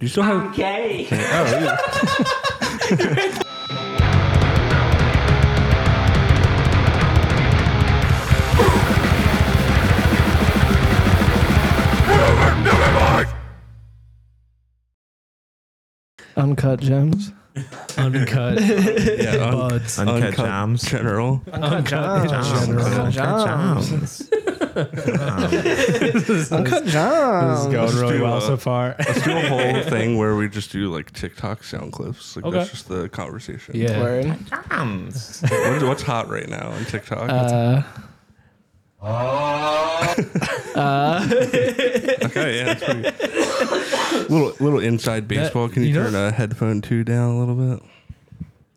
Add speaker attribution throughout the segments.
Speaker 1: You still have.
Speaker 2: Okay.
Speaker 1: Oh, yeah.
Speaker 3: Uncut gems.
Speaker 4: Uncut.
Speaker 1: yeah un-
Speaker 4: buds.
Speaker 5: Uncut
Speaker 1: jams.
Speaker 5: Jams.
Speaker 1: General.
Speaker 4: Uncut.
Speaker 3: Jams.
Speaker 4: general.
Speaker 3: Uncut
Speaker 5: Jams.
Speaker 3: Uncut gems.
Speaker 4: This is
Speaker 1: Let's
Speaker 4: going really
Speaker 1: do,
Speaker 4: well
Speaker 1: uh,
Speaker 4: so far.
Speaker 1: Let's do a whole thing where we just do like TikTok sound clips. Like
Speaker 4: Okay.
Speaker 1: that's just the conversation.
Speaker 4: yeah.
Speaker 3: Word.
Speaker 5: Jams.
Speaker 1: What- what's hot right now on TikTok?
Speaker 3: Uh,
Speaker 1: okay, yeah. That's pretty, little little inside baseball. Can you,
Speaker 4: you know-
Speaker 1: turn a headphone two down a little bit?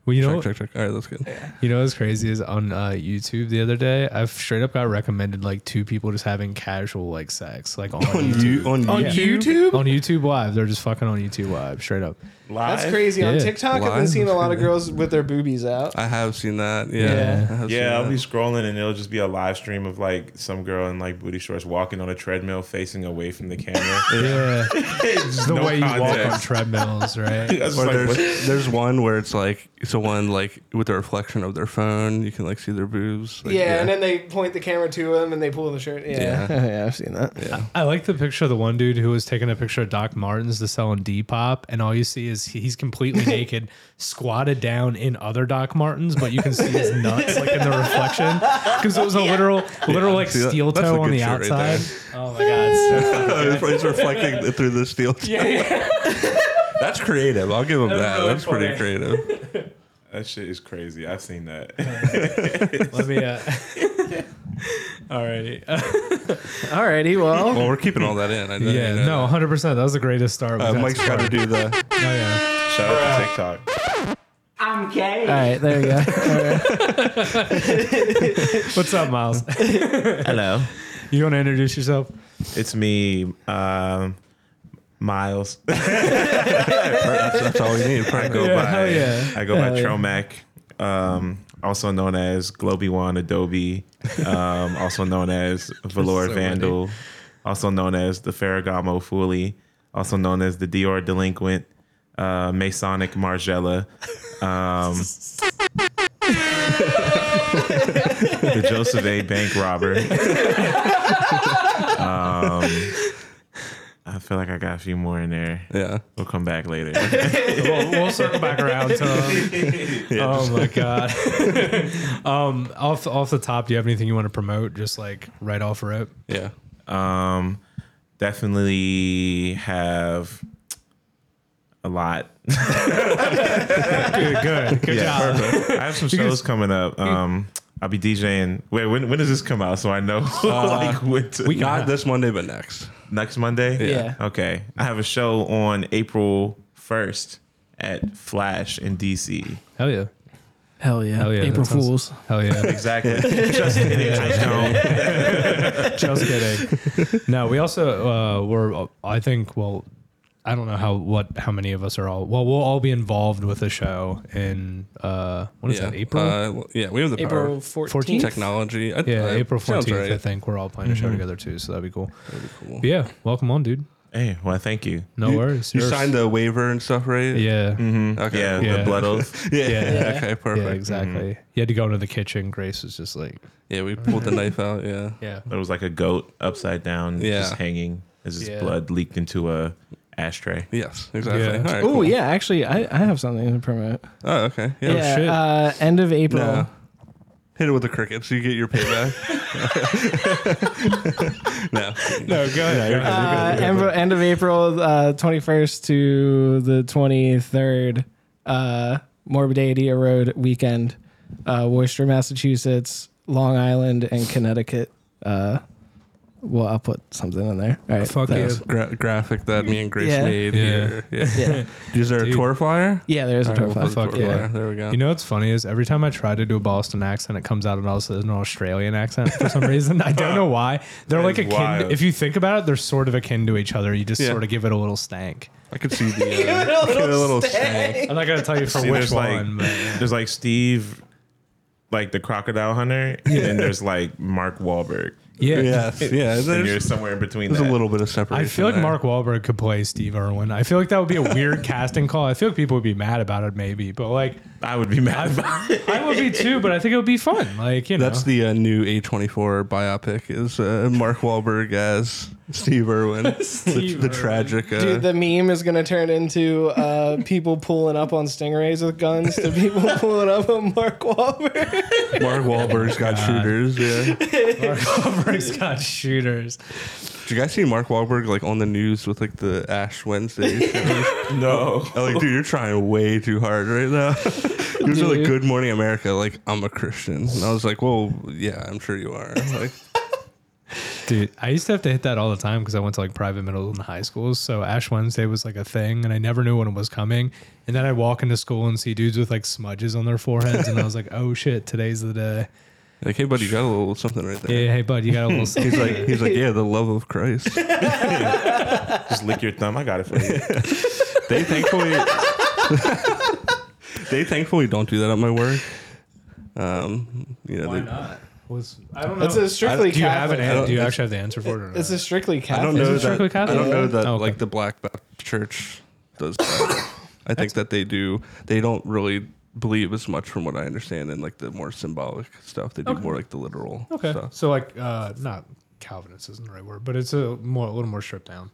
Speaker 4: Well, you know,
Speaker 1: check, check, check. All right, that's good.
Speaker 4: you know what's crazy is on uh, YouTube the other day, I've straight up got recommended like two people just having casual like sex, like on,
Speaker 1: On
Speaker 4: YouTube.
Speaker 1: you on,
Speaker 3: on
Speaker 1: YouTube.
Speaker 3: YouTube?
Speaker 4: on YouTube Live. They're just fucking on YouTube Live, straight up.
Speaker 3: That's crazy. On
Speaker 4: Yeah.
Speaker 3: TikTok, I've been
Speaker 1: Live?
Speaker 3: seeing a lot of girls with their boobies out.
Speaker 1: I have seen that. Yeah.
Speaker 3: Yeah.
Speaker 1: I have seen
Speaker 5: Yeah, I'll
Speaker 1: that.
Speaker 5: be scrolling and it'll just be a live stream of like some girl in like booty shorts walking on a treadmill facing away from the camera.
Speaker 4: Yeah.
Speaker 5: It's
Speaker 4: the
Speaker 5: no
Speaker 4: way you walk on
Speaker 5: context.
Speaker 4: treadmills, right?
Speaker 5: I was
Speaker 1: Or
Speaker 5: like,
Speaker 1: there's
Speaker 5: what-
Speaker 1: there's one where it's like it's the one like with the reflection of their phone, you can like see their boobs. Like,
Speaker 3: yeah, and then they point the camera to them and they pull the shirt. Yeah, yeah, I've seen that.
Speaker 1: yeah.
Speaker 4: I like the picture of the one dude who was taking a picture of Doc Martens to sell in Depop, and all you see is he- he's completely naked, squatted down in other Doc Martens, but you can see his nuts like in the reflection because it was a literal, literal like
Speaker 1: see that?
Speaker 4: steel
Speaker 1: That's a
Speaker 4: toe on
Speaker 1: good
Speaker 4: the
Speaker 1: shirt right there.
Speaker 4: outside. oh my god! it's so-
Speaker 1: it's, it's reflecting through the steel. Yeah, That's creative. I'll give them that.
Speaker 4: really
Speaker 1: That's pretty
Speaker 4: funny.
Speaker 1: creative.
Speaker 5: that shit is crazy. I've seen that.
Speaker 4: Let me. Uh, Alrighty. Uh,
Speaker 3: Alrighty, well,
Speaker 1: Well, we're keeping all that in. I didn't-
Speaker 4: yeah.
Speaker 1: you know.
Speaker 4: No. Hundred percent. That was the greatest start.
Speaker 1: Uh,
Speaker 4: we've had
Speaker 1: Mike's
Speaker 4: so
Speaker 1: got
Speaker 4: far.
Speaker 1: to do the.
Speaker 4: Oh, yeah.
Speaker 5: Shout out to TikTok.
Speaker 2: I'm gay.
Speaker 3: alright, there you go.
Speaker 4: What's up, Miles?
Speaker 5: Hello.
Speaker 4: You want to introduce yourself?
Speaker 5: It's me, um, Miles.
Speaker 1: That's, that's all we need.
Speaker 5: I go
Speaker 1: Practice.
Speaker 4: Yeah,
Speaker 5: by
Speaker 4: hell yeah.
Speaker 5: I go by Tromac, um, also known as Globy One Adobe, um, also known as Valor
Speaker 4: So
Speaker 5: Vandal, also known as the Ferragamo Foolie, also known as the Dior Delinquent, uh, Masonic Margella, um, the Joseph A. Bank Robber. um, I feel like I got a few more in there.
Speaker 1: Yeah.
Speaker 5: We'll come back later.
Speaker 4: we'll, we'll circle back around to them. oh my god. um, off off the top, do you have anything you want to promote? Just like right off rip.
Speaker 1: Yeah.
Speaker 5: Um, definitely have a lot.
Speaker 4: Good, good, good job.
Speaker 5: I have some shows coming up. Um, I'll be DJing. Wait, when when does this come out? So I know like when to,
Speaker 1: We got this Monday, but next.
Speaker 5: next Monday.
Speaker 3: Yeah.
Speaker 5: Okay, I have a show on April first at Flash in DC.
Speaker 4: Hell yeah,
Speaker 3: Hell yeah.
Speaker 4: Hell yeah,
Speaker 3: April
Speaker 4: that sounds-
Speaker 3: Fools.
Speaker 4: hell yeah.
Speaker 5: Exactly. Just kidding. Just kidding.
Speaker 4: Just kidding. No, we also uh, were. I think. Well, I don't know how what how many of us are all. Well, we'll all be involved with the show in uh, what is
Speaker 1: Yeah.
Speaker 4: that? April.
Speaker 1: Uh, yeah. We have the
Speaker 3: April
Speaker 1: power.
Speaker 3: 14th.
Speaker 1: Technology. I-
Speaker 4: yeah,
Speaker 1: I-
Speaker 4: April
Speaker 1: sounds
Speaker 4: fourteenth.
Speaker 1: right.
Speaker 4: I think we're all playing a show together too, so that'd be cool.
Speaker 1: cool.
Speaker 4: But yeah, welcome on, dude.
Speaker 5: Hey, well, thank you.
Speaker 4: No
Speaker 1: You-
Speaker 4: worries.
Speaker 1: You
Speaker 4: Yours.
Speaker 1: signed the waiver and stuff, right?
Speaker 4: Yeah.
Speaker 1: Okay.
Speaker 5: Yeah,
Speaker 4: Yeah.
Speaker 5: the blood oath.
Speaker 1: Yeah.
Speaker 4: Yeah.
Speaker 1: Okay.
Speaker 4: Yeah,
Speaker 1: Perfect. Yeah,
Speaker 4: exactly. You had to go into the kitchen. Grace was just like,
Speaker 1: we pulled the knife out. Yeah.
Speaker 4: yeah,
Speaker 5: There was like a goat upside down,
Speaker 1: Yeah.
Speaker 5: just hanging. As his
Speaker 4: Yeah.
Speaker 5: blood leaked into a ashtray.
Speaker 1: Yes. Exactly.
Speaker 4: Yeah.
Speaker 1: All right,
Speaker 3: Oh
Speaker 1: cool.
Speaker 3: yeah, actually, I, I have something to promote.
Speaker 1: Oh. Okay. Yeah.
Speaker 3: yeah,
Speaker 4: shit.
Speaker 3: Uh, end of April.
Speaker 1: No. Hit it with the crickets. You get your payback. no.
Speaker 4: No, go ahead.
Speaker 3: Uh, end, end of April, uh, 21st to the 23rd, uh, Morbid Idea Road weekend, uh, Worcester, Massachusetts, Long Island, and Connecticut. Uh, well, I'll put something in there. All right.
Speaker 4: Fuck
Speaker 1: That
Speaker 4: yeah.
Speaker 1: gra- graphic that me and Grace
Speaker 3: Yeah.
Speaker 1: made
Speaker 4: Yeah.
Speaker 1: here. Yeah.
Speaker 3: Yeah.
Speaker 1: Is there a
Speaker 4: Dude.
Speaker 1: tour flyer?
Speaker 3: Yeah, there is a tour
Speaker 1: We'll put
Speaker 3: flyer.
Speaker 4: fuck
Speaker 1: the tour
Speaker 4: yeah.
Speaker 1: flyer. There we go.
Speaker 4: You know what's funny is every time I try to do a Boston accent, it comes out and also an Australian accent for some reason. I don't know why. They're like
Speaker 5: is
Speaker 4: akin.
Speaker 5: wild.
Speaker 4: If you think about it, they're sort of akin to each other. You just
Speaker 1: Yeah.
Speaker 4: sort of give it a little stank.
Speaker 1: I could see the uh,
Speaker 3: Give it a
Speaker 1: give it
Speaker 3: little
Speaker 1: stank.
Speaker 4: I'm not gonna tell you for
Speaker 5: See,
Speaker 4: which
Speaker 5: there's like-
Speaker 4: one, but yeah.
Speaker 5: There's like Steve, like the crocodile hunter, and then there's like Mark Wahlberg.
Speaker 4: Yeah.
Speaker 1: Yes, yeah.
Speaker 5: and you're
Speaker 1: There's,
Speaker 5: somewhere in between.
Speaker 1: there's a
Speaker 5: that.
Speaker 1: little bit of separation.
Speaker 4: I feel like
Speaker 1: there.
Speaker 4: Mark Wahlberg could play Steve Irwin. I feel like that would be a weird casting call. I feel like people would be mad about it, maybe, but like
Speaker 5: I would be mad about it.
Speaker 4: I would be too. But I think it would be fun. Like you know,
Speaker 1: That's the uh, new A24 biopic is uh, Mark Wahlberg as Steve Irwin,
Speaker 4: Steve
Speaker 1: the, the
Speaker 4: Irwin.
Speaker 1: tragic. Uh,
Speaker 3: Dude, the meme is gonna turn into uh, people pulling up on stingrays with guns to people pulling up on Mark Wahlberg.
Speaker 1: Mark Wahlberg's
Speaker 4: Oh
Speaker 1: got shooters. Yeah. Did
Speaker 4: Mark Wahlberg's got shooters.
Speaker 1: you guys see Mark Wahlberg like on the news with like the Ash Wednesday? show?
Speaker 5: No.
Speaker 1: I'm like, dude, you're trying way too hard right now. he was like,
Speaker 3: Dude.
Speaker 1: "Good Morning America." Like, I'm a Christian, and I was like, "Well, yeah, I'm sure you are." Like,
Speaker 4: Dude, I used to have to hit that all the time because I went to like private middle and high schools. So Ash Wednesday was like a thing, and I never knew when it was coming. And then I walk into school and see dudes with like smudges on their foreheads, and I was like, "Oh shit, today's the day."
Speaker 1: like, hey, buddy, you got a little something right there.
Speaker 4: Hey, hey, bud, you got a little. something.
Speaker 1: He's like, he's like, yeah, the love of Christ.
Speaker 5: Just lick your thumb. I got it for you.
Speaker 1: They thankfully they thankfully don't do that at my work. Um, you know, they-
Speaker 4: not? Was I don't know.
Speaker 3: It's a strictly
Speaker 4: do you have
Speaker 3: Catholic.
Speaker 4: an?
Speaker 1: don't-
Speaker 4: an- Do you actually have the answer for it? Or not?
Speaker 3: it's a strictly
Speaker 1: I
Speaker 3: Catholic.
Speaker 1: don't know
Speaker 4: it
Speaker 1: that
Speaker 4: strictly
Speaker 1: I don't
Speaker 4: Catholic?
Speaker 1: know that
Speaker 4: Oh, okay.
Speaker 1: like the Black Baptist Church does. That. I think that they do. They don't really believe as much, from what I understand, in like the more symbolic stuff. They do more like the literal
Speaker 4: okay.
Speaker 1: stuff.
Speaker 4: So like, uh, not Calvinist isn't the right word, but it's a more a little more stripped down.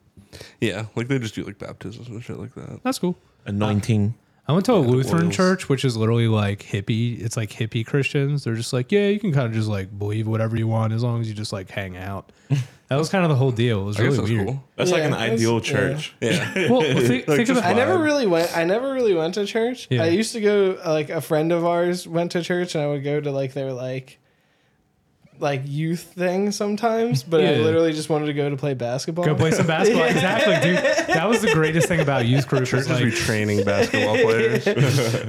Speaker 1: Yeah, like they just do like baptisms and shit like that.
Speaker 4: That's cool.
Speaker 5: Anointing.
Speaker 4: I went to a Lutheran
Speaker 1: oils.
Speaker 4: church, which is literally like hippie. It's like hippie Christians. They're just like, yeah, you can kind of just like believe whatever you want as long as you just like hang out. That was kind of the whole deal. It was
Speaker 1: I
Speaker 4: really
Speaker 1: guess that's
Speaker 4: weird.
Speaker 1: cool.
Speaker 5: That's like
Speaker 3: Yeah,
Speaker 5: an
Speaker 3: that's-
Speaker 5: ideal
Speaker 3: yeah.
Speaker 5: church.
Speaker 1: Yeah,
Speaker 4: Well, think, think
Speaker 1: just
Speaker 4: about
Speaker 3: I
Speaker 1: vibe.
Speaker 3: never really went. I never really went to church.
Speaker 4: Yeah.
Speaker 3: I used to go. Like a friend of ours went to church, and I would go to like their like like youth thing sometimes. But I
Speaker 4: Yeah.
Speaker 3: literally just wanted to go to play basketball.
Speaker 4: Go play some basketball. Exactly, dude. That was the greatest thing about youth group.
Speaker 1: churches
Speaker 4: like-
Speaker 1: be training basketball players.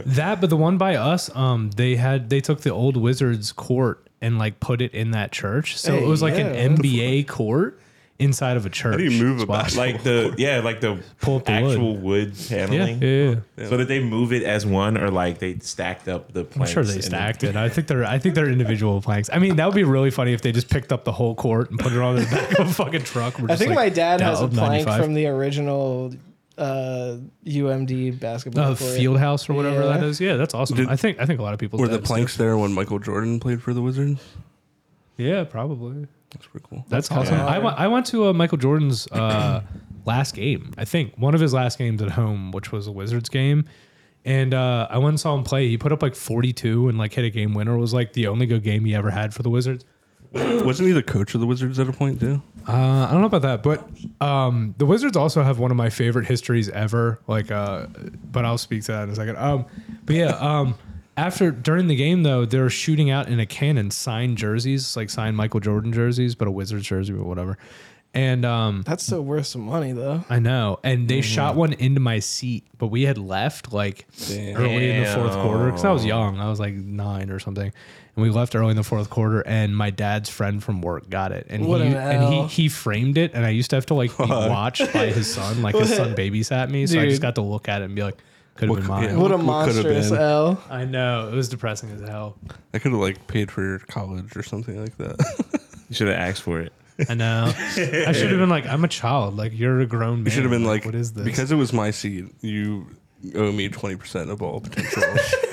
Speaker 4: That, but the one by us, um, they had they took the old Wizards court and like put it in that church, so it
Speaker 3: Hey,
Speaker 4: was like
Speaker 3: yeah,
Speaker 4: an NBA court inside of a church.
Speaker 1: How do you move a
Speaker 4: It's wild.
Speaker 1: basketball?
Speaker 5: Like the yeah, like the
Speaker 4: Pull up the
Speaker 5: actual wood,
Speaker 4: Yeah,
Speaker 5: paneling.
Speaker 4: yeah, yeah.
Speaker 5: So did they move it as one, or like they stacked up the
Speaker 4: I'm
Speaker 5: planks?
Speaker 4: sure they
Speaker 5: and-
Speaker 4: stacked it. I think they're I think they're individual planks. I mean, that would be really funny if they just picked up the whole court and put it on the back of a fucking truck. We're
Speaker 3: I
Speaker 4: just
Speaker 3: think
Speaker 4: like,
Speaker 3: my dad has a
Speaker 4: "Down
Speaker 3: plank
Speaker 4: 95."
Speaker 3: from the original uh, UMD basketball.
Speaker 4: uh,
Speaker 3: court.
Speaker 4: field house or whatever
Speaker 3: Yeah.
Speaker 4: that is. Yeah, that's awesome.
Speaker 1: Did-
Speaker 4: I think I think a lot of people
Speaker 1: Were the planks there when Michael Jordan played for the Wizards?
Speaker 4: Yeah, probably.
Speaker 1: That's pretty cool.
Speaker 4: That's awesome. I went, I went to uh, Michael Jordan's uh, last game. I think one of his last games at home, which was a Wizards game. And uh, I went and saw him play. He put up like 42 and like hit a game winner. It was like the only good game he ever had for the Wizards.
Speaker 1: Wasn't he the coach of the Wizards at a point too?
Speaker 4: Uh, I don't know about that, but um, the Wizards also have one of my favorite histories ever. Like, uh, but I'll speak to that in a second. Um, but yeah, um, after during the game though, they're shooting out in a cannon signed jerseys, like signed Michael Jordan jerseys, but a Wizards jersey or whatever. And um,
Speaker 3: That's still worth some money though.
Speaker 4: I know. And they shot one into my seat, but we had left like early in the fourth quarter because I was young. I was like nine or something. And we left early in the fourth quarter, and my dad's friend from work got it. And,
Speaker 3: What
Speaker 4: he,
Speaker 3: an
Speaker 4: and he,
Speaker 3: L.
Speaker 4: he framed it. And I used to have to like be watched by his son. Like his son babysat me. So I just
Speaker 3: Dude.
Speaker 4: got to look at it and be like, could have been mine.
Speaker 1: yeah.
Speaker 3: What a
Speaker 1: What could've
Speaker 3: monstrous
Speaker 1: been?
Speaker 3: L.
Speaker 4: I know. It was depressing as hell.
Speaker 1: I could have like paid for your college or something like that.
Speaker 5: You should have asked for it.
Speaker 4: I know. I should have been like, I'm a child. Like, you're a grown man.
Speaker 1: You should have been like,
Speaker 4: what is this?
Speaker 1: Because it was my seat, you owe me twenty percent of all potential.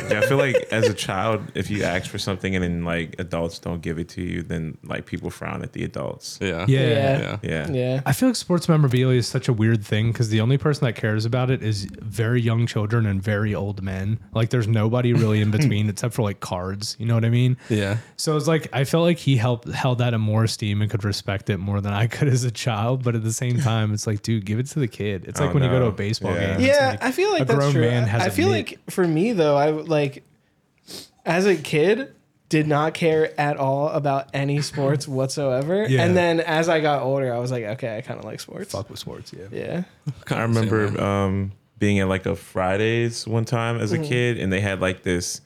Speaker 5: Yeah, I feel like as a child, if you ask for something and then like adults don't give it to you, then like people frown at the adults.
Speaker 1: yeah.
Speaker 4: yeah.
Speaker 3: Yeah.
Speaker 1: Yeah.
Speaker 5: Yeah.
Speaker 3: Yeah.
Speaker 4: I feel like sports memorabilia is such a weird thing because the only person that cares about it is very young children and very old men. Like there's nobody really in between except for like cards. You know what I mean?
Speaker 1: Yeah.
Speaker 4: So it's like I felt like he helped held that in more esteem and could respect it more than I could as a child. But at the same time, it's like, dude, give it to the kid. It's like
Speaker 5: Oh,
Speaker 4: when you go to
Speaker 5: no.
Speaker 4: a baseball
Speaker 5: Yeah.
Speaker 4: game. it's
Speaker 3: Yeah,
Speaker 4: like-
Speaker 3: I feel like
Speaker 4: a
Speaker 3: that's
Speaker 4: grown
Speaker 3: true.
Speaker 4: man
Speaker 3: I-
Speaker 4: has
Speaker 3: I
Speaker 4: a
Speaker 3: feel
Speaker 4: knit.
Speaker 3: like for me though, I would, like as a kid did not care at all about any sports whatsoever.
Speaker 4: Yeah.
Speaker 3: And then as I got older, I was like, okay, I kind of like sports.
Speaker 4: fuck with sports. Yeah.
Speaker 3: Yeah.
Speaker 5: I remember um, being at like a Fridays one time as a
Speaker 3: Mm-hmm.
Speaker 5: kid, and they had like this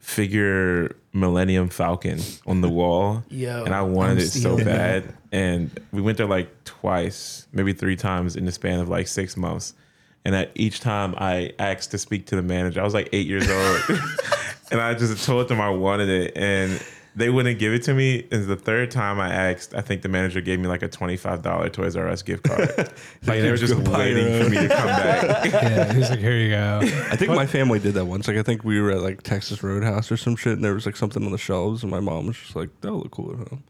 Speaker 5: figure Millennium Falcon on the wall.
Speaker 3: Yo,
Speaker 5: and I wanted
Speaker 3: I'm
Speaker 5: it so
Speaker 3: stealing
Speaker 5: bad. And we went there like twice, maybe three times in the span of like six months. And at each time I asked to speak to the manager, I was like eight years old. and I just told them I wanted it. And they wouldn't give it to me. And the third time I asked, I think the manager gave me like a $25 Toys R Us gift card. like they were just
Speaker 1: Go buy your
Speaker 5: waiting for me to come back.
Speaker 4: Yeah, he's like, here you go.
Speaker 1: I think my family did that once. Like I think we were at like Texas Roadhouse or some shit, and there was like something on the shelves, and my mom was just like, "That'll look cool at home."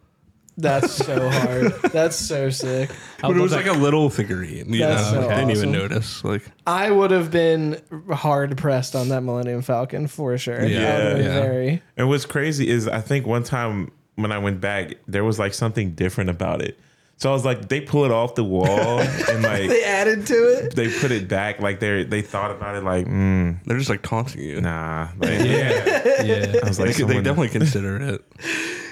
Speaker 3: That's so hard. That's so sick.
Speaker 1: But it was like a little figurine. You
Speaker 3: That's
Speaker 1: know,
Speaker 3: so
Speaker 1: I didn't even
Speaker 3: awesome.
Speaker 1: notice. Like
Speaker 3: I would have been hard pressed on that Millennium Falcon for sure.
Speaker 1: Yeah,
Speaker 3: I would've been
Speaker 1: yeah.
Speaker 3: very.
Speaker 5: And what's crazy is I think one time when I went back, there was like something different about it. So I was like, they pull it off the wall and
Speaker 3: They
Speaker 5: like
Speaker 3: added to it.
Speaker 5: they put it back. Like they they thought about it like, mm,
Speaker 1: they're just like taunting you.
Speaker 5: nah. Like, yeah. I
Speaker 4: yeah.
Speaker 5: was
Speaker 1: They, could- they
Speaker 5: like, someone-
Speaker 1: definitely consider it.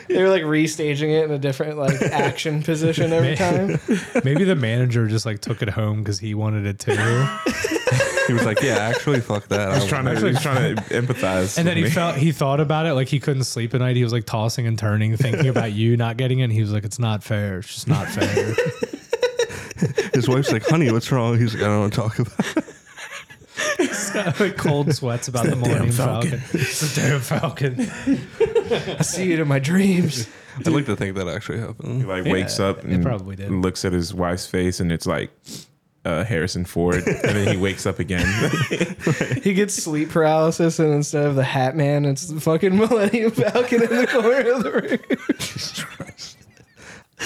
Speaker 3: They were like restaging it in a different like action position every time.
Speaker 4: Maybe the manager just like took it home because he wanted it too.
Speaker 1: He was like, "Yeah, actually, fuck that."
Speaker 5: He's trying to he's trying to empathize.
Speaker 4: And
Speaker 5: with
Speaker 4: then he
Speaker 5: me.
Speaker 4: felt he thought about it like he couldn't sleep at night. He was like tossing and turning, thinking about you not getting it. And he was like, "It's not fair. It's just not fair."
Speaker 1: His wife's like, "Honey, what's wrong?" He's like, "I don't want to talk about." It.
Speaker 4: like cold sweats about the Millennium Falcon.
Speaker 5: Falcon.
Speaker 4: It's the damn Falcon.
Speaker 3: I see it in my dreams.
Speaker 1: I like to think that actually happened.
Speaker 5: He like wakes up and
Speaker 4: probably did.
Speaker 5: looks at his wife's face and it's like uh, Harrison Ford, and then he wakes up again.
Speaker 3: He gets sleep paralysis, and instead of the Hat Man, it's the fucking Millennium Falcon in the corner of the room.
Speaker 1: Jesus Christ.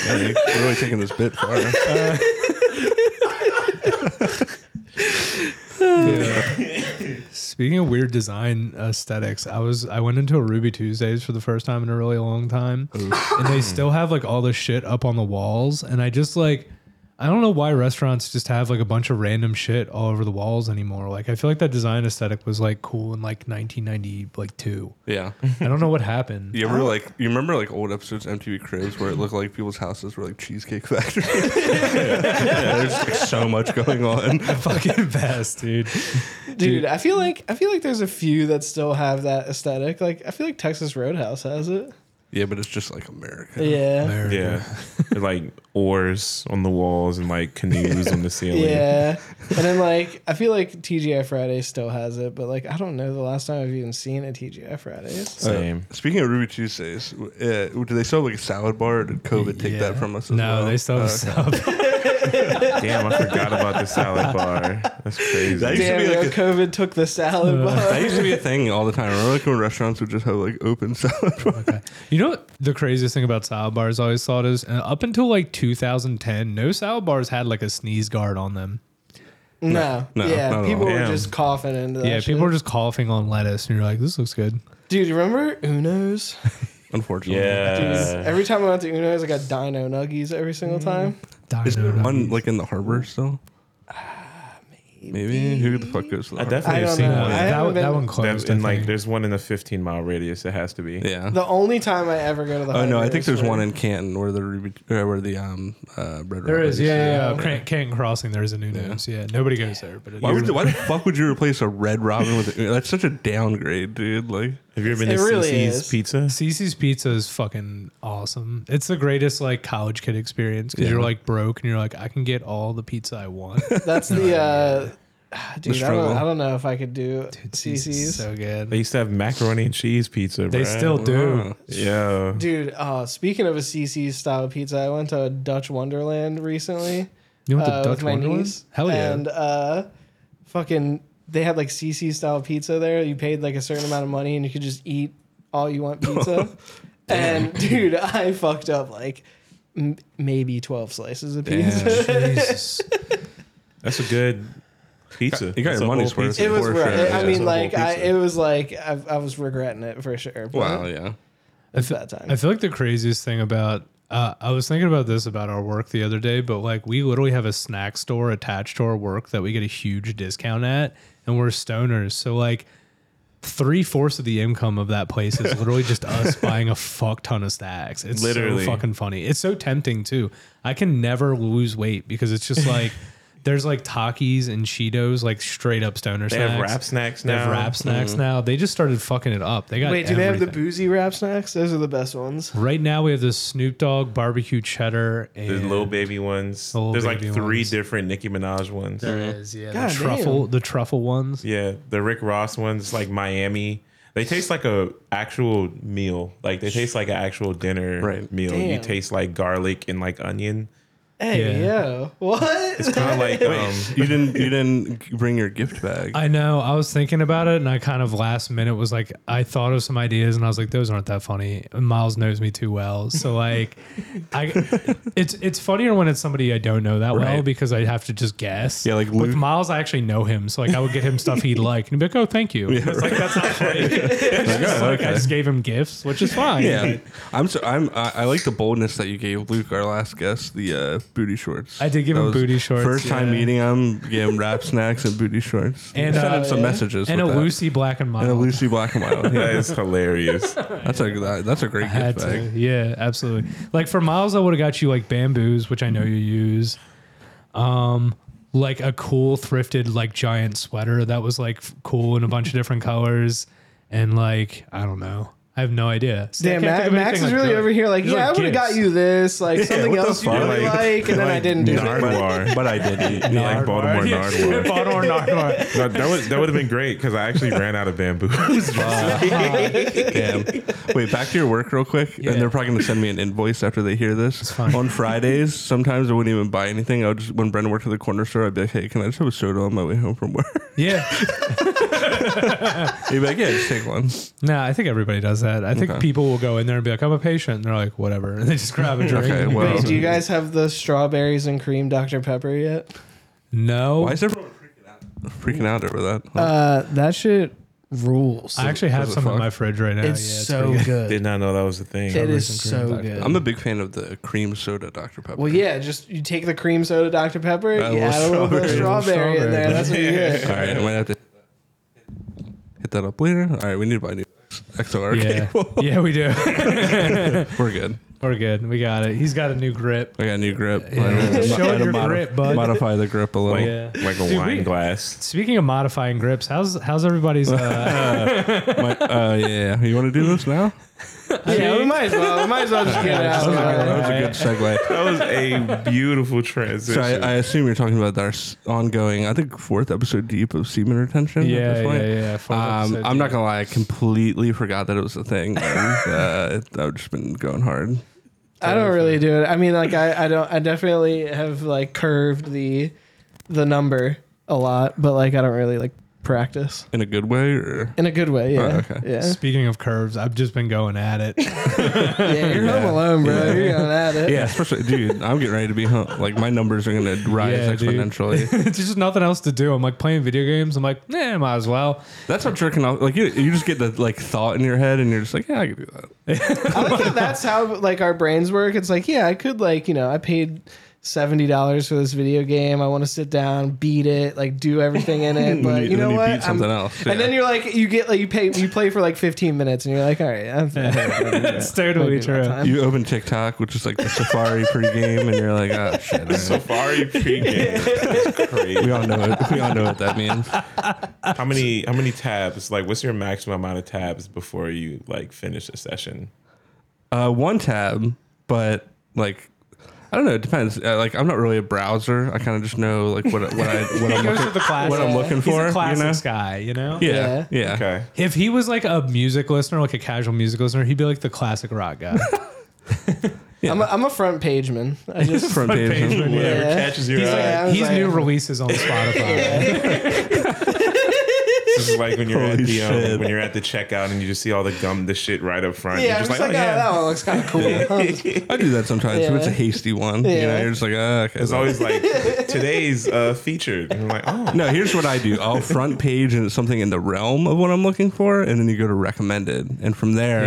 Speaker 1: Yeah, you're really taking this bit far.
Speaker 4: Speaking of weird design aesthetics, I was I went into a Ruby Tuesdays for the first time in a really long time, and they still have like all the shit up on the walls, and I just like. I don't know why restaurants just have like a bunch of random shit all over the walls anymore. Like I feel like that design aesthetic was like cool in like 1990 like 2.
Speaker 1: yeah.
Speaker 4: I don't know what happened.
Speaker 1: You
Speaker 5: Oh.
Speaker 1: ever like you remember like old episodes of MTV Cribs where it looked like people's houses were like cheesecake factory? yeah, there's like so much going on.
Speaker 4: Fucking best, dude.
Speaker 3: Dude, I feel like I feel like there's a few that still have that aesthetic. Like I feel like Texas Roadhouse has it.
Speaker 1: Yeah, but it's just like America.
Speaker 3: Yeah.
Speaker 4: America.
Speaker 5: yeah, like oars on the walls and like canoes on the ceiling.
Speaker 3: Yeah. And then like I feel like TGI Friday still has it, but like I don't know the last time I've even seen a TGI Fridays.
Speaker 5: Same.
Speaker 1: Speaking of Ruby Tuesdays, uh, do they still have like a salad bar? Or did COVID take
Speaker 4: Yeah.
Speaker 1: that from us? As
Speaker 4: No,
Speaker 1: well?
Speaker 4: they still
Speaker 1: Uh,
Speaker 4: have stuff.
Speaker 5: Damn, I forgot about the salad bar. That's crazy.
Speaker 1: That used to
Speaker 3: Damn,
Speaker 1: be
Speaker 3: yo,
Speaker 1: like a-
Speaker 3: COVID took the salad bar.
Speaker 1: that used to be a thing all the time. Remember, like when restaurants would just have like open salad bar.
Speaker 4: You know what the craziest thing about salad bars I always thought is uh, up until like 2010, no salad bars had like a sneeze guard on them.
Speaker 3: No,
Speaker 1: no, not
Speaker 3: yeah,
Speaker 1: at
Speaker 3: people
Speaker 1: all.
Speaker 3: were
Speaker 5: Damn.
Speaker 3: just coughing into that.
Speaker 4: yeah,
Speaker 3: shit.
Speaker 4: people were just coughing on lettuce, and you're like, this looks good.
Speaker 3: Dude, you remember Uno's?
Speaker 1: Unfortunately,
Speaker 3: Dude,
Speaker 5: yeah.
Speaker 3: every time I went to Uno's, I got Dino Nuggies every single time.
Speaker 1: Is there
Speaker 4: Dino
Speaker 1: one like in the harbor still?
Speaker 4: Ah,
Speaker 1: Maybe who the fuck goes to the
Speaker 5: I
Speaker 1: harbor?
Speaker 5: definitely
Speaker 3: I
Speaker 5: have
Speaker 3: don't
Speaker 5: seen
Speaker 3: know.
Speaker 5: one.
Speaker 4: that,
Speaker 3: I haven't
Speaker 4: one- that
Speaker 3: been-
Speaker 4: one closed.
Speaker 5: That- and
Speaker 4: I
Speaker 5: like,
Speaker 4: think.
Speaker 5: there's one in a 15 mile radius. It has to be.
Speaker 1: Yeah.
Speaker 3: The only time I ever go to the.
Speaker 1: Oh no, I
Speaker 3: Hydro
Speaker 1: think
Speaker 3: is
Speaker 1: there's
Speaker 3: for-
Speaker 1: one in Canton where the Ruby, uh, where the um uh, Red.
Speaker 4: there
Speaker 1: Robin
Speaker 4: is, yeah, yeah, yeah.
Speaker 3: Yeah.
Speaker 4: Can- Canton Crossing, there's a new news. Yeah, nobody goes there, but it
Speaker 1: Why would
Speaker 4: is.
Speaker 1: you, why the fuck would you replace a Red Robin with a, that's such a downgrade, dude? Like
Speaker 5: Have you ever been
Speaker 3: It
Speaker 5: to
Speaker 3: really
Speaker 5: CC's
Speaker 3: is.
Speaker 5: Pizza?
Speaker 4: CC's Pizza is fucking awesome. It's the greatest like college kid experience because
Speaker 1: Yeah.
Speaker 4: you're like broke and you're like, I can get all the pizza I want.
Speaker 3: That's the. uh Dude, I
Speaker 1: struggle.
Speaker 3: don't, I don't know if I could do
Speaker 4: CC's
Speaker 3: CC's.
Speaker 4: is so good.
Speaker 5: They used to have macaroni and cheese pizza.
Speaker 4: They
Speaker 5: bruh.
Speaker 4: still do.
Speaker 1: Wow.
Speaker 5: Yeah.
Speaker 3: Dude, uh, speaking of a CC style pizza, I went to a Dutch Wonderland recently
Speaker 4: You want the
Speaker 3: uh,
Speaker 4: Dutch
Speaker 3: with my
Speaker 4: Wonderland?
Speaker 3: niece.
Speaker 4: Hell yeah.
Speaker 3: And uh, fucking, they had like CC style pizza there. You paid like a certain amount of money and you could just eat all you want pizza. and dude, I fucked up like m- maybe 12 slices of
Speaker 1: Damn.
Speaker 3: pizza.
Speaker 4: Jesus.
Speaker 5: That's a good pizza.
Speaker 1: You got
Speaker 5: That's
Speaker 1: your
Speaker 5: a
Speaker 1: money's
Speaker 5: whole
Speaker 1: worth.
Speaker 5: pizza.
Speaker 3: It was
Speaker 1: For
Speaker 3: rough.
Speaker 1: sure,
Speaker 3: I
Speaker 1: yeah.
Speaker 3: mean,
Speaker 5: It's a
Speaker 3: like,
Speaker 5: whole
Speaker 3: I,
Speaker 5: pizza.
Speaker 3: it was like, I, I was regretting it for sure. But
Speaker 1: wow, yeah,
Speaker 3: It's that time.
Speaker 4: I feel like the craziest thing about uh, I was thinking about this about our work the other day, but like we literally have a snack store attached to our work that we get a huge discount at, and we're stoners, so like three fourths of the income of that place is literally just us buying a fuck ton of snacks. It's literally
Speaker 5: Literally.
Speaker 4: so fucking funny. It's so tempting too. I can never lose weight because it's just like. There's like Takis and Cheetos, like straight up stoner
Speaker 5: They
Speaker 4: snacks.
Speaker 5: have wrap snacks
Speaker 4: They have
Speaker 5: now.
Speaker 4: wrap snacks now. They just started fucking it up. They got
Speaker 3: Wait, do they have the
Speaker 4: everything.
Speaker 3: boozy wrap snacks? Those are the best ones.
Speaker 4: Right now we have the Snoop Dogg barbecue cheddar and
Speaker 5: There's little baby ones.
Speaker 4: The little
Speaker 5: There's like
Speaker 4: baby
Speaker 5: three
Speaker 4: ones.
Speaker 5: different Nicki Minaj ones.
Speaker 4: There is, yeah,
Speaker 3: God
Speaker 4: the
Speaker 3: damn.
Speaker 4: truffle, the truffle ones.
Speaker 5: Yeah, the Rick Ross ones, like Miami. They taste like a actual meal. Like they taste like an actual dinner
Speaker 1: Right.
Speaker 5: meal. You
Speaker 3: Damn.
Speaker 5: taste like garlic and like onion.
Speaker 3: Hey,
Speaker 4: Yeah.
Speaker 3: yo, what?
Speaker 5: It's kind of like um,
Speaker 1: You didn't. You didn't bring your gift bag.
Speaker 4: I know. I was thinking about it, and I kind of last minute was like, I thought of some ideas, and I was like, those aren't that funny. And Miles knows me too well, so like, I it's it's funnier when it's somebody I don't know that well
Speaker 1: Right.
Speaker 4: because I have to just guess.
Speaker 1: Yeah, like
Speaker 4: with
Speaker 1: Luke-
Speaker 4: Miles, I actually know him, so like I would get him stuff he'd like, and he'd be like, oh, thank you. it's like that's not funny. It's just like I just gave him gifts, which is fine.
Speaker 1: yeah, I'm. So, I'm. I, I like the boldness that you gave Luke, our last guest, the uh, booty shorts.
Speaker 4: I did give
Speaker 1: That
Speaker 4: him
Speaker 1: was
Speaker 4: booty shorts,
Speaker 1: First time
Speaker 4: yeah.
Speaker 1: meeting him, gave him wrap snacks and booty shorts.
Speaker 4: And,
Speaker 1: sent him
Speaker 4: uh,
Speaker 1: some messages
Speaker 4: And a
Speaker 1: with that.
Speaker 4: Lucy Black and Miles.
Speaker 1: and a Lucy Black and Wild. Yeah,
Speaker 5: that is hilarious.
Speaker 1: that's a that, that's a great gift
Speaker 4: Had to.
Speaker 1: bag.
Speaker 4: Yeah, absolutely. Like for miles, I would have got you like bamboos, which I know you use. Um, like a cool thrifted like giant sweater that was like f- cool in a bunch of different colors, and like I don't know. I have no idea. See, I
Speaker 3: Damn,
Speaker 4: can't
Speaker 3: Ma-
Speaker 4: think of
Speaker 3: Max
Speaker 4: anything,
Speaker 3: is
Speaker 4: like,
Speaker 3: really
Speaker 4: good.
Speaker 3: over here. Like,
Speaker 4: These are,
Speaker 3: yeah, I
Speaker 4: like,
Speaker 3: would have got
Speaker 4: gifts.
Speaker 3: you this, like something
Speaker 5: what the
Speaker 3: else you
Speaker 5: fuck?
Speaker 3: really
Speaker 5: Like-
Speaker 3: like, and then I
Speaker 5: like
Speaker 3: didn't do it.
Speaker 5: Nardwar, but I did it. Yeah, like Baltimore
Speaker 4: Yeah.
Speaker 5: Nardwar.
Speaker 4: Baltimore Nardwar.
Speaker 5: No, that would that would have been great because I actually ran out of bamboo.
Speaker 1: Damn. Wait, back to your work real quick.
Speaker 4: Yeah.
Speaker 1: And they're probably gonna send me an invoice after they hear this.
Speaker 4: fine.
Speaker 1: On Fridays, sometimes I wouldn't even buy anything. I would just when Brendan worked at the corner store, I'd be like, Hey, can I just have a soda on my way home from work?
Speaker 4: Yeah.
Speaker 1: He'd be like, Yeah, just take one.
Speaker 4: No, I think everybody does that. I think
Speaker 1: Okay.
Speaker 4: people will go in there and be like, "I'm a patient," and they're like, "Whatever," and they just grab a drink.
Speaker 1: Okay, well-
Speaker 3: Wait, do you guys have the strawberries and cream Dr Pepper yet?
Speaker 4: no,
Speaker 1: Why is everyone freaking out freaking out over that?
Speaker 3: Uh, that shit rules.
Speaker 4: I actually have
Speaker 1: Does it
Speaker 4: some in
Speaker 1: fuck?
Speaker 4: my fridge right now.
Speaker 3: it's
Speaker 4: Oh, yeah,
Speaker 3: so
Speaker 4: pretty
Speaker 3: good.
Speaker 5: did not know that was a thing.
Speaker 3: It is
Speaker 4: Strawberries and
Speaker 3: so
Speaker 4: cream Dr.
Speaker 3: good.
Speaker 1: I'm a big fan of the cream soda Dr. Pepper.
Speaker 3: well, yeah, just you take the cream soda Dr Pepper,
Speaker 1: a
Speaker 3: you
Speaker 1: little
Speaker 3: add a little bit of
Speaker 4: strawberry.
Speaker 3: strawberry in there. That's what you get.
Speaker 1: All right, I might have to hit that up later. All right, we need to buy a new XLR
Speaker 4: Yeah,
Speaker 1: cable.
Speaker 4: yeah, we do.
Speaker 1: We're good.
Speaker 4: We're good. We got it. He's got a new grip.
Speaker 1: I got a new grip. I
Speaker 4: Yeah.
Speaker 1: had to
Speaker 4: Show
Speaker 1: mo- I had to
Speaker 4: your grip, bud.
Speaker 1: Modify the grip a little.
Speaker 5: Like,
Speaker 4: Yeah.
Speaker 5: like a
Speaker 4: Dude,
Speaker 5: wine
Speaker 4: we-
Speaker 5: glass.
Speaker 4: Speaking of modifying grips, how's how's everybody's? Uh,
Speaker 1: My- uh, yeah, you want to do this now?
Speaker 3: Yeah, we might as well. We might as well just get it out.
Speaker 1: That was a good,
Speaker 3: Uh,
Speaker 1: that was a good segue.
Speaker 5: That was a beautiful
Speaker 1: So
Speaker 5: transition.
Speaker 1: I, I assume you're talking about our s- ongoing, I think fourth episode deep of semen retention. at
Speaker 4: yeah,
Speaker 1: this
Speaker 4: yeah,
Speaker 1: point.
Speaker 4: yeah, yeah. Fourth
Speaker 1: Um,
Speaker 4: episode.
Speaker 1: I'm not gonna lie, I completely forgot that it was a thing. And, uh, it- I've just been going hard.
Speaker 3: I don't really do it. I mean, like I, I don't. I definitely have like curved the, the number a lot, but like I don't really like practice
Speaker 1: in a good way or
Speaker 3: in a good way. Yeah,
Speaker 1: Oh, okay.
Speaker 3: yeah.
Speaker 4: Speaking of curves, I've just been going at it.
Speaker 3: yeah. You're home alone, bro. You're going at it.
Speaker 1: yeah especially dude i'm getting ready to be home like my numbers are gonna rise
Speaker 4: Yeah, dude.
Speaker 1: exponentially
Speaker 4: There's just nothing else to do. I'm like playing video games. I'm like, nah, might as well.
Speaker 1: that's how jerking off like you, you just get the like thought in your head and you're just like yeah i could do that
Speaker 3: I like that that's how like our brains work. It's like, yeah, I could like, you know, I paid seventy dollars for this video game. I want to sit down, beat it, like do everything in it. But
Speaker 1: When
Speaker 3: you,
Speaker 1: you-
Speaker 3: know
Speaker 1: when you
Speaker 3: what?
Speaker 1: beat something else, yeah.
Speaker 3: And then you're like, you get like you pay you play for like fifteen minutes, and you're like, all right, I'm,
Speaker 4: It's totally
Speaker 3: Maybe not
Speaker 4: true.
Speaker 3: time.
Speaker 1: you open tiktok which is like the safari pregame and you're like oh shit all right."
Speaker 5: Safari pregame. That's
Speaker 1: we
Speaker 5: crazy.
Speaker 1: all know it we all know what that means
Speaker 5: How many how many tabs? Like, what's your maximum amount of tabs before you like finish a session?
Speaker 1: uh one tab but like I don't know. It depends. Uh, like, I'm not really a browser. I kind of just know like what what I what
Speaker 4: He goes
Speaker 1: I'm looking,
Speaker 4: with the classic.
Speaker 1: what I'm looking
Speaker 4: He's
Speaker 1: for.
Speaker 4: a
Speaker 1: you know?
Speaker 4: classics guy. You know.
Speaker 1: Yeah, yeah.
Speaker 5: Okay.
Speaker 4: If he was like a music listener, like a casual music listener, he'd be like the classic rock guy.
Speaker 3: I'm a, I'm a front page man. I just
Speaker 1: Front
Speaker 4: Front
Speaker 1: page.
Speaker 4: page,
Speaker 1: and-
Speaker 5: Whatever
Speaker 3: Yeah.
Speaker 5: catches your
Speaker 4: He's
Speaker 5: eye.
Speaker 4: like,
Speaker 3: Yeah, I was
Speaker 4: he's
Speaker 3: like-
Speaker 4: new releases on Spotify.
Speaker 5: This is like when you're at
Speaker 1: Holy
Speaker 5: the um,
Speaker 1: shit.
Speaker 5: when you're at the checkout and you just see all the gum, the shit right up front.
Speaker 3: yeah,
Speaker 5: you're
Speaker 3: I'm just like, oh, that one looks kind of cool.
Speaker 1: I do that sometimes. If it's a
Speaker 3: Yeah.
Speaker 1: hasty one, you
Speaker 3: Yeah.
Speaker 1: know, you're just like, ah, okay.
Speaker 5: It's always like today's uh, featured. And I'm like, oh,
Speaker 1: No, here's what I do. I'll front page and it's something in the realm of what I'm looking for, and then you go to recommended, and from there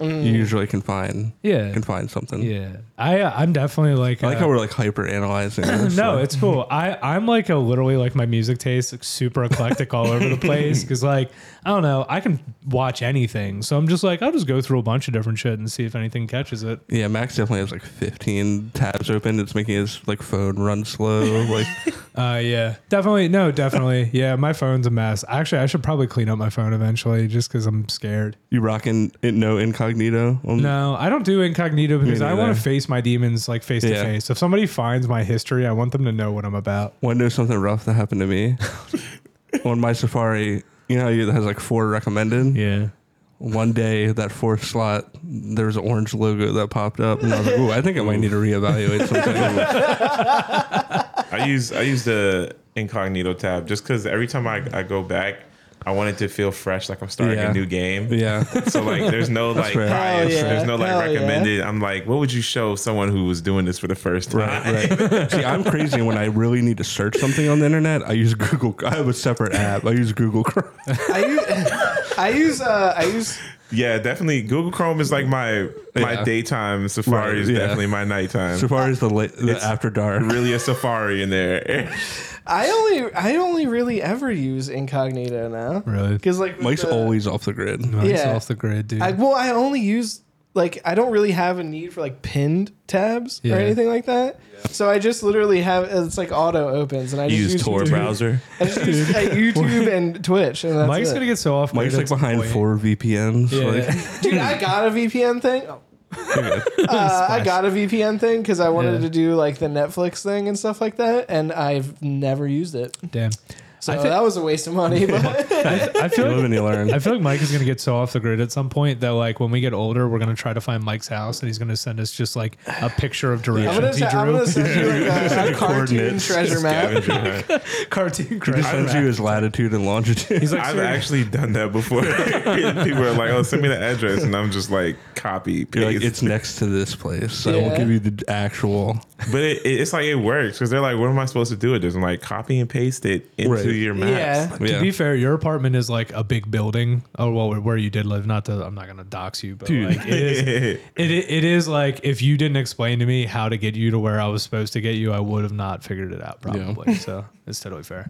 Speaker 3: Mm.
Speaker 1: you usually can find
Speaker 4: Yeah.
Speaker 1: can find something.
Speaker 4: yeah, I uh, I'm definitely like
Speaker 1: I like
Speaker 4: uh,
Speaker 1: how we're like hyper analyzing. this.
Speaker 4: No,
Speaker 1: like,
Speaker 4: it's cool. I I'm like a literally like my music taste like super eclectic all over the place because like I don't know I can watch anything so I'm just like I'll just go through a bunch of different shit and see if anything catches it.
Speaker 1: yeah, Max definitely has like 15 tabs open. It's making his like phone run slow. Like
Speaker 4: Uh yeah, definitely no, definitely yeah. My phone's a mess. Actually, I should probably clean up my phone eventually just because I'm scared.
Speaker 1: you rocking it, no incognito. On,
Speaker 4: No, I don't do incognito because I want
Speaker 1: neither.
Speaker 4: to face my demons like face to
Speaker 1: Yeah.
Speaker 4: face. If somebody finds my history, I want them to know what I'm about.
Speaker 1: One day something rough that happened to me on my Safari. You know, how it has like four recommended.
Speaker 4: Yeah.
Speaker 1: One day, that fourth slot, there was an orange logo that popped up, and I was like, "Ooh, I think I might need to reevaluate something."
Speaker 5: I use I use the incognito tab just because every time I, I go back, I want it to feel fresh, like I'm starting
Speaker 1: Yeah.
Speaker 5: a new game.
Speaker 1: yeah,
Speaker 5: So like, there's no like
Speaker 1: fair. Hell
Speaker 5: bias.
Speaker 3: yeah.
Speaker 5: There's no like
Speaker 3: Hell yeah.
Speaker 5: recommended. I'm like, what would you show someone who was doing this for the first time?
Speaker 1: right, right. See, I'm crazy. When I really need to search something on the internet, I use Google. I have a separate app. I use Google Chrome.
Speaker 3: I use, I use, uh, I use.
Speaker 5: Yeah, definitely. Google Chrome is like my my
Speaker 1: Yeah.
Speaker 5: daytime. Safari
Speaker 1: Right,
Speaker 5: is
Speaker 1: yeah.
Speaker 5: definitely my nighttime.
Speaker 1: So far as the, late, the after dark,
Speaker 5: really a safari in there.
Speaker 3: I only, I only really ever use incognito now.
Speaker 4: Really?
Speaker 3: Because like uh, with
Speaker 1: Mike's
Speaker 3: the-
Speaker 1: always off the grid.
Speaker 4: Mike's
Speaker 3: Yeah.
Speaker 4: off the grid, dude.
Speaker 3: I, well, I only use like I don't really have a need for like pinned tabs
Speaker 4: Yeah.
Speaker 3: or anything like that. So I just literally have it's like auto opens and I just use YouTube. I just use uh, YouTube and Twitch and that's
Speaker 4: Mike's
Speaker 3: it.
Speaker 4: gonna get so off.
Speaker 1: Mike's like behind four VPNs.
Speaker 4: Yeah.
Speaker 1: Like,
Speaker 3: Dude, I got a VPN thing. Oh. Uh, I got a VPN thing because I wanted
Speaker 4: Yeah.
Speaker 3: to do like the Netflix thing and stuff like that, and I've never used it.
Speaker 4: Damn.
Speaker 3: So
Speaker 4: I thi-
Speaker 3: that was a waste of money. But
Speaker 4: I feel
Speaker 1: you
Speaker 4: like
Speaker 1: live and you learn.
Speaker 4: I feel like Mike is gonna get so off the grid at some point that like when we get older, we're gonna try to find Mike's house and he's gonna send us just like a picture of
Speaker 3: I'm gonna,
Speaker 4: directions
Speaker 3: t-
Speaker 4: he drew.
Speaker 3: I'm gonna send you like a, a cartoon
Speaker 1: Coordinates.
Speaker 3: treasure map.
Speaker 4: Cartoon
Speaker 1: He just sends you
Speaker 4: crap.
Speaker 1: his latitude and longitude.
Speaker 4: He's like,
Speaker 5: I've
Speaker 4: "Sir,
Speaker 5: actually done that before. People are like, "Oh, send me the address," and I'm just like, "Copy, paste."
Speaker 1: You're like, it's next to this place. So I
Speaker 3: Yeah.
Speaker 1: won't give you the actual.
Speaker 5: but it, it- it's like it works because they're like, "What am I supposed to do with this?" I'm like, "Copy and paste it into
Speaker 1: Right.
Speaker 5: your maps."
Speaker 3: Yeah.
Speaker 4: To
Speaker 1: Yeah.
Speaker 4: be fair, your apartment is like a big building. Oh well, where you did live. Not to, I'm not gonna dox you, but like it is, it, it is like if you didn't explain to me how to get you to where I was supposed to get you, I would have not figured it out probably. So it's totally fair.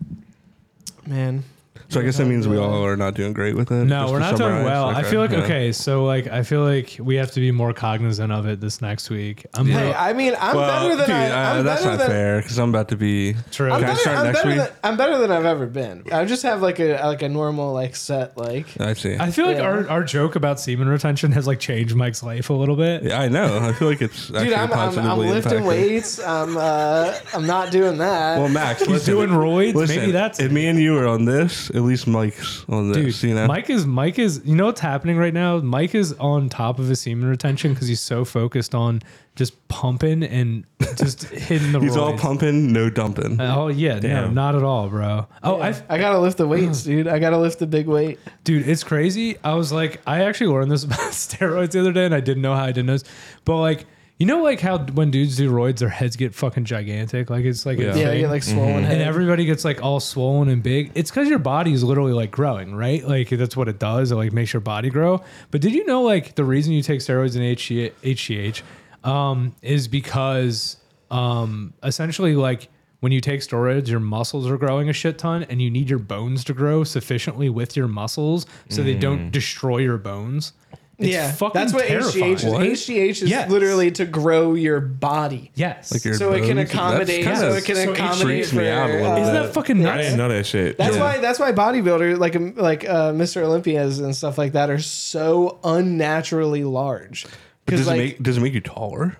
Speaker 3: Man,
Speaker 1: So I guess that means we all are not doing great with it.
Speaker 4: uh, No,
Speaker 1: just
Speaker 4: we're
Speaker 1: to
Speaker 4: not doing
Speaker 1: summarize.
Speaker 4: well. I feel like
Speaker 1: yeah.
Speaker 4: okay, so like I feel like we have to be more cognizant of it this next week. I'm
Speaker 3: hey, I mean, I'm
Speaker 1: Well,
Speaker 3: better than
Speaker 1: dude,
Speaker 3: I.
Speaker 1: uh,
Speaker 3: I'm
Speaker 1: that's
Speaker 3: better
Speaker 1: not
Speaker 3: than,
Speaker 1: fair because I'm about to be.
Speaker 4: True.
Speaker 3: I'm
Speaker 1: Can I
Speaker 3: better,
Speaker 1: start
Speaker 3: I'm,
Speaker 1: next
Speaker 3: better
Speaker 1: week?
Speaker 3: than, I'm better than I've ever been. I just have like a like a normal like set like.
Speaker 1: I see.
Speaker 4: I feel like
Speaker 3: Yeah.
Speaker 4: our, our joke about semen retention has like changed Mike's life a little bit.
Speaker 1: yeah, I know. I feel like it's actually
Speaker 3: Dude, I'm, I'm,
Speaker 1: positively
Speaker 3: I'm lifting
Speaker 1: impacting.
Speaker 3: weights. I'm uh, I'm not doing that.
Speaker 1: Well, Max, he's
Speaker 4: doing roids? Maybe that's
Speaker 1: if
Speaker 4: it.
Speaker 1: me and you are on this. At least Mike's on
Speaker 4: Dude,
Speaker 1: this. you know,
Speaker 4: Mike is Mike is you know what's happening right now? Mike is on top of his semen retention because he's so focused on just pumping and just hitting the
Speaker 1: he's all
Speaker 4: roids.
Speaker 1: pumping, no dumping.
Speaker 4: Oh yeah, no,
Speaker 5: Damn.
Speaker 4: not at all, bro. Oh, I
Speaker 3: I gotta lift the weights, dude. I gotta lift the big weight.
Speaker 4: dude, it's crazy. I was like, I actually learned this about steroids the other day, and I didn't know how I didn't know. This. But like, you know, like how when dudes do roids, their heads get fucking gigantic. Like it's like a
Speaker 1: Yeah.
Speaker 3: Yeah, I
Speaker 4: thing.
Speaker 3: get like swollen
Speaker 1: Mm-hmm.
Speaker 3: head.
Speaker 4: and everybody gets like all swollen and big. It's because your body is literally like growing, right? Like that's what it does. It like makes your body grow. But did you know like the reason you take steroids and HGH, HGH um, is because um, essentially like when you take steroids, your muscles are growing a shit ton, and you need your bones to grow sufficiently with your muscles so they don't destroy your bones. It's
Speaker 3: yeah,
Speaker 4: fucking
Speaker 3: that's what
Speaker 4: terrifying.
Speaker 3: HGH is. HGH is
Speaker 4: Yes.
Speaker 3: literally to grow your body,
Speaker 4: Yes.
Speaker 1: Like your
Speaker 3: so it can
Speaker 1: bones. That's
Speaker 3: accommodate.
Speaker 1: kinda-
Speaker 3: So it can
Speaker 4: so it
Speaker 3: accommodate.
Speaker 1: freaks me out a little
Speaker 4: Isn't
Speaker 1: bit.
Speaker 3: uh,
Speaker 4: that fucking
Speaker 5: I
Speaker 4: nuts?
Speaker 5: didn't know that shit.
Speaker 3: That's
Speaker 5: Yeah.
Speaker 3: why. That's why bodybuilder like um, like uh, Mr. Olympias and stuff like that are so unnaturally large.
Speaker 1: But does
Speaker 3: Because like,
Speaker 1: it make does it make you taller?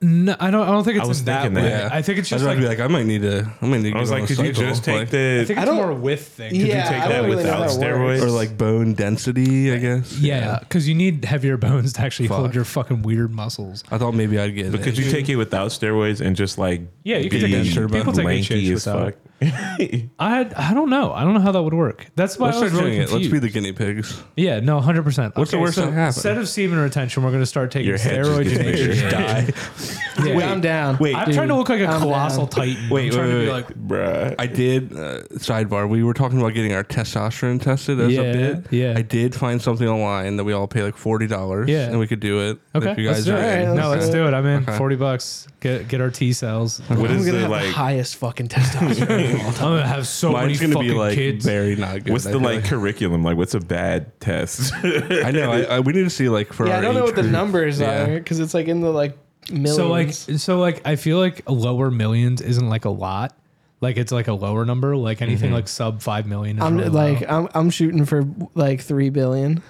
Speaker 4: No, I don't. I don't think it's
Speaker 5: I was
Speaker 4: in that
Speaker 5: thinking
Speaker 4: way.
Speaker 5: that.
Speaker 4: I think it's
Speaker 1: I'd
Speaker 4: just
Speaker 1: like,
Speaker 4: like
Speaker 1: be like, I might need to. I might need. To
Speaker 5: I was like, "Could you just take
Speaker 4: I
Speaker 5: the
Speaker 4: think
Speaker 3: I
Speaker 4: it's
Speaker 3: don't-
Speaker 4: more a with thing.
Speaker 3: yeah,
Speaker 5: take
Speaker 3: I
Speaker 5: that
Speaker 3: don't really know how
Speaker 5: without
Speaker 3: that works.
Speaker 5: steroids?
Speaker 1: or like bone density? I guess.
Speaker 4: Yeah, because you need heavier bones to actually hold
Speaker 1: Fuck.
Speaker 4: your fucking weird muscles.
Speaker 1: I thought maybe I'd get.
Speaker 5: But could you take it without steroids and just like
Speaker 4: Yeah, you could take that shit, people take that shit
Speaker 5: lanky as
Speaker 4: without-
Speaker 5: fuck? I
Speaker 4: I I don't know. I don't know how that would work. That's why
Speaker 1: Let's
Speaker 4: I was
Speaker 1: start
Speaker 4: really
Speaker 1: doing it. Let's
Speaker 4: confused.
Speaker 1: be the guinea pigs.
Speaker 4: yeah, no, hundred percent.
Speaker 1: What's the worst
Speaker 4: so
Speaker 1: that happened?
Speaker 4: Instead of semen retention, we're going to start taking
Speaker 5: Your head just
Speaker 4: steroids.
Speaker 5: gets
Speaker 4: and
Speaker 5: bigger.
Speaker 4: HGH.
Speaker 1: Die.
Speaker 4: Yeah.
Speaker 3: Wait, I'm down.
Speaker 1: wait.
Speaker 4: I'm trying to look like a
Speaker 3: I'm
Speaker 4: colossal
Speaker 3: down.
Speaker 4: titan.
Speaker 1: Wait,
Speaker 4: I'm trying
Speaker 1: wait,
Speaker 4: to be
Speaker 1: wait.
Speaker 4: like
Speaker 5: bruh.
Speaker 1: I did uh, sidebar. We were talking about getting our testosterone tested as
Speaker 4: Yeah,
Speaker 1: a bit.
Speaker 4: yeah.
Speaker 1: I did find something online that we all pay like forty dollars.
Speaker 4: Yeah.
Speaker 1: and we could do it.
Speaker 4: okay.
Speaker 1: if you
Speaker 4: let's
Speaker 1: guys
Speaker 4: do
Speaker 1: are
Speaker 4: it.
Speaker 1: in.
Speaker 3: Alright,
Speaker 4: no, let's
Speaker 3: Okay.
Speaker 4: do it. I'm in. Forty bucks. Get get our T cells. I'm
Speaker 5: What
Speaker 3: I'm
Speaker 5: is
Speaker 3: gonna
Speaker 5: the
Speaker 3: have the
Speaker 5: like?
Speaker 3: highest fucking testosterone.
Speaker 4: gonna have so
Speaker 1: Mine's
Speaker 4: many
Speaker 1: gonna
Speaker 4: fucking
Speaker 1: be like
Speaker 4: kids.
Speaker 1: very not good.
Speaker 5: What's
Speaker 1: I
Speaker 5: the
Speaker 1: feel
Speaker 5: like curriculum? Like, what's a bad test?
Speaker 1: I know. I, I, we need to see like for.
Speaker 3: yeah,
Speaker 1: our
Speaker 3: I don't know
Speaker 1: age
Speaker 3: what the
Speaker 1: group.
Speaker 3: numbers
Speaker 1: Yeah.
Speaker 3: are because it's like in the like millions.
Speaker 4: So like so like I feel like lower millions isn't like a lot. Like it's like a lower number. Like anything Mm-hmm. like sub five million. Is
Speaker 3: I'm
Speaker 4: really
Speaker 3: like
Speaker 4: low.
Speaker 3: I'm I'm shooting for like three billion.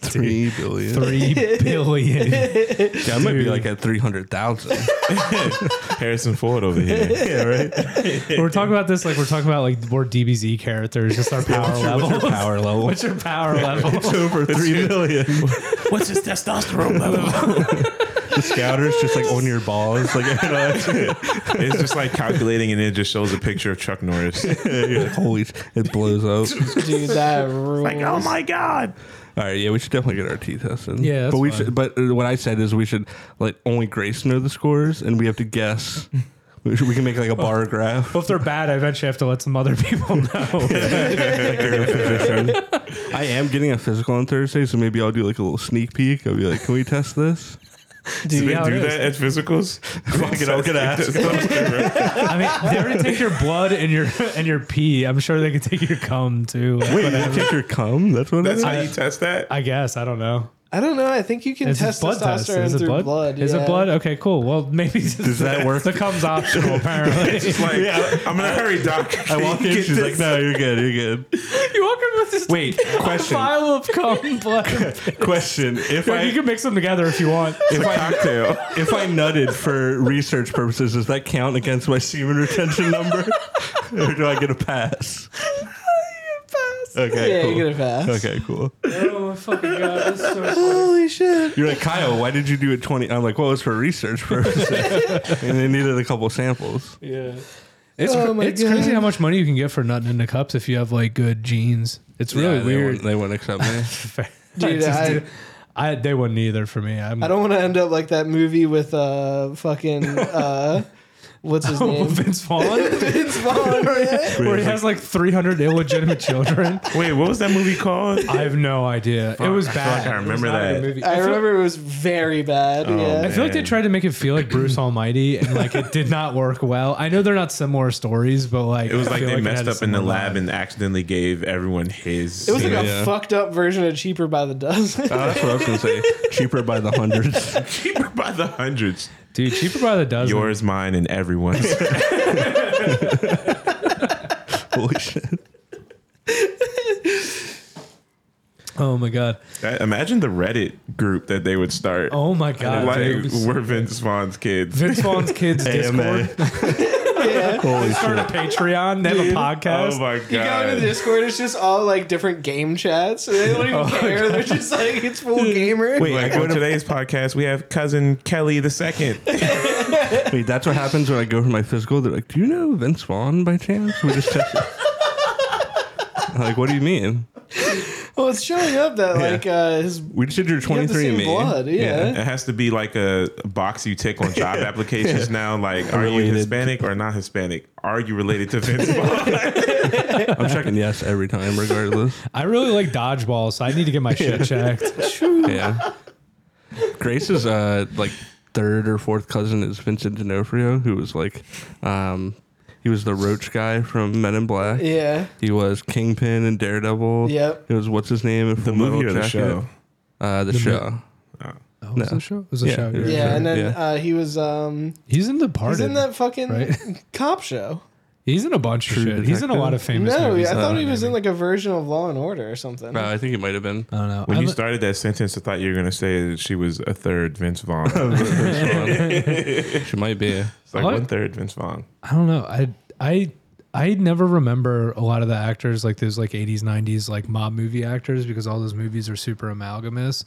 Speaker 1: Three billion.
Speaker 4: Three billion.
Speaker 1: Yeah, I might be like at three hundred thousand.
Speaker 5: Harrison Ford over here. yeah, right.
Speaker 4: we're talking about this like we're talking about like more DBZ characters, just our power level.
Speaker 1: your power level?
Speaker 4: What's your power level?
Speaker 1: over three million.
Speaker 5: What's his testosterone level?
Speaker 1: The scouters just like on your balls. Like, you know,
Speaker 5: it's just like calculating, and it just shows a picture of Chuck Norris.
Speaker 1: you're like, holy, sh- it blows up.
Speaker 3: Dude, that rules.
Speaker 5: like, oh my god.
Speaker 1: All right, yeah, we should definitely get our teeth tested.
Speaker 4: Yeah, that's
Speaker 1: but we
Speaker 4: fine.
Speaker 1: should. But uh, what I said is we should let only Grace know the scores, and we have to guess. we, should, we can make like a bar graph.
Speaker 4: Well, if they're bad, I eventually have to let some other people know.
Speaker 1: I am getting a physical on Thursday, so maybe I'll do like a little sneak peek. I'll be like, "Can we test this?"
Speaker 5: Do
Speaker 4: Yeah,
Speaker 5: they
Speaker 4: it is.
Speaker 5: do that at physicals?
Speaker 1: Fucking, I'm gonna ask.
Speaker 4: I mean, they already take your blood and your and your pee. I'm sure they could take your cum too.
Speaker 1: Wait, you didn't take your cum? That's what
Speaker 5: That's
Speaker 1: it is.
Speaker 5: how you test that.
Speaker 4: I guess I don't know.
Speaker 3: I don't know. I think you can
Speaker 4: Is
Speaker 3: test
Speaker 4: it blood test?
Speaker 3: testosterone
Speaker 4: Is it
Speaker 3: through
Speaker 4: blood?
Speaker 3: blood.
Speaker 4: Is
Speaker 3: yeah.
Speaker 4: it blood? Okay, cool. Well, maybe does
Speaker 1: that work?
Speaker 4: The cum's optional apparently.
Speaker 5: Like, I'm gonna hurry, doc.
Speaker 1: I walk in,
Speaker 5: Get
Speaker 1: she's like,
Speaker 5: this.
Speaker 1: "No, you're good. You're good."
Speaker 4: you walk in with this
Speaker 1: Wait, question.
Speaker 4: pile of cum blood.
Speaker 1: Question: If
Speaker 4: Like, you
Speaker 1: I
Speaker 4: can mix them together if you want.
Speaker 5: It's a cocktail.
Speaker 1: if I nutted for research purposes, does that count against my semen retention number, or do I get a pass? Okay,
Speaker 3: Yeah,
Speaker 1: cool.
Speaker 3: you get a pass.
Speaker 1: Okay, cool.
Speaker 4: Oh my fucking god, that's so
Speaker 3: Holy shit.
Speaker 1: You're like, Kyle, why did you do it 20? I'm like, well, it's for research purposes. and they needed a couple samples.
Speaker 4: yeah. It's,
Speaker 3: Oh my
Speaker 4: it's crazy
Speaker 3: God.
Speaker 4: how much money you can get for nutting into cups if you have like good genes. It's really
Speaker 1: Yeah, they
Speaker 4: weird.
Speaker 1: Wouldn't, they wouldn't accept me.
Speaker 3: Dude,
Speaker 4: just
Speaker 3: I-
Speaker 4: do- I- they wouldn't either for me. I'm,
Speaker 3: I don't want to end up like that movie with uh fucking uh what's his name?
Speaker 4: Oh, Vince Vaughn,
Speaker 3: Vince Vaughn. yeah.
Speaker 4: where he has like 300 illegitimate children.
Speaker 5: Wait, what was that movie called?
Speaker 4: I have no idea. It was
Speaker 5: I feel
Speaker 4: bad.
Speaker 5: like I
Speaker 4: It was
Speaker 5: remember
Speaker 4: not a
Speaker 5: that.
Speaker 4: good movie. I,
Speaker 3: I
Speaker 4: feel,
Speaker 3: remember it was very bad.
Speaker 4: I
Speaker 1: Oh,
Speaker 3: yeah.
Speaker 4: feel like they
Speaker 5: Man.
Speaker 4: tried to make it feel like Bruce Almighty, and like it did not work well. I know they're not similar stories, but like
Speaker 5: It was
Speaker 4: I
Speaker 5: like
Speaker 4: feel
Speaker 5: they
Speaker 4: it
Speaker 5: messed
Speaker 4: had a
Speaker 5: up in the
Speaker 4: similar
Speaker 5: lab
Speaker 4: vibe.
Speaker 5: and accidentally gave everyone his.
Speaker 3: It was like a
Speaker 1: Yeah.
Speaker 3: fucked up version of Cheaper by the Dozen.
Speaker 1: Oh, that's what I was going to say. Cheaper by the hundreds.
Speaker 5: cheaper by the hundreds.
Speaker 4: Dude, cheaper by the dozen.
Speaker 5: Yours, mine, and everyone's.
Speaker 1: Holy shit.
Speaker 4: Oh my god.
Speaker 5: That- imagine the Reddit group that they would start.
Speaker 4: Oh my god.
Speaker 5: like
Speaker 4: dude.
Speaker 5: we're Vince Vaughn's kids.
Speaker 4: Vince Vaughn's kids
Speaker 1: AMA.
Speaker 4: Discord.
Speaker 1: Holy
Speaker 4: Start a
Speaker 1: shit.
Speaker 4: Patreon. They have a podcast.
Speaker 5: Oh my
Speaker 3: You go into
Speaker 5: god!
Speaker 3: Discord, it's just all like different game chats. and They don't
Speaker 1: Oh,
Speaker 3: even care. They're just like it's full gamer.
Speaker 1: Wait, I
Speaker 5: Like
Speaker 1: go
Speaker 5: on
Speaker 1: to,
Speaker 5: today's podcast, we have cousin Kelly the second.
Speaker 1: wait, that's what happens when I go for my physical. They're like, do you know Vince Vaughn by chance? We just tested. I'm like, what do you mean?
Speaker 3: Well, it's showing up that like uh, his
Speaker 1: We just did your
Speaker 3: have the
Speaker 1: 23
Speaker 3: same
Speaker 1: and me.
Speaker 3: blood, yeah.
Speaker 5: It has to be like a box you tick on job applications now. Like, are you
Speaker 1: Related.
Speaker 5: Hispanic or not Hispanic? Are you related to Vince Vaughn?
Speaker 1: I'm checking yes every time, regardless.
Speaker 4: I really like dodgeball, so I need to get my shit checked.
Speaker 1: Yeah. Grace's uh like third or fourth cousin is Vincent D'Onofrio, who was like um he was the roach guy from Men in Black.
Speaker 3: yeah.
Speaker 1: He was Kingpin and Daredevil.
Speaker 3: Yep.
Speaker 1: It was what's his name in Full
Speaker 5: The movie
Speaker 1: Metal
Speaker 5: or the
Speaker 1: Jacket?
Speaker 5: show?
Speaker 1: Uh the, show.
Speaker 4: Oh, was
Speaker 1: No.
Speaker 4: the show? It was the
Speaker 1: Yeah,
Speaker 4: show.
Speaker 1: it
Speaker 4: you're
Speaker 1: was
Speaker 4: right.
Speaker 1: sure,
Speaker 3: Yeah, and then
Speaker 1: yeah.
Speaker 3: Uh, he was um
Speaker 4: He's in the part.
Speaker 3: he's in that fucking
Speaker 4: right?
Speaker 3: cop show.
Speaker 4: He's in a bunch of shit.
Speaker 1: True
Speaker 4: He's in a lot of famous
Speaker 3: No, I
Speaker 4: movies.
Speaker 3: thought he was in like a version of Law and Order or something.
Speaker 1: Uh, I think he might have been.
Speaker 4: I don't know.
Speaker 5: When
Speaker 4: I
Speaker 5: you
Speaker 4: li-
Speaker 5: started that sentence, I thought you were going to say that she was a third Vince Vaughn. it's
Speaker 1: she might be.
Speaker 5: like
Speaker 4: What?
Speaker 5: one third Vince Vaughn.
Speaker 4: I don't know. I I I never remember a lot of the actors like those like 80s 90s like mob movie actors because all those movies are super amalgamous.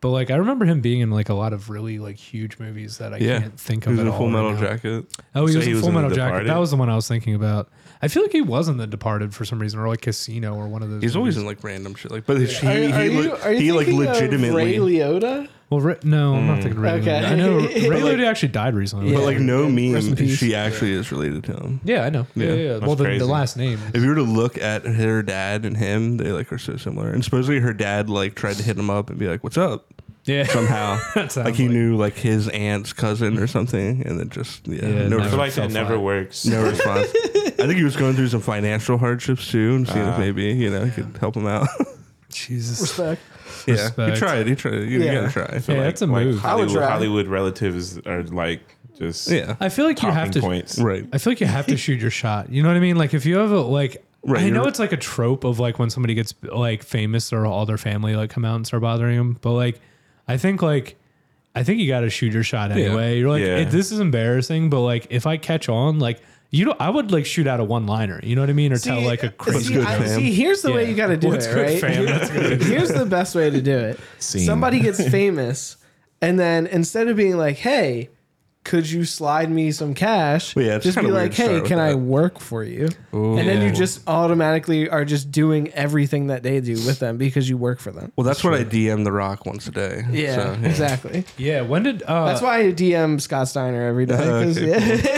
Speaker 4: But like I remember him being in like a lot of really like huge movies that I
Speaker 1: Yeah.
Speaker 4: can't think
Speaker 1: He
Speaker 4: of at
Speaker 1: was in
Speaker 4: all.
Speaker 1: Full
Speaker 4: right
Speaker 1: Metal
Speaker 4: now.
Speaker 1: Jacket.
Speaker 4: Oh, he
Speaker 5: So
Speaker 4: was
Speaker 5: he
Speaker 4: in
Speaker 5: was
Speaker 4: Full
Speaker 5: in The
Speaker 4: Metal Jacket.
Speaker 5: Departed?
Speaker 4: That was the one I was thinking about. I feel like he was in The Departed for some reason, or like Casino, or one of those.
Speaker 1: He's always
Speaker 4: movies.
Speaker 1: in like random shit like but he
Speaker 3: Are,
Speaker 1: he,
Speaker 3: are
Speaker 1: le-
Speaker 3: you, are you
Speaker 1: he like
Speaker 3: thinking of Ray
Speaker 1: legitimately
Speaker 3: Liotta?
Speaker 4: Well, Ray, no, I'm not thinking Ray.
Speaker 3: Okay.
Speaker 4: Liotta. I know Ray
Speaker 3: But, like-
Speaker 4: Liotta actually died recently.
Speaker 1: but
Speaker 4: Yeah,
Speaker 1: like no
Speaker 3: Rest in
Speaker 1: meme
Speaker 3: peace.
Speaker 1: she actually is related to him.
Speaker 4: I know. Yeah,
Speaker 1: Yeah,
Speaker 4: yeah. yeah. Well, the,
Speaker 5: crazy.
Speaker 4: the last name.
Speaker 1: If you were to look at her dad and him, they like are so similar. And supposedly her dad like tried to hit him up and be like, "What's up?"
Speaker 4: Yeah,
Speaker 1: Somehow,
Speaker 4: That sounds
Speaker 1: like he
Speaker 4: like-
Speaker 1: knew like his aunt's cousin or something, and then just yeah,
Speaker 4: Yeah,
Speaker 1: no,
Speaker 4: no.
Speaker 5: I feel
Speaker 1: response.
Speaker 5: like that
Speaker 4: So
Speaker 5: never
Speaker 4: fine.
Speaker 5: works.
Speaker 1: no response. I think he was going through some financial hardships too, and seeing
Speaker 4: Ah.
Speaker 1: if maybe you know he could help him out.
Speaker 4: Jesus.
Speaker 3: Respect.
Speaker 1: yeah,
Speaker 4: Respect.
Speaker 1: he tried. He tried. You
Speaker 3: Yeah.
Speaker 1: gotta try.
Speaker 4: Yeah,
Speaker 5: Like-
Speaker 4: that's a
Speaker 5: like
Speaker 4: move.
Speaker 3: would
Speaker 5: Hollywood,
Speaker 3: try.
Speaker 5: Hollywood relatives are like just
Speaker 1: yeah,
Speaker 4: I feel like you
Speaker 5: talking
Speaker 4: have to.
Speaker 5: points.
Speaker 1: right.
Speaker 4: I feel like you have to shoot your shot. You know what I mean? Like if you have a like
Speaker 1: Right.
Speaker 4: I know
Speaker 1: you're-
Speaker 4: it's like a trope of like when somebody gets like famous or all their family like come out and start bothering them, but like I think like I think you got to shoot your shot anyway. You're like
Speaker 5: Yeah.
Speaker 4: "It- this is embarrassing, but like if I catch on, like you know I would like shoot out a one liner, you know what I mean, or tell like a
Speaker 1: What's
Speaker 4: crazy.
Speaker 1: good,
Speaker 3: I-
Speaker 1: fam?
Speaker 3: see, here's the way
Speaker 4: Yeah.
Speaker 3: you got to do
Speaker 4: What's
Speaker 3: it,
Speaker 4: good,
Speaker 3: right?
Speaker 4: fam? That's
Speaker 3: here's the best way to do it.
Speaker 5: Scene.
Speaker 3: Somebody gets famous, and then instead of being like, "Hey, could you slide me some cash?"
Speaker 1: Well, yeah, it's
Speaker 3: just be
Speaker 1: kinda weird
Speaker 3: like,
Speaker 1: to
Speaker 3: "Hey,
Speaker 1: start with
Speaker 3: can I
Speaker 1: that."
Speaker 3: work for you?" and then
Speaker 4: Yeah.
Speaker 3: you just automatically are just doing everything that they do with them because you work for them.
Speaker 1: well, that's what I DM The Rock once a day.
Speaker 3: Yeah,
Speaker 1: So,
Speaker 3: exactly.
Speaker 4: Yeah, when did uh,
Speaker 3: That's why I DM Scott Steiner every day. 'cause-
Speaker 1: Okay,
Speaker 3: yeah.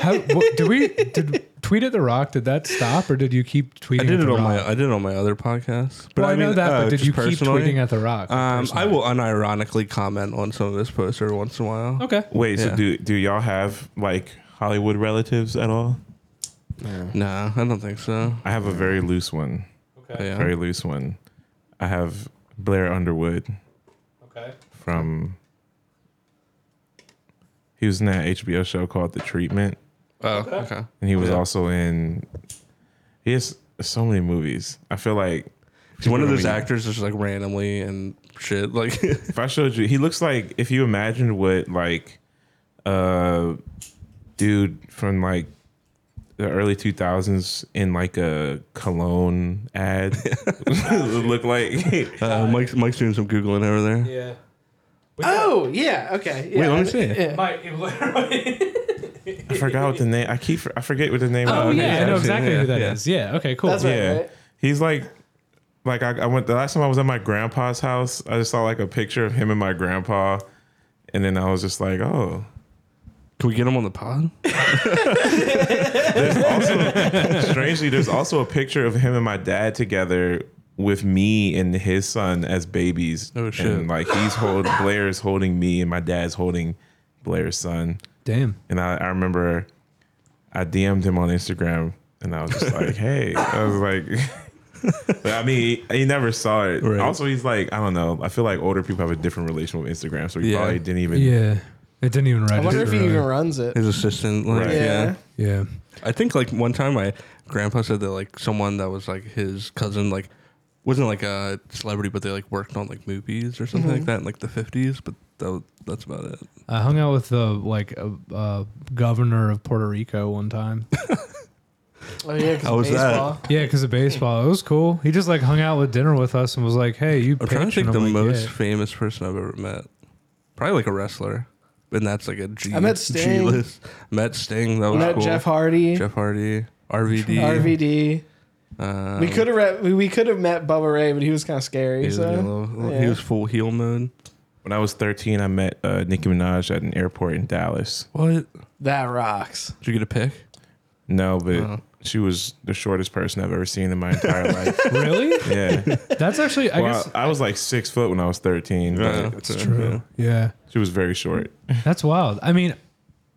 Speaker 4: How, what, did we did tweet at the rock? Did that stop, or did you keep tweeting?
Speaker 1: I
Speaker 4: at
Speaker 1: did
Speaker 4: the
Speaker 1: it on
Speaker 4: rock?
Speaker 1: my I did it on my other podcast. But
Speaker 4: Well, I, know
Speaker 1: mean,
Speaker 4: that,
Speaker 1: uh,
Speaker 4: but did
Speaker 1: just
Speaker 4: you keep
Speaker 1: personally,
Speaker 4: tweeting at the rock?
Speaker 1: Um, I
Speaker 4: personally?
Speaker 1: will unironically comment on some of his posts every once in a while.
Speaker 4: Okay.
Speaker 5: Wait, so
Speaker 1: Yeah.
Speaker 5: do do y'all have like Hollywood relatives at all?
Speaker 1: No, I don't think so.
Speaker 5: I have a very loose one.
Speaker 4: Okay.
Speaker 1: Yeah.
Speaker 5: Very loose one. I have Blair Underwood
Speaker 4: Okay.
Speaker 5: from he was in that HBO show called The Treatment,
Speaker 1: Oh, okay.
Speaker 5: and he was also in he has so many movies. I feel like
Speaker 1: He's one of
Speaker 5: people
Speaker 1: those
Speaker 5: don't even-
Speaker 1: actors that's like randomly and shit. Like, uh,
Speaker 5: If I showed you, he looks like if you imagined what like uh dude from like the early 2000s in like a cologne ad would look like.
Speaker 1: uh, Mike's Mike's doing some googling over there.
Speaker 4: Yeah.
Speaker 3: Oh yeah. Okay. Yeah,
Speaker 1: Wait, let me see.
Speaker 3: Yeah.
Speaker 5: I forgot what the name. I keep I forget what the name.
Speaker 4: Oh
Speaker 5: of the
Speaker 4: yeah, I know
Speaker 5: actor is.
Speaker 4: exactly who that
Speaker 1: yeah.
Speaker 4: is. Yeah. Okay. Cool.
Speaker 3: That's
Speaker 5: Yeah,
Speaker 3: right. right?
Speaker 5: he's like. Like I, I went the last time I was at my grandpa's house, I just saw like a picture of him and my grandpa, and then I was just like, oh,
Speaker 1: Can we get him on the pod?
Speaker 5: Strangely, there's also a picture of him and my dad together with me and his son as babies.
Speaker 1: Oh, shit.
Speaker 5: And like he's holding Blair's holding me and my dad's holding Blair's son.
Speaker 4: Damn.
Speaker 5: And I, I remember I DM'd him on Instagram and I was just like, hey. I was like but I mean, he, he never saw it.
Speaker 1: Right.
Speaker 5: Also, he's like, I don't know. I feel like older people have a different relation with Instagram, so he
Speaker 1: Yeah.
Speaker 5: probably didn't even.
Speaker 4: Yeah. It didn't even
Speaker 3: I
Speaker 4: write.
Speaker 3: wonder
Speaker 4: it
Speaker 3: if he
Speaker 4: really.
Speaker 3: even runs it.
Speaker 1: His assistant. Like,
Speaker 5: Right.
Speaker 1: yeah.
Speaker 3: Yeah.
Speaker 4: Yeah.
Speaker 1: I think like one time my grandpa said that like someone that was like his cousin like wasn't like a celebrity, but they like worked on like movies or something
Speaker 3: Mm-hmm.
Speaker 1: like that in like the fifties. But that was, that's about it.
Speaker 4: I hung out with the like uh, uh, governor of Puerto Rico one time.
Speaker 3: Oh yeah, 'cause
Speaker 1: How was that?
Speaker 3: baseball.
Speaker 4: yeah, because of baseball. It was cool. He just like hung out with dinner with us and was like, "Hey, you."
Speaker 1: I'm trying to
Speaker 4: pitch?"
Speaker 1: think
Speaker 4: And
Speaker 1: the
Speaker 4: I'm like,
Speaker 1: most
Speaker 4: "Yeah."
Speaker 1: famous person I've ever met. Probably like a wrestler, and that's like a G.
Speaker 3: I met
Speaker 1: G
Speaker 3: Sting.
Speaker 1: list. Met Sting. That was
Speaker 3: We met
Speaker 1: cool.
Speaker 3: Jeff Hardy,
Speaker 1: Jeff Hardy. RVD.
Speaker 3: RVD.
Speaker 1: Um,
Speaker 3: we could have re- we, we could have met Bubba Ray, but he was kind of scary.
Speaker 1: He was,
Speaker 3: so
Speaker 1: a little-
Speaker 3: yeah.
Speaker 1: he was full heel mode.
Speaker 5: When I was 13, I met uh, Nicki Minaj at an airport in Dallas.
Speaker 1: What?
Speaker 3: that rocks.
Speaker 1: Did you get a pick?
Speaker 5: No, but
Speaker 1: Oh.
Speaker 5: she was the shortest person I've ever seen in my entire life.
Speaker 4: Really?
Speaker 5: Yeah.
Speaker 4: That's actually. I
Speaker 5: Well,
Speaker 4: guess.
Speaker 5: I, I was like six foot when I was 13. but
Speaker 1: That's true.
Speaker 4: Yeah.
Speaker 5: She was very short.
Speaker 4: That's wild. I mean,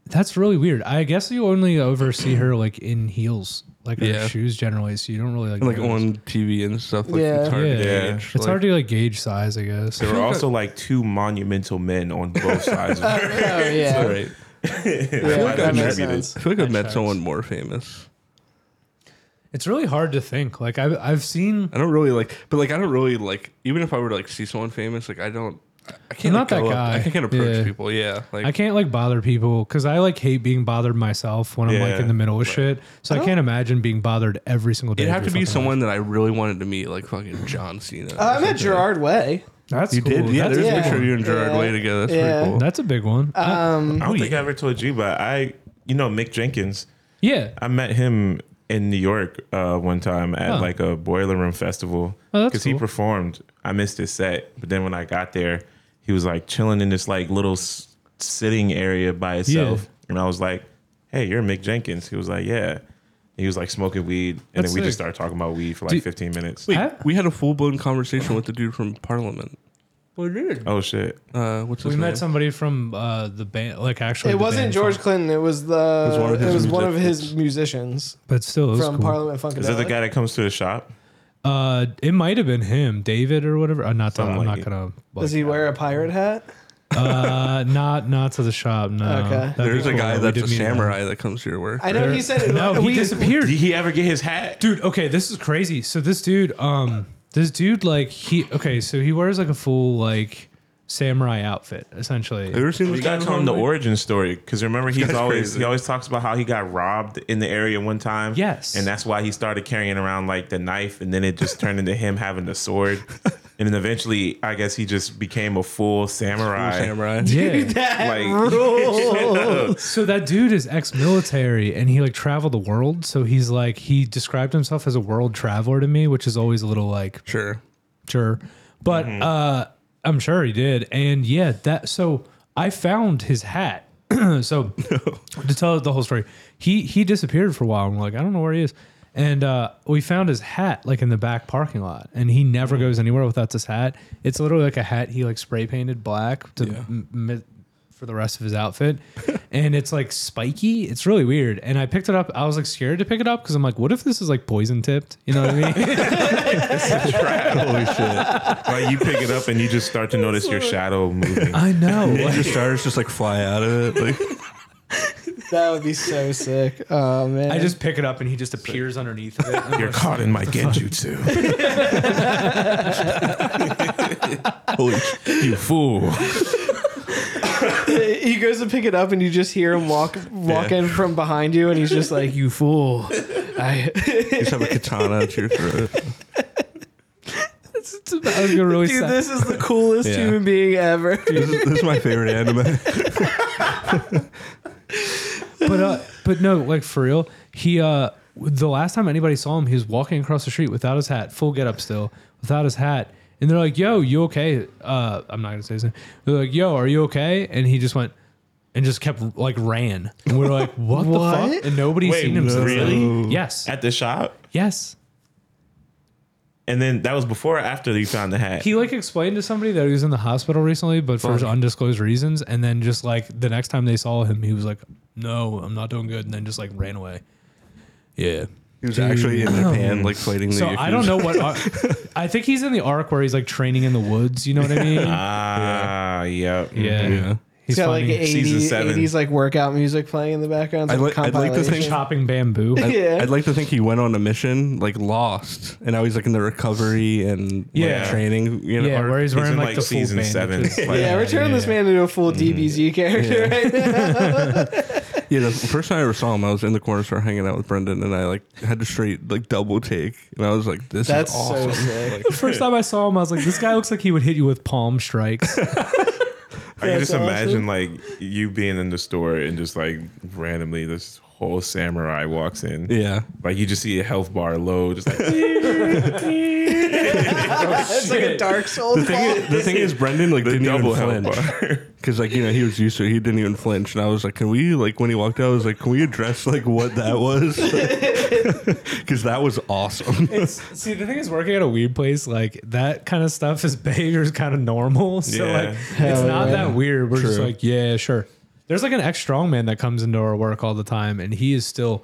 Speaker 4: that's really weird. I guess you only ever see her like in heels, like or
Speaker 1: Yeah.
Speaker 4: shoes generally. So you don't really like
Speaker 1: Like
Speaker 4: notice.
Speaker 1: on TV and stuff. Like
Speaker 3: Yeah.
Speaker 1: it's hard to
Speaker 4: Yeah.
Speaker 1: gauge,
Speaker 4: It's
Speaker 1: like-
Speaker 4: hard to like gauge size, I guess.
Speaker 5: There were also like two monumental men on both sides of her.
Speaker 3: Oh yeah,
Speaker 1: Right.
Speaker 3: yeah that makes
Speaker 5: attributed.
Speaker 3: sense.
Speaker 1: I feel like I've met someone more famous.
Speaker 4: It's really hard to think. Like I've I've seen.
Speaker 1: I don't really like, but like I don't really like. Even if I were to like see someone famous, like I don't. I- I can't.
Speaker 4: I'm
Speaker 1: like,
Speaker 4: not
Speaker 1: go
Speaker 4: that
Speaker 1: up-
Speaker 4: guy.
Speaker 1: I can't approach
Speaker 4: Yeah.
Speaker 1: people. Yeah. Like
Speaker 4: I can't like bother people because I like hate being bothered myself when I'm like
Speaker 5: Yeah.
Speaker 4: in the middle of shit. So I,
Speaker 3: Oh.
Speaker 4: can't imagine being bothered every single day.
Speaker 1: it'd
Speaker 4: of
Speaker 1: have
Speaker 4: your
Speaker 1: to be
Speaker 4: fucking
Speaker 1: someone that I really wanted to meet, like fucking John Cena.
Speaker 3: Uh, I met Gerard Way.
Speaker 4: life. That's
Speaker 1: You
Speaker 4: cool.
Speaker 1: did. Yeah.
Speaker 4: That's,
Speaker 1: There's
Speaker 4: a
Speaker 1: a
Speaker 4: big
Speaker 1: picture of
Speaker 4: one.
Speaker 1: you and Gerard
Speaker 3: Yeah.
Speaker 1: Way together. That's
Speaker 3: Yeah.
Speaker 1: pretty cool.
Speaker 4: That's a big one. I-
Speaker 3: Uh, Um,
Speaker 5: I don't think I ever told you, but I, you know, Mick Jenkins,
Speaker 4: yeah.
Speaker 5: I met him in New York uh, one time at
Speaker 4: Oh.
Speaker 5: like a boiler room festival
Speaker 4: Oh, that's
Speaker 5: he
Speaker 4: cool.
Speaker 5: performed. I missed his set, but then when I got there, he was like chilling in this like little s- sitting area by itself,
Speaker 4: Yeah.
Speaker 5: and I was like, "Hey, you're Mick Jenkins." He was like, "Yeah." He was like smoking weed, and
Speaker 4: That's
Speaker 5: then we just
Speaker 4: sick.
Speaker 5: started talking about weed for like
Speaker 4: Do-
Speaker 5: 15 minutes.
Speaker 1: Wait,
Speaker 4: Huh?
Speaker 1: we had a full blown conversation with the dude from Parliament.
Speaker 5: Oh shit!
Speaker 1: Uh, what's his
Speaker 4: We
Speaker 1: name?
Speaker 4: met somebody from uh, the band, like actually.
Speaker 3: It
Speaker 4: the
Speaker 3: wasn't
Speaker 4: band
Speaker 3: George
Speaker 4: from-
Speaker 3: Clinton. It was the
Speaker 1: It was one of
Speaker 3: it
Speaker 1: his
Speaker 3: was one of
Speaker 1: musicians.
Speaker 3: his musicians
Speaker 4: but still, it was
Speaker 3: from
Speaker 4: cool.
Speaker 3: Parliament Funkadelic.
Speaker 5: Is that the guy that comes to the shop?
Speaker 4: Uh, it might have been him, David or whatever. I'm not.
Speaker 5: Something
Speaker 4: I'm
Speaker 5: like
Speaker 4: not
Speaker 5: it.
Speaker 4: gonna.
Speaker 3: Does he wear a pirate hat?
Speaker 4: Uh, not not to the shop. No.
Speaker 3: Okay.
Speaker 4: That'd be
Speaker 1: There's a
Speaker 4: cool.
Speaker 1: guy
Speaker 4: We
Speaker 1: that's
Speaker 4: did
Speaker 1: a
Speaker 4: meet him.
Speaker 1: samurai that comes to your work.
Speaker 3: I know
Speaker 4: There-
Speaker 3: he said it.
Speaker 4: No, he
Speaker 3: we-
Speaker 4: disappeared.
Speaker 5: Did he ever get his hat?
Speaker 4: dude okay this is crazy so this dude um this dude like he okay so he wears like a full like samurai outfit essentially
Speaker 1: Have you ever seen
Speaker 5: We
Speaker 1: this
Speaker 5: gotta
Speaker 1: guy
Speaker 5: tell him the
Speaker 1: before?
Speaker 5: origin story because remember he's
Speaker 1: guy's
Speaker 5: always
Speaker 1: crazy.
Speaker 5: he always talks about how he got robbed in the area one time.
Speaker 4: Yes.
Speaker 5: and that's why he started carrying around like the knife, and then it just turned into him having the sword, and then eventually I guess he just became a full samurai.
Speaker 1: samurai.
Speaker 4: yeah
Speaker 3: That
Speaker 5: Like-
Speaker 3: rules.
Speaker 4: so that dude is ex-military and he like traveled the world so he's like he described himself as a world traveler to me which is always a little like
Speaker 1: Sure.
Speaker 4: sure but uh i'm sure he did and yeah that so i found his hat so to tell the whole story he he disappeared for a while i'm like i don't know where he is and uh, we found his hat like in the back parking lot and he never goes anywhere without this hat it's literally like a hat he like spray painted black to m- mi- for the rest of his outfit and it's like spiky it's really weird and i picked it up i was like scared to pick it up because i'm like what if this is like poison tipped you know what i mean
Speaker 1: Holy shit.
Speaker 5: like you pick it up and you just start to notice your shadow moving.
Speaker 4: i know
Speaker 1: It just starts just like fly out of it. Like
Speaker 3: that would be so sick. Oh man,
Speaker 4: I just pick it up and he just appears underneath of it.
Speaker 5: You're caught in my genjutsu,
Speaker 1: holy shit.
Speaker 5: you fool.
Speaker 3: he goes to pick it up and you just hear him walk walk
Speaker 1: Yeah.
Speaker 3: in from behind you and he's just like you fool. I,
Speaker 1: You just have a katana at your throat.
Speaker 4: I was gonna really
Speaker 3: dude,
Speaker 4: sad.
Speaker 3: this is the coolest
Speaker 1: Yeah.
Speaker 3: human being ever.
Speaker 1: This is, this is my favorite anime.
Speaker 4: but uh, but no, like for real, he uh, the last time anybody saw him, he was walking across the street without his hat, full getup still, without his hat, and they're like, "Yo, you okay?" Uh, I'm not gonna say his name. They're like, "Yo, are you okay?" And he just went. And just kept like ran, and we are like, "What, the
Speaker 3: What?
Speaker 4: fuck?" And nobody's
Speaker 5: Wait,
Speaker 4: seen him since then.
Speaker 5: really?
Speaker 4: Yes,
Speaker 5: At the shop,
Speaker 4: yes.
Speaker 5: and then that was before or after you found the hat.
Speaker 4: He like explained to somebody that he was in the hospital recently, but for undisclosed reasons. And then just like the next time they saw him, he was like, "No, I'm not doing good," and then just like ran away. Yeah.
Speaker 1: He was actually in Japan, like fighting the.
Speaker 4: So I don't
Speaker 1: Yakuza.
Speaker 4: know what. Arc, I think he's in the arc where he's like training in the woods. You know what I mean?
Speaker 5: Ah, yep.
Speaker 4: yeah.
Speaker 1: Yeah.
Speaker 4: He's
Speaker 3: He's got like
Speaker 4: funny.
Speaker 3: 80,
Speaker 5: Season seven.
Speaker 3: 80s like workout music playing in the background.
Speaker 1: I'd
Speaker 3: It's like
Speaker 1: li- I'd like to think-
Speaker 3: compilation.
Speaker 4: chopping bamboo.
Speaker 3: yeah.
Speaker 1: I'd like to think he went on a mission, like lost, and now he's like in the recovery and like,
Speaker 4: Yeah.
Speaker 1: training. You know,
Speaker 4: yeah,
Speaker 1: arc.
Speaker 4: where he's
Speaker 5: He's
Speaker 4: wearing
Speaker 5: in,
Speaker 4: like,
Speaker 5: like,
Speaker 4: the full
Speaker 5: season seven.
Speaker 4: bandages.
Speaker 5: Like-
Speaker 3: yeah, we're turning this man into a full DBZ character right now.
Speaker 1: Yeah, the first time I ever saw him, I was in the corner store hanging out with Brendan, and I like had to straight like double take, and I was like, "This
Speaker 3: That's
Speaker 1: is awesome."
Speaker 3: so sick.
Speaker 4: First time I saw him, I was like, this guy looks like he would hit you with palm strikes.
Speaker 5: I can just
Speaker 3: That's
Speaker 5: imagine like you being in the store and just like randomly this whole samurai walks in.
Speaker 1: yeah,
Speaker 5: Like you just see a health bar low, just like
Speaker 3: That's like a Dark Souls.
Speaker 1: the thing, is, the thing is, Brendan like
Speaker 5: the
Speaker 1: didn't
Speaker 5: double
Speaker 1: even
Speaker 5: health
Speaker 1: flinch
Speaker 5: bar.
Speaker 1: because like you know he was used to it. he didn't even flinch, and I was like, "Can we like when he walked out, I was like, can we address like what that was?" Because that was awesome.
Speaker 4: See, the thing is, working at a weird place like that kind of stuff, his behavior is kind of normal. So
Speaker 5: Yeah.
Speaker 4: like, it's
Speaker 3: Hell
Speaker 4: not
Speaker 3: yeah.
Speaker 4: that weird. We're just
Speaker 1: True.
Speaker 4: like, yeah, sure. There's like an ex strong man that comes into our work all the time, and he is still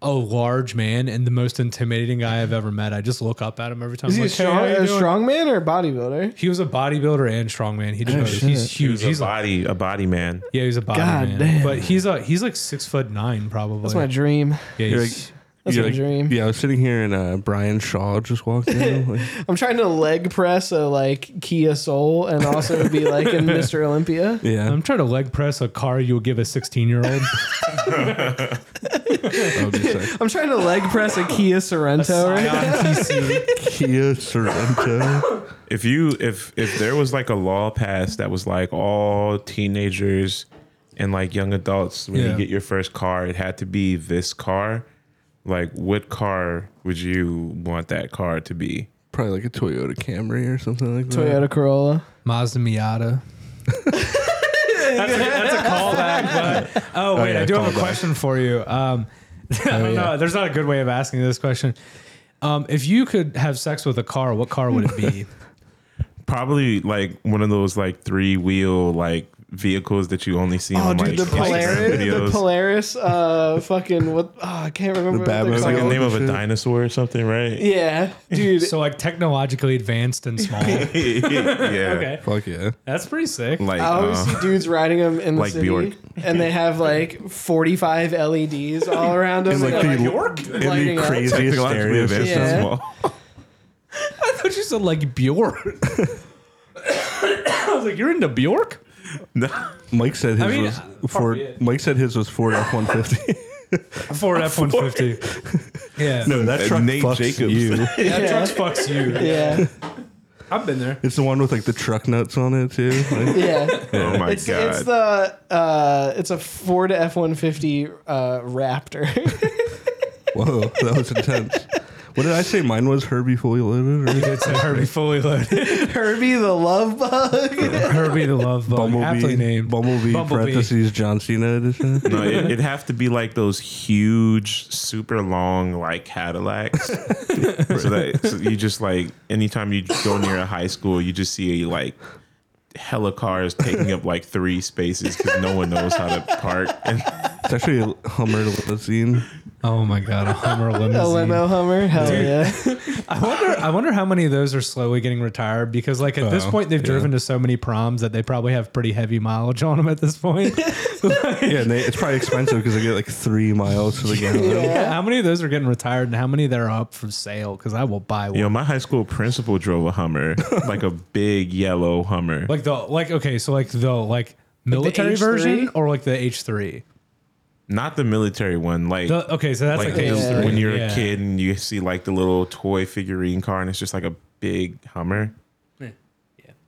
Speaker 4: a large man and the most intimidating guy I've ever met. I just look up at him every time.
Speaker 3: Is
Speaker 4: I'm
Speaker 3: he a
Speaker 4: like, "Hey, how
Speaker 3: strong,
Speaker 4: you
Speaker 3: a
Speaker 4: doing?"
Speaker 3: strong man or a bodybuilder?
Speaker 4: He was a bodybuilder and strongman. He did both. he's
Speaker 5: he
Speaker 4: huge.
Speaker 5: was a
Speaker 4: He's like,
Speaker 5: body, a body man.
Speaker 4: yeah, he's a body
Speaker 3: God
Speaker 4: man.
Speaker 3: damn.
Speaker 4: But he's a he's like six foot nine probably.
Speaker 3: That's my dream.
Speaker 4: yeah,
Speaker 1: You're
Speaker 4: he's-
Speaker 1: like-
Speaker 3: That's
Speaker 1: you're
Speaker 3: my
Speaker 1: like-
Speaker 3: dream.
Speaker 1: Yeah, I was sitting here and uh, Brian Shaw just walked in. Like,
Speaker 3: I'm trying to leg press a like Kia Soul and also be like in Mr. Olympia.
Speaker 1: yeah,
Speaker 4: I'm trying to leg press a car you would give a 16 year old.
Speaker 1: that would be sick.
Speaker 3: I'm trying to leg press a Kia Sorento. right?
Speaker 1: Kia Sorento.
Speaker 5: If you if if there was like a law passed that was like all teenagers and like young adults when
Speaker 4: Yeah.
Speaker 5: you get your first car, it had to be this car. Like what car would you want that car to be?
Speaker 1: probably like a Toyota Camry or something like that.
Speaker 3: Toyota Corolla.
Speaker 4: Mazda Miata. that's, a, that's a callback. But, oh, wait,
Speaker 1: yeah,
Speaker 4: I do have a
Speaker 1: callback.
Speaker 4: question for you. Um, I don't know. There's not a good way of asking this question. Um, if you could have sex with a car, what car would it be?
Speaker 5: Probably like one of those like three wheel like vehicles that you only see
Speaker 3: Oh,
Speaker 5: on
Speaker 3: dude,
Speaker 5: like
Speaker 3: the
Speaker 5: Instagram
Speaker 3: Polaris, the
Speaker 5: videos.
Speaker 3: Polaris, uh, fucking what? Oh, I can't remember.
Speaker 1: The
Speaker 3: what they're
Speaker 1: Babbo.
Speaker 5: it's like the
Speaker 3: called.
Speaker 5: name of a
Speaker 1: Shit.
Speaker 5: dinosaur or something, right?
Speaker 3: Yeah, dude.
Speaker 4: So like technologically advanced and small.
Speaker 5: yeah.
Speaker 4: okay,
Speaker 1: Fuck yeah.
Speaker 4: that's pretty sick.
Speaker 5: Like
Speaker 3: I always
Speaker 5: uh,
Speaker 3: see dudes riding them in the
Speaker 5: like
Speaker 3: city,
Speaker 5: Bjork.
Speaker 3: and they have like 45 LEDs all around them.
Speaker 1: And, like,
Speaker 3: and they're,
Speaker 1: the-
Speaker 3: like, lighting up.
Speaker 5: technologically
Speaker 3: stereo
Speaker 5: advanced
Speaker 3: system.
Speaker 5: and small.
Speaker 4: I thought you said like Bjork. I was like, you're into Bjork?
Speaker 1: Mike said his
Speaker 4: I mean,
Speaker 1: was
Speaker 4: uh,
Speaker 1: Ford.
Speaker 4: probably it.
Speaker 1: Mike said his was Ford F one fifty.
Speaker 4: Ford F one fifty. Yeah.
Speaker 1: No, that
Speaker 5: Uh,
Speaker 1: truck
Speaker 5: Nate
Speaker 1: fucks
Speaker 5: Jacobs.
Speaker 1: you.
Speaker 4: That truck fucks you.
Speaker 3: Yeah,
Speaker 4: I've been there.
Speaker 1: It's the one with like the truck nuts on it too. Like,
Speaker 3: yeah.
Speaker 5: Oh my
Speaker 3: It's,
Speaker 5: god!
Speaker 3: it's the uh, it's a Ford F150 uh, Raptor.
Speaker 1: whoa, that was intense. What did I say? Mine was Herbie fully loaded. Or
Speaker 4: It's a Herbie fully loaded.
Speaker 3: Herbie the Love Bug.
Speaker 4: Herbie the Love Bug. Aptly
Speaker 1: Bumblebee,
Speaker 4: named.
Speaker 1: Bumblebee,
Speaker 4: Bumblebee.
Speaker 1: parentheses John Cena edition.
Speaker 5: no, it, it'd have to be like those huge, super long, like Cadillacs. so that so you just like anytime you go near a high school, you just see like hella cars taking up like three spaces because no one knows how to park. And
Speaker 1: It's actually a Hummer limousine.
Speaker 4: Oh my god, a Hummer
Speaker 3: a
Speaker 4: limousine.
Speaker 3: limo Hummer. Hell yeah.
Speaker 4: I wonder. I wonder how many of those are slowly getting retired because, like, at this
Speaker 1: Oh,
Speaker 4: point, they've
Speaker 1: yeah.
Speaker 4: driven to so many proms that they probably have pretty heavy mileage on them at this point.
Speaker 1: Yeah, and they, it's probably expensive because they get like three miles to the gallon.
Speaker 4: Yeah, how many of those are getting retired and how many that are up for sale? Because I will buy one.
Speaker 5: you know, my high school principal drove a Hummer, like a big yellow Hummer.
Speaker 4: Like the like okay, so like the like military
Speaker 3: H3?
Speaker 4: version or like the H three.
Speaker 5: Not the military one, like.
Speaker 4: The, okay, so that's like,
Speaker 5: like
Speaker 4: the
Speaker 5: the-
Speaker 4: H3.
Speaker 5: when you're
Speaker 4: yeah.
Speaker 5: a kid and you see like the little toy figurine car and it's just like a big Hummer.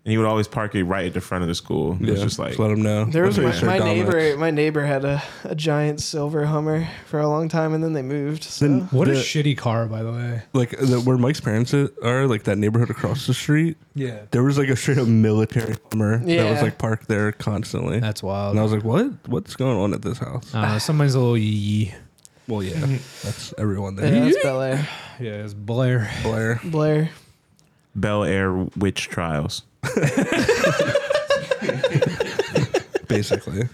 Speaker 5: And you would always park it right at the front of the school. It was just like
Speaker 1: just let them know.
Speaker 3: There was
Speaker 1: That's
Speaker 3: my, my
Speaker 1: what Sir Dominic-
Speaker 3: neighbor. My neighbor had a, a giant silver Hummer for a long time, and then they moved. So.
Speaker 1: Then
Speaker 4: What a
Speaker 1: the-
Speaker 4: shitty car, by the way.
Speaker 1: like the, where Mike's parents are, like that neighborhood across the street.
Speaker 4: Yeah,
Speaker 1: There was like a straight up military Hummer that
Speaker 3: Yeah.
Speaker 1: was like parked there constantly.
Speaker 4: that's
Speaker 1: and I
Speaker 4: wild.
Speaker 1: was like, "What? What's going on at this house?"
Speaker 4: Uh, somebody's a little yee.
Speaker 1: Well, yeah, that's everyone
Speaker 3: yeah,
Speaker 1: there.
Speaker 3: that's Bel Air.
Speaker 4: Yeah, it's Blair.
Speaker 1: Blair.
Speaker 3: Blair.
Speaker 5: Bel Air witch trials.
Speaker 1: basically.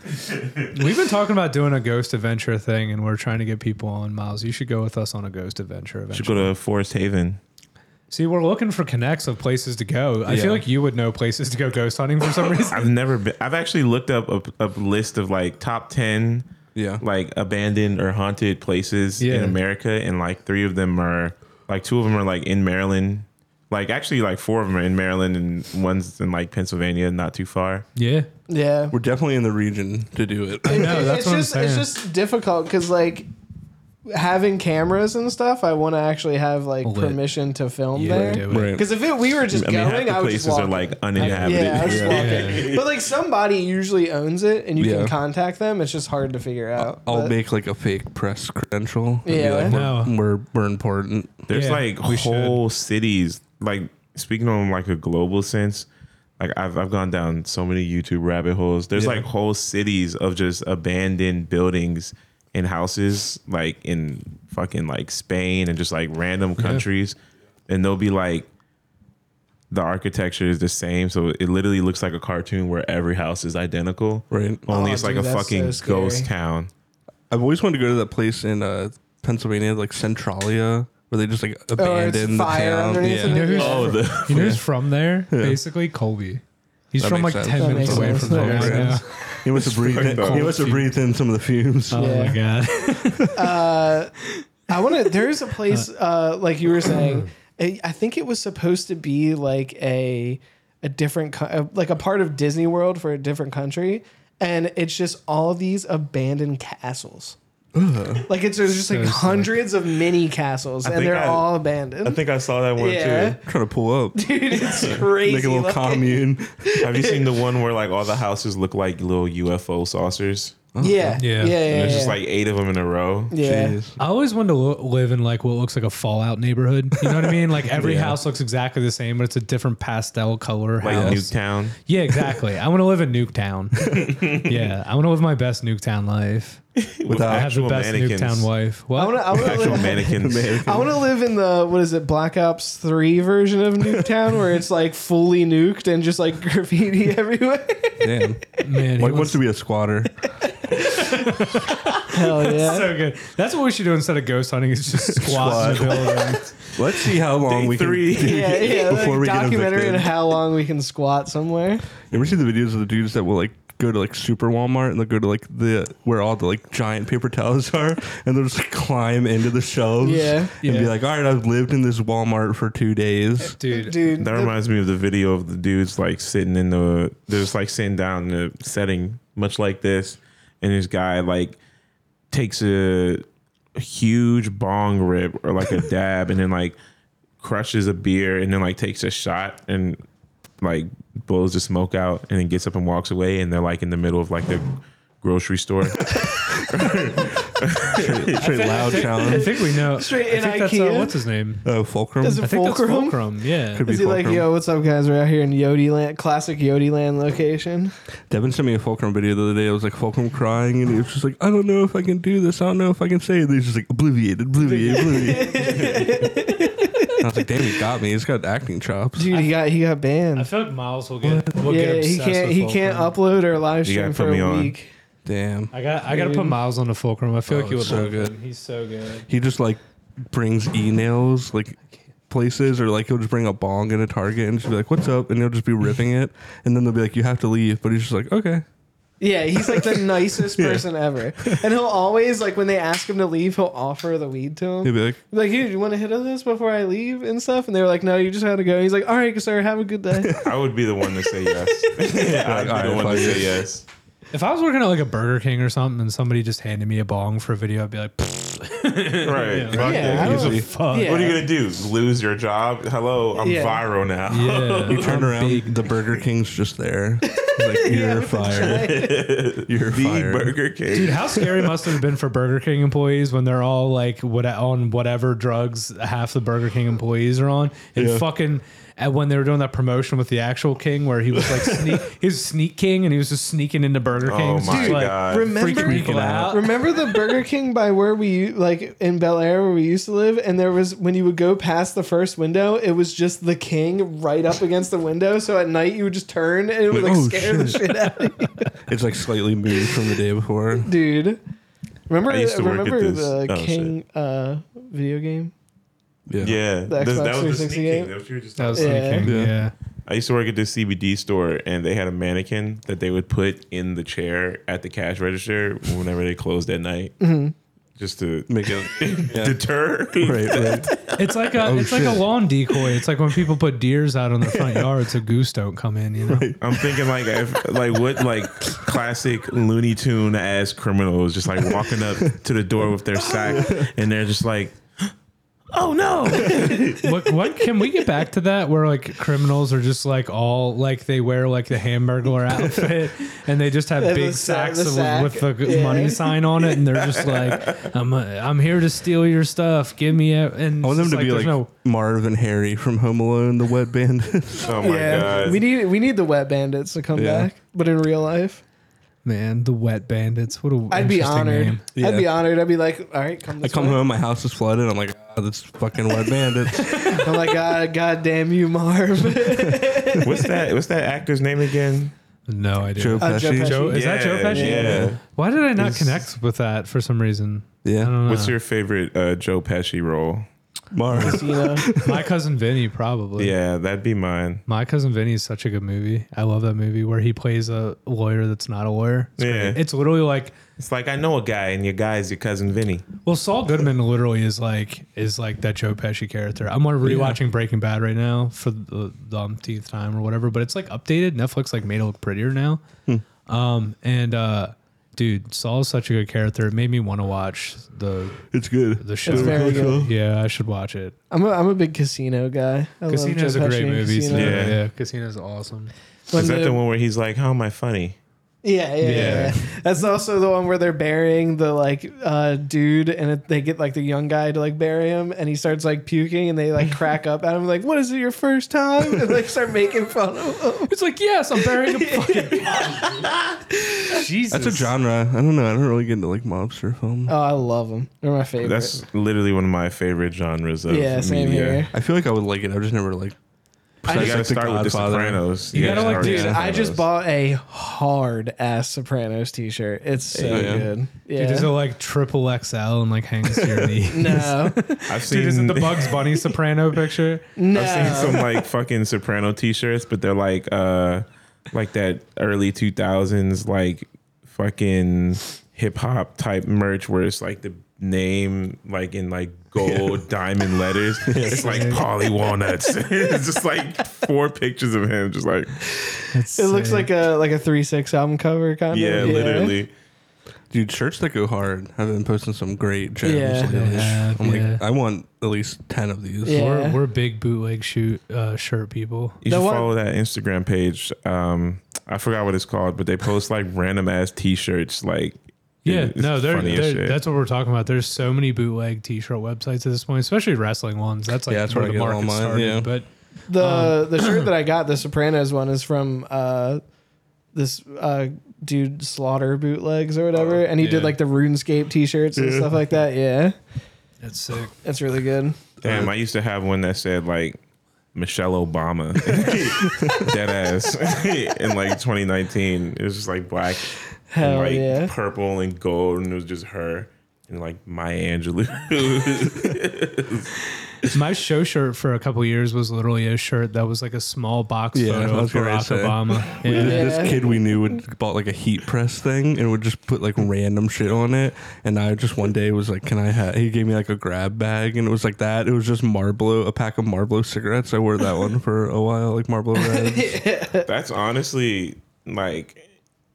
Speaker 4: We've been talking about doing a ghost adventure thing, and we're trying to get people on. Miles, you should go with us on a ghost adventure.
Speaker 5: Should
Speaker 4: Eventually.
Speaker 5: go to Forest Haven.
Speaker 4: See, we're looking for connects of places to go. I
Speaker 1: Yeah.
Speaker 4: feel like you would know places to go ghost hunting for some reason.
Speaker 5: I've never been. I've actually looked up a, a list of like top ten
Speaker 1: Yeah.
Speaker 5: like abandoned or haunted places
Speaker 4: Yeah.
Speaker 5: in America, and like three of them are like two of them are like in Maryland. Like actually, like four of them are in Maryland, and one's in like Pennsylvania, not too far.
Speaker 4: yeah,
Speaker 3: Yeah.
Speaker 1: We're definitely in the region to do it.
Speaker 4: no, that's
Speaker 3: it's
Speaker 4: what I'm
Speaker 3: just it's
Speaker 4: saying.
Speaker 3: just difficult because like having cameras and stuff, I want to actually have like
Speaker 4: Lit.
Speaker 3: permission to film
Speaker 4: Yeah,
Speaker 3: there.
Speaker 4: do it.
Speaker 1: right.
Speaker 3: Because if it, we were just
Speaker 5: I mean, half
Speaker 3: going,
Speaker 5: the
Speaker 3: I would just
Speaker 5: places
Speaker 3: walk.
Speaker 5: are like
Speaker 3: yeah, I
Speaker 5: uninhabited.
Speaker 3: would just walk it. But like somebody usually owns it, and you
Speaker 1: Yeah.
Speaker 3: can contact them. It's just hard to figure out.
Speaker 1: I'll
Speaker 3: But-
Speaker 1: make like a fake press credential. and
Speaker 3: Yeah.
Speaker 1: Be like, we're,
Speaker 4: No.
Speaker 1: we're we're important.
Speaker 5: There's
Speaker 4: Yeah,
Speaker 5: like
Speaker 4: we
Speaker 5: whole cities. Like speaking on like a global sense, like I've I've gone down so many YouTube rabbit holes. There's like whole cities of just abandoned buildings and houses, like in fucking like Spain and just like random countries, and they'll be like. The architecture is the same, so it literally looks like a cartoon where every house is identical.
Speaker 1: Right.
Speaker 5: Only
Speaker 3: Oh,
Speaker 5: it's like
Speaker 3: dude,
Speaker 5: a
Speaker 3: that's
Speaker 5: fucking
Speaker 3: so scary.
Speaker 5: ghost town.
Speaker 1: I've always wanted to go to that place in uh, Pennsylvania, like Centralia, where they just like
Speaker 3: or Oh, it's
Speaker 1: abandon the
Speaker 3: fire
Speaker 1: town.
Speaker 3: underneath.
Speaker 1: Yeah.
Speaker 3: and
Speaker 4: You know
Speaker 3: it-
Speaker 4: who's-
Speaker 3: yeah.
Speaker 5: Oh, the
Speaker 4: You know who's from there? Basically, Colby. He's
Speaker 1: That
Speaker 4: from like
Speaker 1: makes sense.
Speaker 4: ten
Speaker 1: That
Speaker 4: minutes
Speaker 3: makes
Speaker 4: away
Speaker 3: sense.
Speaker 4: from
Speaker 3: That
Speaker 4: there.
Speaker 3: makes
Speaker 4: yeah.
Speaker 1: sense. He must have breathed. In, he must have breathed in some of the fumes.
Speaker 4: Oh my god.
Speaker 3: uh, I want to. There is a place, uh, like you were saying. I I think it was supposed to be like a a different, co- uh, like a part of Disney World for a different country, and it's just all these abandoned castles. Like it's there's just like
Speaker 4: sick.
Speaker 3: hundreds of mini castles, and
Speaker 5: think
Speaker 3: they're
Speaker 5: I-
Speaker 3: all
Speaker 5: I
Speaker 3: abandoned.
Speaker 5: think I saw that one
Speaker 3: Yeah.
Speaker 5: too.
Speaker 1: trying to pull up,
Speaker 3: Dude, it's crazy.
Speaker 1: make a little
Speaker 3: looking.
Speaker 1: commune.
Speaker 5: Have you seen the one where like all the houses look like little UFO saucers?
Speaker 3: yeah, yeah,
Speaker 4: Yeah.
Speaker 3: yeah,
Speaker 5: And there's
Speaker 3: yeah.
Speaker 5: just like eight of them in a row.
Speaker 3: yeah.
Speaker 1: Jeez.
Speaker 4: I always wanted to lo- live in like what looks like a Fallout neighborhood. You know what I mean? Like every
Speaker 1: Yeah.
Speaker 4: house looks exactly the same, but it's a different pastel color
Speaker 5: Like
Speaker 4: house.
Speaker 5: Nuketown.
Speaker 4: Yeah, exactly. I want to live in Nuketown. yeah, I want to live my best Nuketown life.
Speaker 3: uh,
Speaker 1: Without
Speaker 4: I have the
Speaker 5: actual
Speaker 4: best
Speaker 5: mannequins.
Speaker 4: Nuketown wife. What?
Speaker 3: I want to. I want to
Speaker 5: Actual
Speaker 3: live.
Speaker 5: mannequins.
Speaker 3: I want to live in the what is it Black Ops Three version of Nuketown, where it's like fully nuked and just like graffiti everywhere.
Speaker 1: Damn.
Speaker 4: Man, he
Speaker 1: Mike wants
Speaker 4: wants-
Speaker 1: to be a squatter.
Speaker 3: Hell yeah!
Speaker 4: so good. That's what we should do instead of ghost hunting. Is just squat in the building.
Speaker 1: Let's see how long
Speaker 5: Day
Speaker 1: we
Speaker 5: three.
Speaker 1: can.
Speaker 3: yeah, yeah.
Speaker 1: Before
Speaker 3: Like
Speaker 1: we get
Speaker 3: documentary
Speaker 1: evicted.
Speaker 3: on how long we can squat somewhere.
Speaker 1: You ever see the videos of the dudes that will like go to like Super Walmart and they'll go to like the where all the like giant paper towels are and they'll just like, climb into the shelves
Speaker 3: Yeah.
Speaker 1: and be
Speaker 4: Yeah.
Speaker 1: like, all right, I've lived in this Walmart for two days.
Speaker 4: dude.
Speaker 3: Dude,
Speaker 5: That
Speaker 3: the-
Speaker 5: reminds me of the video of the dudes like sitting in the they're just like sitting down in a setting much like this, and this guy like takes a huge bong rip or like a dab, and then like crushes a beer, and then like takes a shot and like blows the smoke out, and then gets up and walks away, and they're like in the middle of like the grocery store.
Speaker 1: Straight loud
Speaker 4: I
Speaker 1: challenge.
Speaker 4: think we know.
Speaker 3: Straight
Speaker 4: I
Speaker 3: in
Speaker 4: think that's, uh,
Speaker 3: Ikea.
Speaker 4: what's his name?
Speaker 1: Oh, Fulcrum.
Speaker 3: Is it
Speaker 4: I think
Speaker 3: Fulcrum?
Speaker 4: that's Fulcrum. Yeah.
Speaker 1: Could be
Speaker 3: is he like,
Speaker 1: Fulcrum.
Speaker 3: yo, what's up, guys? We're out here in Yodi Land, classic Yodi Land location.
Speaker 1: Devin sent me a Fulcrum video the other day. It was like Fulcrum crying, and he was just like, "I don't know if I can do this. I don't know if I can say." it." And he's just like, "Obliviated, obliviated, obliviated." I was like, "Damn, he got me. He's got acting chops."
Speaker 3: Dude, he got he got
Speaker 4: I
Speaker 3: banned.
Speaker 4: feel like Miles will get. Will get
Speaker 3: Yeah, he
Speaker 4: obsessed
Speaker 3: can't
Speaker 4: With
Speaker 3: he can't
Speaker 4: Fulcrum.
Speaker 3: upload or live
Speaker 5: You
Speaker 3: stream
Speaker 5: gotta
Speaker 3: for
Speaker 5: put me
Speaker 3: a
Speaker 5: on.
Speaker 3: week.
Speaker 1: Damn,
Speaker 4: I got. I got to
Speaker 3: Dude.
Speaker 4: put Miles on the Fulcrum. I feel
Speaker 1: Oh,
Speaker 4: like he would
Speaker 1: it's so
Speaker 4: love
Speaker 1: good.
Speaker 4: him. He's so good.
Speaker 1: he just like brings e nails like places, or like he'll just bring a bong in a Target and just be like, "What's up?" and he'll just be ripping it, and then they'll be like, "You have to leave," but he's just like, "Okay."
Speaker 3: Yeah, he's like the nicest person ever. And he'll always like when they ask him to leave, he'll offer the weed to him.
Speaker 1: He'll be like,
Speaker 3: Like, hey, do you want a hit of this before I leave and stuff? And they were like, no, you just had to go. He's like, all right, sir, have a good day.
Speaker 5: I would be the one to say yes. I'd be the
Speaker 1: Alright,
Speaker 5: one to
Speaker 1: fuck
Speaker 5: say
Speaker 1: it.
Speaker 5: yes.
Speaker 4: If I was working at like a Burger King or something, and somebody just handed me a bong for a video, I'd be like, "Pfft,
Speaker 5: Right. Fuck
Speaker 3: Yeah,
Speaker 5: it.
Speaker 3: I don't-
Speaker 5: He's a
Speaker 4: fuck.
Speaker 3: Yeah.
Speaker 5: What are you gonna do? Lose your job? Hello, I'm
Speaker 3: Yeah.
Speaker 5: viral now.
Speaker 4: Yeah.
Speaker 1: "You turn
Speaker 4: I'm
Speaker 1: around,
Speaker 4: big.
Speaker 1: the Burger King's just there. He's like, you're fired. You're
Speaker 5: The
Speaker 1: fired."
Speaker 5: Burger King.
Speaker 4: Dude, how scary must it have been for Burger King employees when they're all like what on whatever drugs half the Burger King employees are on, and
Speaker 1: Yeah.
Speaker 4: fucking and when they were doing that promotion with the actual King where he was like sneak, he was sneak King and he was just sneaking into Burger King.
Speaker 5: oh
Speaker 4: It's
Speaker 5: my
Speaker 4: just, like,
Speaker 5: god.
Speaker 3: Remember,
Speaker 4: Freaking people out.
Speaker 3: Remember the Burger King by where we u- like in Bel Air where we used to live, and there was when you would go past the first window, it was just the king right up against the window. So at night you would just turn and it would like
Speaker 1: Oh,
Speaker 3: scare the shit out of you,
Speaker 1: It's like slightly moved from the day before.
Speaker 3: dude. Remember,
Speaker 5: I used to work at
Speaker 3: remember
Speaker 5: this-
Speaker 3: the
Speaker 5: oh, shit.
Speaker 3: King uh, video game.
Speaker 1: Yeah.
Speaker 5: yeah,
Speaker 3: The Xbox
Speaker 5: This- that was
Speaker 3: 360
Speaker 5: the sneaking.
Speaker 3: game?
Speaker 5: That was- you were just
Speaker 4: That was
Speaker 5: talking about.
Speaker 4: Sneak King.
Speaker 1: Yeah.
Speaker 4: Yeah.
Speaker 5: I used to work at this CBD store, and they had a mannequin that they would put in the chair at the cash register whenever they closed at night,
Speaker 3: Mm-hmm.
Speaker 5: just to
Speaker 1: Make it. Yeah.
Speaker 5: deter.
Speaker 1: Right, right.
Speaker 4: It's like a it's like a
Speaker 1: shit.
Speaker 4: lawn decoy. It's like when people put deers out on their front yard so goose don't come in. You know,
Speaker 5: I'm thinking like if, like what like classic Looney Tune ass criminals just like walking up to the door with their sack, and they're just like, "Oh no!"
Speaker 4: what, what can we get back to that where like criminals are just like all like they wear like the hamburger outfit and they just have
Speaker 3: Yeah, the
Speaker 4: big
Speaker 3: sa-
Speaker 4: sacks
Speaker 3: the
Speaker 4: of-
Speaker 3: sack.
Speaker 4: with the
Speaker 3: Yeah.
Speaker 4: money sign on it and they're just like I'm uh, I'm here to steal your stuff give me it and
Speaker 1: I want
Speaker 4: it's
Speaker 1: them to
Speaker 4: just
Speaker 1: be
Speaker 4: there's
Speaker 1: like Marv and Harry from Home Alone, the Wet Bandits.
Speaker 5: Oh my god!
Speaker 3: we need we need the wet bandits to come
Speaker 1: Yeah.
Speaker 3: back, but in real life,
Speaker 4: no man the wet bandits what a
Speaker 3: I'd be
Speaker 4: interesting
Speaker 3: honored.
Speaker 4: name.
Speaker 1: Yeah.
Speaker 3: I'd be honored. I'd be like, all right, come.
Speaker 1: I
Speaker 3: This
Speaker 1: come
Speaker 3: way.
Speaker 1: home, my house is flooded. I'm like, ah, that's fucking Wet Bandits.
Speaker 3: I'm like, God, God damn you, Marv.
Speaker 5: What's that? What's that actor's name again?
Speaker 4: no idea
Speaker 1: Joe
Speaker 3: Uh, Joe
Speaker 1: Pesci.
Speaker 3: Pesci.
Speaker 4: Joe is that Joe
Speaker 5: Yeah,
Speaker 4: Pesci
Speaker 5: yeah.
Speaker 4: why did I not connect with that for some reason I
Speaker 1: Yeah.
Speaker 4: don't know
Speaker 5: What's your favorite uh, Joe Pesci role?
Speaker 1: Marv.
Speaker 3: you know,
Speaker 4: my cousin Vinny probably
Speaker 5: Yeah, that'd be mine.
Speaker 4: My Cousin Vinny is such a good movie. I love that movie where he plays a lawyer that's not a lawyer. It's,
Speaker 5: Yeah.
Speaker 4: great. it's literally like,
Speaker 5: It's like I know a guy, and your guy is your cousin Vinny.
Speaker 4: well, Saul Goodman literally is like is like that Joe Pesci character. I'm like, rewatching Breaking Bad right now for the the umpteenth time or whatever, but it's like updated. Netflix like made it look prettier now.
Speaker 3: Hmm.
Speaker 4: Um and uh, dude, Saul is such a good character. It made me want to watch the
Speaker 1: It's good.
Speaker 4: the show.
Speaker 3: It's very good.
Speaker 4: Yeah, I should watch it.
Speaker 3: I'm a, I'm a big casino guy. I love
Speaker 4: Casino is
Speaker 3: Joe
Speaker 4: a
Speaker 3: Pesci
Speaker 4: great
Speaker 3: in
Speaker 4: movie.
Speaker 3: Casino.
Speaker 5: Yeah.
Speaker 4: Yeah, Casino is awesome.
Speaker 3: When
Speaker 5: is that
Speaker 3: the-
Speaker 5: the one where he's like, "How am I funny?"
Speaker 3: Yeah, yeah, yeah,
Speaker 4: Yeah.
Speaker 3: yeah. That's also the one where they're burying the like uh, dude, and it, they get like the young guy to like bury him, and he starts like puking, and they like crack up at him, like, "What is it, your first time?" And like start making fun of him.
Speaker 4: It's like, yes, I'm burying a fucking Jesus.
Speaker 1: That's a genre. I don't know. I don't really get into like mobster films.
Speaker 3: Oh, I love them. They're my favorite.
Speaker 5: That's literally one of my favorite genres
Speaker 4: uh,
Speaker 5: of
Speaker 3: yeah, same
Speaker 5: media.
Speaker 3: here.
Speaker 1: I feel like I would like it. I've just never like.
Speaker 5: You
Speaker 1: besides,
Speaker 5: gotta
Speaker 1: like, The
Speaker 5: start with The
Speaker 1: Godfather.
Speaker 5: Sopranos.
Speaker 4: You gotta,
Speaker 5: gotta
Speaker 4: like,
Speaker 5: start with
Speaker 3: Dude,
Speaker 5: The
Speaker 3: I just
Speaker 5: Sopranos.
Speaker 3: bought a hard ass Sopranos t-shirt. It's so
Speaker 1: Oh, yeah?
Speaker 3: good. Yeah.
Speaker 4: Dude, is it like triple XL and like hangs to your knee?
Speaker 3: no,
Speaker 5: I've seen
Speaker 4: Dude, is it the Bugs Bunny Soprano picture?
Speaker 3: no.
Speaker 5: I've seen some like fucking Soprano t-shirts, but they're like uh like that early 2000s like fucking hip hop type merch where it's like the name like in like gold diamond letters. It's like Polly Walnuts. it's just like four pictures of him just like
Speaker 3: it looks like a like a three six album cover kind
Speaker 5: yeah,
Speaker 3: of.
Speaker 5: literally.
Speaker 1: Dude, shirts that go hard have been posting some great gems.
Speaker 3: Yeah.
Speaker 1: lately.
Speaker 4: They have,
Speaker 1: I'm
Speaker 4: yeah.
Speaker 1: like, I want at least ten of these.
Speaker 4: We're,
Speaker 3: Yeah.
Speaker 4: we're big bootleg shoot uh, shirt people.
Speaker 5: You
Speaker 3: The
Speaker 5: should
Speaker 3: one-
Speaker 5: follow that Instagram page. Um I forgot what it's called, but they post like random ass t-shirts like
Speaker 4: Yeah,
Speaker 5: it's
Speaker 4: no, they're,
Speaker 5: funny as
Speaker 4: they're-
Speaker 5: shit.
Speaker 4: that's what we're talking about. There's so many bootleg T-shirt websites at this point, especially wrestling ones. That's like
Speaker 1: Yeah, that's
Speaker 4: where
Speaker 1: where I
Speaker 4: the
Speaker 1: get all
Speaker 4: market
Speaker 1: mine,
Speaker 4: started.
Speaker 1: yeah.
Speaker 4: But
Speaker 3: The the shirt that I got, the Sopranos one, is from uh, this uh, dude Slaughter bootlegs or
Speaker 5: Oh,
Speaker 3: whatever, and he did
Speaker 4: yeah.
Speaker 3: like the RuneScape T-shirts and stuff like that. Yeah,
Speaker 4: that's sick.
Speaker 3: that's really good.
Speaker 5: Damn, I used to have one that said like Michelle Obama, dead ass, in like 2019. It was just like black and
Speaker 3: Hell
Speaker 5: like
Speaker 3: yeah.
Speaker 5: purple and gold, and it was just her and like Maya Angelou.
Speaker 4: My show shirt for a couple years was literally a shirt that was like a small box
Speaker 1: Yeah, I
Speaker 4: photo of
Speaker 1: was gonna
Speaker 4: Barack
Speaker 1: say.
Speaker 4: Obama. Yeah.
Speaker 1: This
Speaker 3: Yeah.
Speaker 1: kid we knew would bought like a heat press thing and would just put like random shit on it. And I just one day was like, "Can I?" have He gave me like a grab bag, and it was like that. It was just Marlboro, a pack of Marlboro cigarettes. I wore that one for a while, like Marlboro Reds.
Speaker 5: That's honestly like.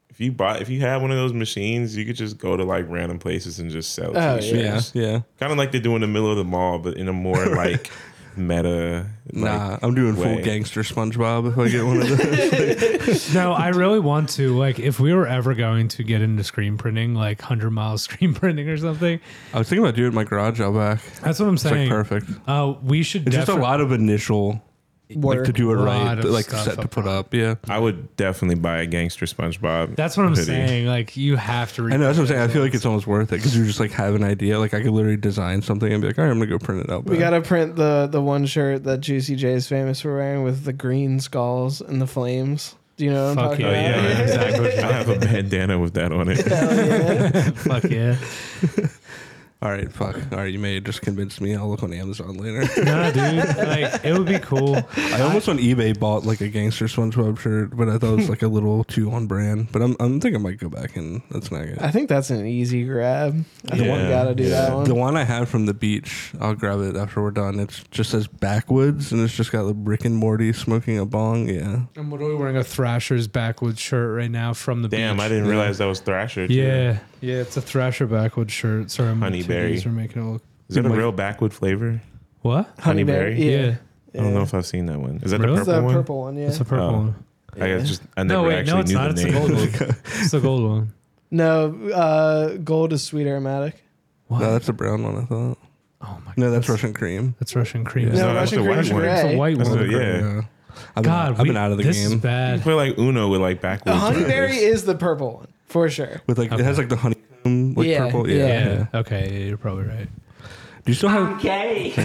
Speaker 5: If you bought, if you had one of those machines, you could just go to like random places and just sell.
Speaker 3: Oh,
Speaker 5: t-shirts.
Speaker 1: yeah, yeah.
Speaker 5: Kind of like they do in the middle of the mall, but in a more like meta.
Speaker 1: Nah,
Speaker 5: like,
Speaker 1: I'm doing
Speaker 5: way.
Speaker 1: full gangster SpongeBob if I get one of those.
Speaker 4: No, I really want to. Like, if we were ever going to get into screen printing, like hundred miles screen printing or something,
Speaker 1: I was thinking about doing it in my garage out back.
Speaker 4: that's what I'm
Speaker 1: It's like
Speaker 4: saying.
Speaker 1: perfect.
Speaker 4: Uh, we should
Speaker 1: It's just a
Speaker 4: defi-
Speaker 1: lot of initial like
Speaker 3: Work.
Speaker 1: to do it
Speaker 4: Lot
Speaker 1: right,
Speaker 4: of
Speaker 1: like
Speaker 4: stuff
Speaker 1: set to
Speaker 4: up
Speaker 1: put
Speaker 4: front.
Speaker 1: up. Yeah,
Speaker 5: I would definitely buy a gangster SpongeBob.
Speaker 4: That's what I'm
Speaker 5: hoodie.
Speaker 4: saying. Like, you have to.
Speaker 1: I know that's what I'm saying. I feel like it's almost worth it because you just like have an idea. Like I could literally design something and be like, all right, I'm gonna go print it out.
Speaker 3: We
Speaker 1: back."
Speaker 3: gotta print the the one shirt that Juicy J is famous for wearing with the green skulls and the flames. Do you know what I'm
Speaker 4: Fuck
Speaker 3: talking
Speaker 5: Oh,
Speaker 4: yeah.
Speaker 5: yeah,
Speaker 3: about?
Speaker 5: exactly. I have a bandana with that on it.
Speaker 4: Fuck yeah.
Speaker 1: All right, fuck. All right, you may have just convinced me. I'll look on Amazon later.
Speaker 4: No, dude. Like, it would be cool.
Speaker 1: I almost on eBay bought like a gangster SpongeBob shirt, but I thought it was like a little too on brand. But I'm, I'm thinking I might go back and that's not good.
Speaker 3: I think that's an easy grab. I think
Speaker 5: Yeah.
Speaker 3: we gotta do that one.
Speaker 1: The one I had from the beach, I'll grab it after we're done. It just says backwoods, and it's just got like Rick and Morty smoking a bong. Yeah,
Speaker 4: I'm literally wearing a Thrasher's backwoods shirt right now from the
Speaker 5: Damn,
Speaker 4: beach.
Speaker 5: I didn't realize that was Thrasher. too.
Speaker 4: Yeah, yeah, it's a Thrasher backwoods shirt. Sorry, my
Speaker 5: Honey
Speaker 4: two
Speaker 5: berry.
Speaker 4: days Are making it look
Speaker 5: Is that a real backwood flavor?
Speaker 4: what?
Speaker 5: Honeyberry?
Speaker 3: Yeah.
Speaker 4: Yeah,
Speaker 5: I don't know if I've seen that one. Is that
Speaker 4: Really?
Speaker 5: the
Speaker 3: It's the
Speaker 5: purple one?
Speaker 3: purple one, yeah.
Speaker 4: it's a purple
Speaker 5: Oh.
Speaker 4: one.
Speaker 5: I guess just I never
Speaker 4: No, wait,
Speaker 5: actually
Speaker 4: no, it's
Speaker 5: knew
Speaker 4: not.
Speaker 5: the
Speaker 4: It's the
Speaker 5: name.
Speaker 4: gold one. It's the gold one.
Speaker 3: No, uh, gold is sweet aromatic.
Speaker 4: What?
Speaker 1: no, that's a brown one. I thought.
Speaker 4: oh my
Speaker 1: No, that's Russian cream.
Speaker 4: That's Russian cream.
Speaker 5: No,
Speaker 3: No,
Speaker 5: that's
Speaker 3: Russian
Speaker 5: the
Speaker 3: cream
Speaker 5: white
Speaker 3: is
Speaker 5: one.
Speaker 4: It's a
Speaker 3: gray.
Speaker 4: white
Speaker 5: That's
Speaker 4: one.
Speaker 5: the- yeah.
Speaker 1: I've,
Speaker 4: God,
Speaker 1: been, I've been
Speaker 4: we-
Speaker 1: out of the
Speaker 4: this
Speaker 1: game.
Speaker 4: Is
Speaker 5: I
Speaker 4: bad.
Speaker 5: feel like Uno with like
Speaker 3: The
Speaker 5: backwoods.
Speaker 3: honeyberry
Speaker 5: flavors.
Speaker 3: is the purple one for sure.
Speaker 1: With like, it has like the honeycomb, like
Speaker 3: Yeah,
Speaker 1: purple. Yeah,
Speaker 3: yeah.
Speaker 4: Yeah.
Speaker 1: yeah.
Speaker 4: Okay, yeah, you're probably right.
Speaker 1: Do you still have?
Speaker 2: I'm gay.
Speaker 1: Oh,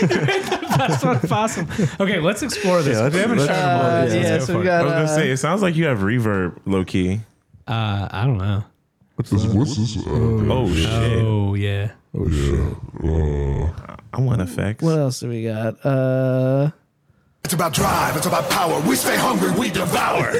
Speaker 1: yeah.
Speaker 4: That's not possible. Okay, let's explore this.
Speaker 1: Yeah,
Speaker 4: we
Speaker 1: that's-
Speaker 4: haven't
Speaker 1: that's-
Speaker 4: shot a
Speaker 3: Uh,
Speaker 4: bullet. Let's
Speaker 1: Yeah,
Speaker 4: go
Speaker 3: yeah, so
Speaker 4: for
Speaker 3: we
Speaker 4: it.
Speaker 5: I
Speaker 3: got.
Speaker 5: was gonna
Speaker 3: uh,
Speaker 5: say it sounds like you have reverb, low key.
Speaker 4: Uh, I don't know.
Speaker 5: Oh shit!
Speaker 4: Oh yeah.
Speaker 5: I want effects.
Speaker 3: what else do we got? Uh,
Speaker 6: It's about drive. It's about power. We stay hungry. We devour.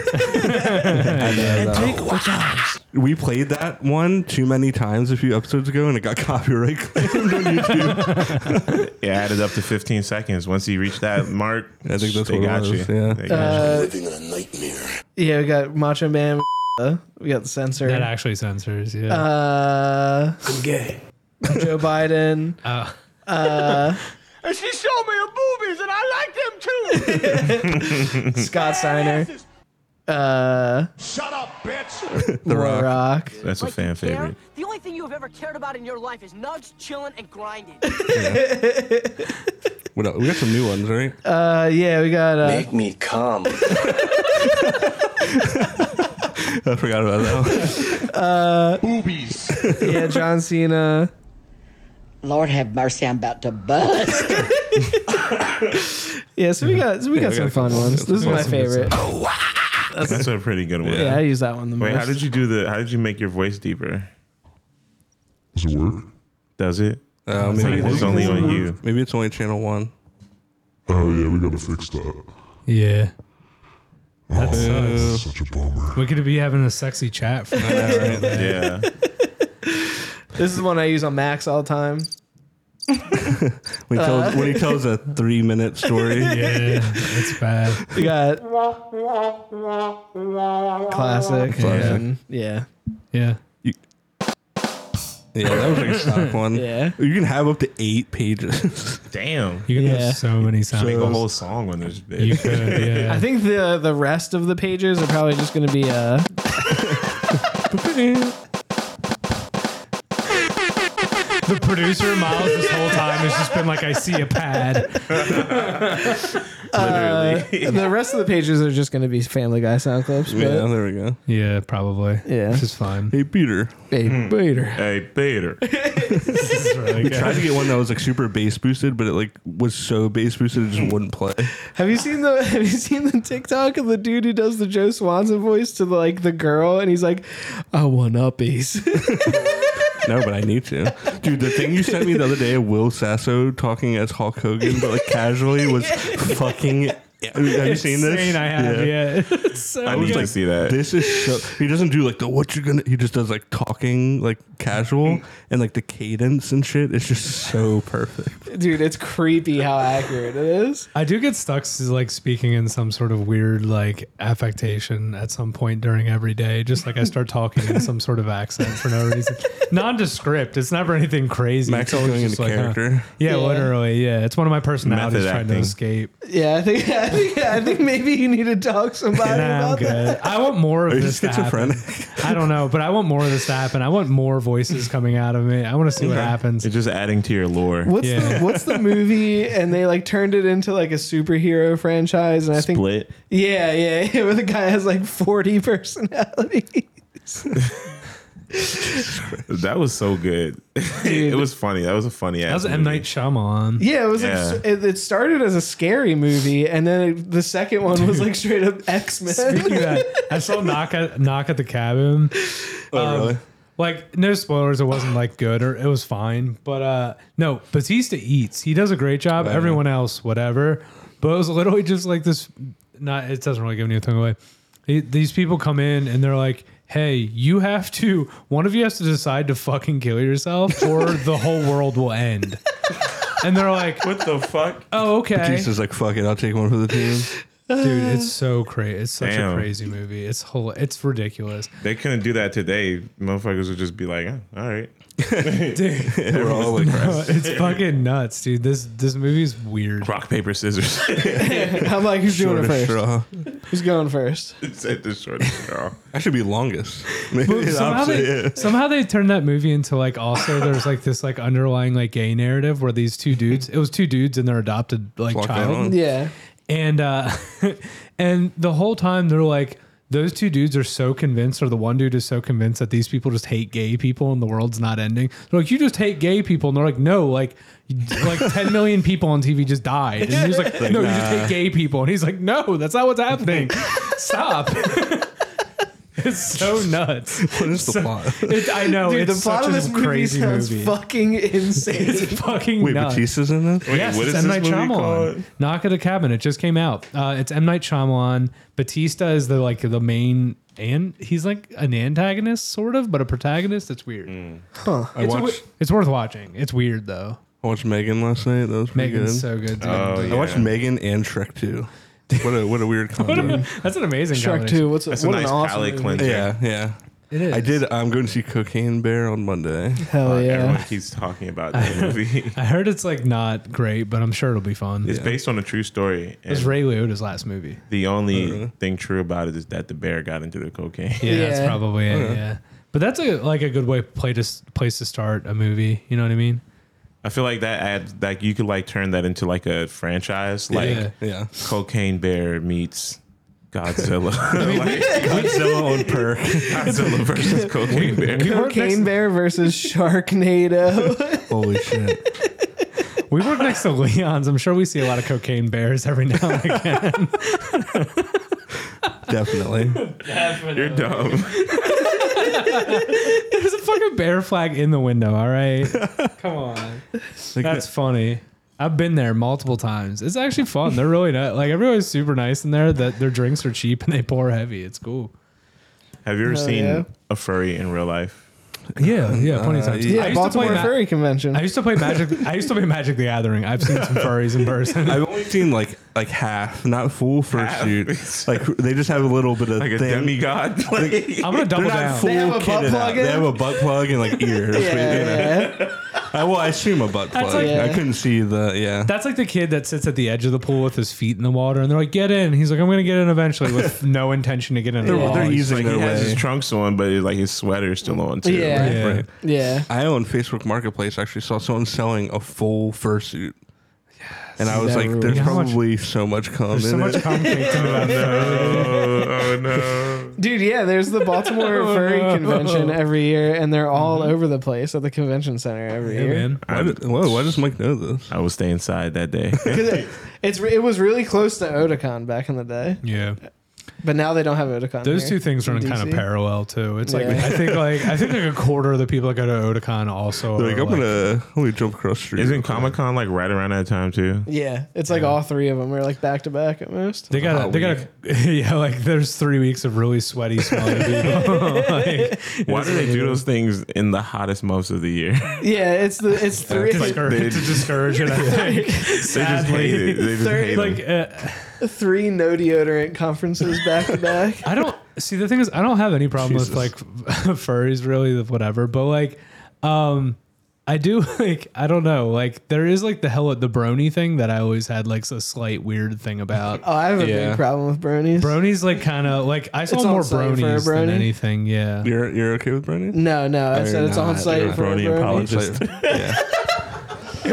Speaker 1: We played that one too many times a few episodes ago, and it got copyright claimed on YouTube.
Speaker 5: It added up to 15 seconds. Once you reach that mark,
Speaker 1: I think that's
Speaker 5: they
Speaker 1: what it
Speaker 5: got
Speaker 1: was,
Speaker 5: you.
Speaker 1: yeah.
Speaker 5: They got
Speaker 6: Living in a nightmare.
Speaker 3: yeah, we got Macho Man. We got the censor.
Speaker 4: That actually censors. Yeah.
Speaker 3: Uh,
Speaker 6: I'm gay.
Speaker 3: Joe Biden.
Speaker 4: Oh.
Speaker 7: And she showed me her boobies, and I like them too.
Speaker 3: Scott Steiner. uh,
Speaker 6: Shut up, bitch!
Speaker 1: The
Speaker 3: Rock.
Speaker 1: Rock.
Speaker 3: Uh,
Speaker 5: That's a
Speaker 8: Like
Speaker 5: fan
Speaker 8: you care?
Speaker 5: favorite.
Speaker 8: The only thing you have ever cared about in your life is nugs, chilling, and grinding.
Speaker 1: What else? We got some new ones, right?
Speaker 3: Uh, yeah, we got uh,
Speaker 9: Make me come.
Speaker 1: I forgot about that one.
Speaker 6: Boobies.
Speaker 3: yeah John Cena.
Speaker 10: Lord have mercy, I'm about to bust.
Speaker 3: Yeah, so we got so we got
Speaker 1: we
Speaker 3: some
Speaker 1: got a
Speaker 3: fun
Speaker 1: couple.
Speaker 3: ones. This is
Speaker 4: Yeah,
Speaker 3: my
Speaker 4: some good
Speaker 3: favorite.
Speaker 5: That's a pretty good one.
Speaker 3: Yeah, I use that one the
Speaker 5: Wait,
Speaker 3: most.
Speaker 5: how did you do the? How did you make your voice deeper?
Speaker 1: Does it work?
Speaker 5: Does it?
Speaker 1: Uh,
Speaker 5: I think
Speaker 1: maybe,
Speaker 5: it's only on you.
Speaker 1: maybe it's only channel one.
Speaker 11: Oh yeah, we gotta fix that.
Speaker 4: Yeah. That
Speaker 11: That's
Speaker 4: sucks.
Speaker 11: Such a bummer.
Speaker 4: We could be having a sexy chat for
Speaker 5: Yeah.
Speaker 3: This is one I use on Max all the time.
Speaker 1: When he tells, when he tells a three minute story,
Speaker 4: Uh. Yeah, it's bad.
Speaker 3: We got classic. and- yeah,
Speaker 4: Yeah.
Speaker 1: yeah, that was like a stock one.
Speaker 3: Yeah.
Speaker 1: you can have up to eight pages.
Speaker 5: Damn.
Speaker 4: You can
Speaker 3: Yeah.
Speaker 4: have so many sound
Speaker 5: Make a
Speaker 4: effects.
Speaker 5: whole song on this
Speaker 4: You
Speaker 5: bitch.
Speaker 4: could, yeah.
Speaker 3: I think the the rest of the pages are probably just gonna be uh
Speaker 4: the producer Miles this whole time has just been like, I see a pad.
Speaker 1: Uh,
Speaker 5: Literally.
Speaker 3: the rest of the pages are just gonna be Family Guy sound clips. But
Speaker 1: yeah, there we go.
Speaker 4: Yeah, probably.
Speaker 3: Yeah.
Speaker 4: Which is fine.
Speaker 1: Hey Peter,
Speaker 3: Hey, Peter.
Speaker 5: hey, Peter.
Speaker 4: This is really
Speaker 1: we
Speaker 4: good.
Speaker 1: tried to get one that was like super bass boosted, but it like was so bass boosted it just wouldn't play.
Speaker 3: Have you seen the Have you seen the TikTok of the dude who does the Joe Swanson voice to like the girl, and he's like, "I want uppies."
Speaker 1: No, but I need to, dude. The thing you sent me the other day, Will Sasso talking as Hulk Hogan, but like casually, was fucking. Have you seen this?
Speaker 4: Insane I have, yeah. It's so
Speaker 5: I need
Speaker 1: was
Speaker 5: to
Speaker 1: like,
Speaker 5: see that.
Speaker 1: This is so. He doesn't do like the what you're gonna. He just does like talking like
Speaker 4: Mm.
Speaker 1: casual and like the cadence and shit. It's just so perfect.
Speaker 3: dude, it's creepy how accurate it is.
Speaker 4: I do get stuck s- like speaking in some sort of weird like affectation at some point during every day. Just like I start talking in some sort of accent for no reason. Nondescript. It's never anything crazy. It's
Speaker 1: Max is
Speaker 4: always
Speaker 1: going
Speaker 4: just
Speaker 1: into
Speaker 4: huh.
Speaker 1: character.
Speaker 4: Yeah,
Speaker 3: Yeah.
Speaker 4: literally. Yeah, it's one of my personalities
Speaker 5: Method
Speaker 4: trying to
Speaker 5: acting.
Speaker 4: escape.
Speaker 3: Yeah, I think I think, I think maybe you need to talk somebody
Speaker 4: Nah, I'm
Speaker 3: about that.
Speaker 4: good. I want more of
Speaker 1: you
Speaker 4: this to happen.
Speaker 1: schizophrenic?
Speaker 4: I don't know, but I want more of this to happen. I want more voices coming out of me. I want to see what happens.
Speaker 5: It's just adding to your lore.
Speaker 3: What's
Speaker 4: Yeah.
Speaker 3: the What's the movie? And they like turned it into like a superhero franchise, and I think
Speaker 5: Split.
Speaker 3: yeah, yeah, yeah, where the guy has like forty personalities.
Speaker 5: That was so good. it was funny. That was a funny
Speaker 4: That
Speaker 5: ass.
Speaker 4: was M
Speaker 5: movie.
Speaker 4: Night Shyamalan.
Speaker 3: Yeah, it was
Speaker 5: Yeah.
Speaker 3: like it, it started as a scary movie, and then it, the second one was like straight up X Men.
Speaker 4: Speaking of that, I saw knock at knock at the cabin. Um,
Speaker 1: Oh really?
Speaker 4: Like no spoilers, it wasn't like good or it was fine. But uh no, Batista eats. He does a great job. Everyone else, whatever. But it was literally just like this. Not it doesn't really give anything away. He- these people come in and they're like, "Hey, you have to. One of you has to decide to fucking kill yourself, or the whole world will end." And they're like,
Speaker 5: What the fuck?
Speaker 4: "Oh, okay."
Speaker 1: Lisa's like, fuck it, I'll take one for the team.
Speaker 4: Dude, it's so crazy. It's such a
Speaker 5: Damn.
Speaker 4: crazy movie. It's whole. It's ridiculous.
Speaker 5: They couldn't do that today. Motherfuckers would just be like, oh, all right.
Speaker 4: Dude,
Speaker 1: We're all like,
Speaker 4: it's fucking nuts, dude. This this movie's weird.
Speaker 5: Rock, paper, scissors.
Speaker 3: I'm like, who's doing it
Speaker 1: shortest
Speaker 3: first?
Speaker 1: straw.
Speaker 3: Who's going first?
Speaker 5: Said the shortest straw.
Speaker 1: I should be longest. Maybe
Speaker 4: But
Speaker 1: the
Speaker 4: somehow,
Speaker 1: opposite,
Speaker 4: they, somehow they turned that movie into like also there's like this like underlying like gay narrative where these two dudes it was two dudes and their adopted like
Speaker 1: Fuck that
Speaker 4: child
Speaker 1: on.
Speaker 3: Yeah,
Speaker 4: and uh and the whole time they're like those two dudes are so convinced or the one dude is so convinced that these people just hate gay people and the world's not ending they're like you just hate gay people and they're like no like like 10 million people on tv just died and he's like no you just hate gay people and he's like no that's not what's happening stop it's so nuts
Speaker 1: yeah. What is the plot?
Speaker 4: it, i know
Speaker 3: dude, the
Speaker 4: it's
Speaker 3: plot
Speaker 4: such
Speaker 3: of this
Speaker 4: a
Speaker 3: movie
Speaker 4: crazy
Speaker 3: sounds
Speaker 4: movie
Speaker 3: fucking insane.
Speaker 4: it's fucking
Speaker 1: Wait,
Speaker 4: nuts
Speaker 1: Batista's in this?
Speaker 5: Wait,
Speaker 4: yes,
Speaker 5: what
Speaker 4: it's
Speaker 5: is
Speaker 4: M
Speaker 5: this
Speaker 4: Night
Speaker 5: movie
Speaker 4: Shyamalan.
Speaker 5: called?
Speaker 4: Knock at the Cabin. It just came out. Uh, it's M Night Shyamalan. Batista is the like the main and he's like an antagonist sort of, but a protagonist. It's weird.
Speaker 5: Hmm.
Speaker 1: I
Speaker 4: It's, a
Speaker 1: watched,
Speaker 4: wi- it's worth watching. It's weird though.
Speaker 1: I watched Megan last night. That was pretty
Speaker 4: Megan's
Speaker 1: good.
Speaker 4: so good. Dude.
Speaker 5: Oh,
Speaker 1: I
Speaker 5: yeah.
Speaker 1: watched Megan and Shrek 2. What a what a weird combo.
Speaker 4: That's an amazing
Speaker 3: Shark
Speaker 4: combination.
Speaker 3: Two. What's
Speaker 5: That's
Speaker 3: what
Speaker 5: a nice
Speaker 3: an awesome
Speaker 5: palate
Speaker 3: movie.
Speaker 5: cleanser.
Speaker 1: yeah, yeah.
Speaker 4: It is.
Speaker 1: I did. I'm going to see Cocaine Bear on Monday.
Speaker 3: Hell
Speaker 5: Fuck,
Speaker 3: yeah.
Speaker 5: Everyone keeps talking about that movie.
Speaker 4: I heard it's like not great, but I'm sure it'll be fun.
Speaker 5: It's based on a true story.
Speaker 4: It was
Speaker 5: and
Speaker 4: Ray Liotta's last movie.
Speaker 5: the only
Speaker 1: Uh-huh.
Speaker 5: thing true about it is that the bear got into the cocaine.
Speaker 4: Yeah, that's
Speaker 3: Yeah.
Speaker 4: probably
Speaker 5: Oh,
Speaker 4: it. Yeah, but that's a like a good way play to s- place to start a movie. You know what I mean?
Speaker 5: I feel like that adds like you could like turn that into like a franchise, like
Speaker 4: Yeah.
Speaker 1: Yeah.
Speaker 5: Cocaine Bear meets Godzilla, like
Speaker 1: Godzilla on perk.
Speaker 5: Godzilla versus Cocaine Bear.
Speaker 3: Cocaine Bear versus Sharknado.
Speaker 1: Holy shit.
Speaker 4: We work next to Leon's. I'm sure we see a lot of cocaine bears every now and again.
Speaker 1: Definitely.
Speaker 5: You're dumb.
Speaker 4: There's a fucking bear flag in the window. All right, come on. That's funny. I've been there multiple times. It's actually fun. They're really not like everyone's super nice in there. That their drinks are cheap and they pour heavy. It's cool.
Speaker 5: Have you ever
Speaker 3: Hell
Speaker 5: seen
Speaker 3: yeah.
Speaker 5: a furry in real life?
Speaker 4: Yeah, yeah, plenty of times.
Speaker 1: Uh, yeah.
Speaker 4: I used to play
Speaker 3: Baltimore
Speaker 4: ma-
Speaker 3: Furry Convention.
Speaker 4: I used to play Magic. I used to play Magic the Gathering. I've seen some furries in person.
Speaker 1: I've only seen like like half, not full fursuit. Like they just have a little bit of
Speaker 5: Like a
Speaker 1: thing.
Speaker 5: demigod? Like,
Speaker 4: I'm gonna double
Speaker 1: They're
Speaker 4: down.
Speaker 1: not full
Speaker 3: They have a
Speaker 1: kitted
Speaker 3: butt
Speaker 1: out.
Speaker 3: plug in?
Speaker 1: They have a butt plug and like ears. but, you know.
Speaker 3: yeah.
Speaker 1: I, well, I assume a butt plug.
Speaker 4: like-
Speaker 1: I couldn't see the yeah.
Speaker 4: That's like the kid that sits at the edge of the pool with his feet in the water, and they're like, "Get in." He's like, "I'm gonna get in eventually," with no intention to get in. at
Speaker 1: They're-
Speaker 4: all.
Speaker 1: they're
Speaker 4: He's-
Speaker 1: using
Speaker 5: like
Speaker 1: their
Speaker 5: he has
Speaker 1: way.
Speaker 5: his trunks on, but like his sweater's still on too.
Speaker 3: Yeah.
Speaker 5: Like,
Speaker 4: Yeah.
Speaker 1: Right.
Speaker 3: Yeah.
Speaker 1: I on Facebook Marketplace actually saw someone selling a full fursuit. And I was
Speaker 3: That
Speaker 1: like,
Speaker 3: rules.
Speaker 1: there's
Speaker 4: How much-
Speaker 1: probably so much cum in
Speaker 4: There's so much
Speaker 1: it.
Speaker 4: complicated about that.
Speaker 5: oh, oh no.
Speaker 3: Dude, yeah, there's the Baltimore
Speaker 4: Oh,
Speaker 3: Furry Convention every year, and they're all over the place at the convention center every
Speaker 4: Mm-hmm. Yeah,
Speaker 3: year.
Speaker 4: man.
Speaker 1: Why did- whoa, why does Mike know this?
Speaker 5: I will stay inside that day.
Speaker 3: 'Cause it, it's re- it was really close to Otakon back in the day,
Speaker 4: Yeah,
Speaker 3: but now they don't have Otakon.
Speaker 4: those
Speaker 3: here
Speaker 4: two things run
Speaker 3: in
Speaker 4: kind of
Speaker 3: DC.
Speaker 4: parallel too. It's like
Speaker 3: Yeah.
Speaker 4: I think like I think like a quarter of the people that go to Otakon also
Speaker 1: They're like,
Speaker 4: are
Speaker 1: I'm gonna let me jump across the street.
Speaker 5: Isn't Comic Con like right around that time too?
Speaker 3: Yeah, it's like all three of them are like back to back at most.
Speaker 4: They got. to
Speaker 1: Hot
Speaker 4: They got. to Yeah, like there's three weeks of really sweaty, smelly people. Like,
Speaker 5: Why do they do those things in the hottest months of the year?
Speaker 3: Yeah, it's the it's three
Speaker 4: discourage, to discourage it, I think.
Speaker 5: they just hate it. They just
Speaker 4: Third,
Speaker 5: hate
Speaker 4: like,
Speaker 5: them.
Speaker 4: uh,
Speaker 3: three no deodorant conferences back to back.
Speaker 4: I don't see the thing is I don't have any problem
Speaker 1: Jesus.
Speaker 4: with like furries really whatever, but like um I do like I don't know like there is like the hell at the brony thing that I always had like a slight weird thing about.
Speaker 3: Oh, I have a
Speaker 1: Yeah.
Speaker 3: big problem with bronies.
Speaker 4: Bronies like kind of like I saw
Speaker 3: It's on
Speaker 4: more
Speaker 3: site for a
Speaker 4: bronies than
Speaker 3: brony?
Speaker 4: anything. Yeah,
Speaker 1: You're you're okay with Brennan?
Speaker 3: no, no, I
Speaker 1: No,
Speaker 3: said
Speaker 1: you're
Speaker 3: it's
Speaker 1: not.
Speaker 3: on
Speaker 1: You're
Speaker 3: site
Speaker 1: a
Speaker 3: for
Speaker 5: brony
Speaker 3: brony.
Speaker 5: apologist.
Speaker 1: Like, yeah.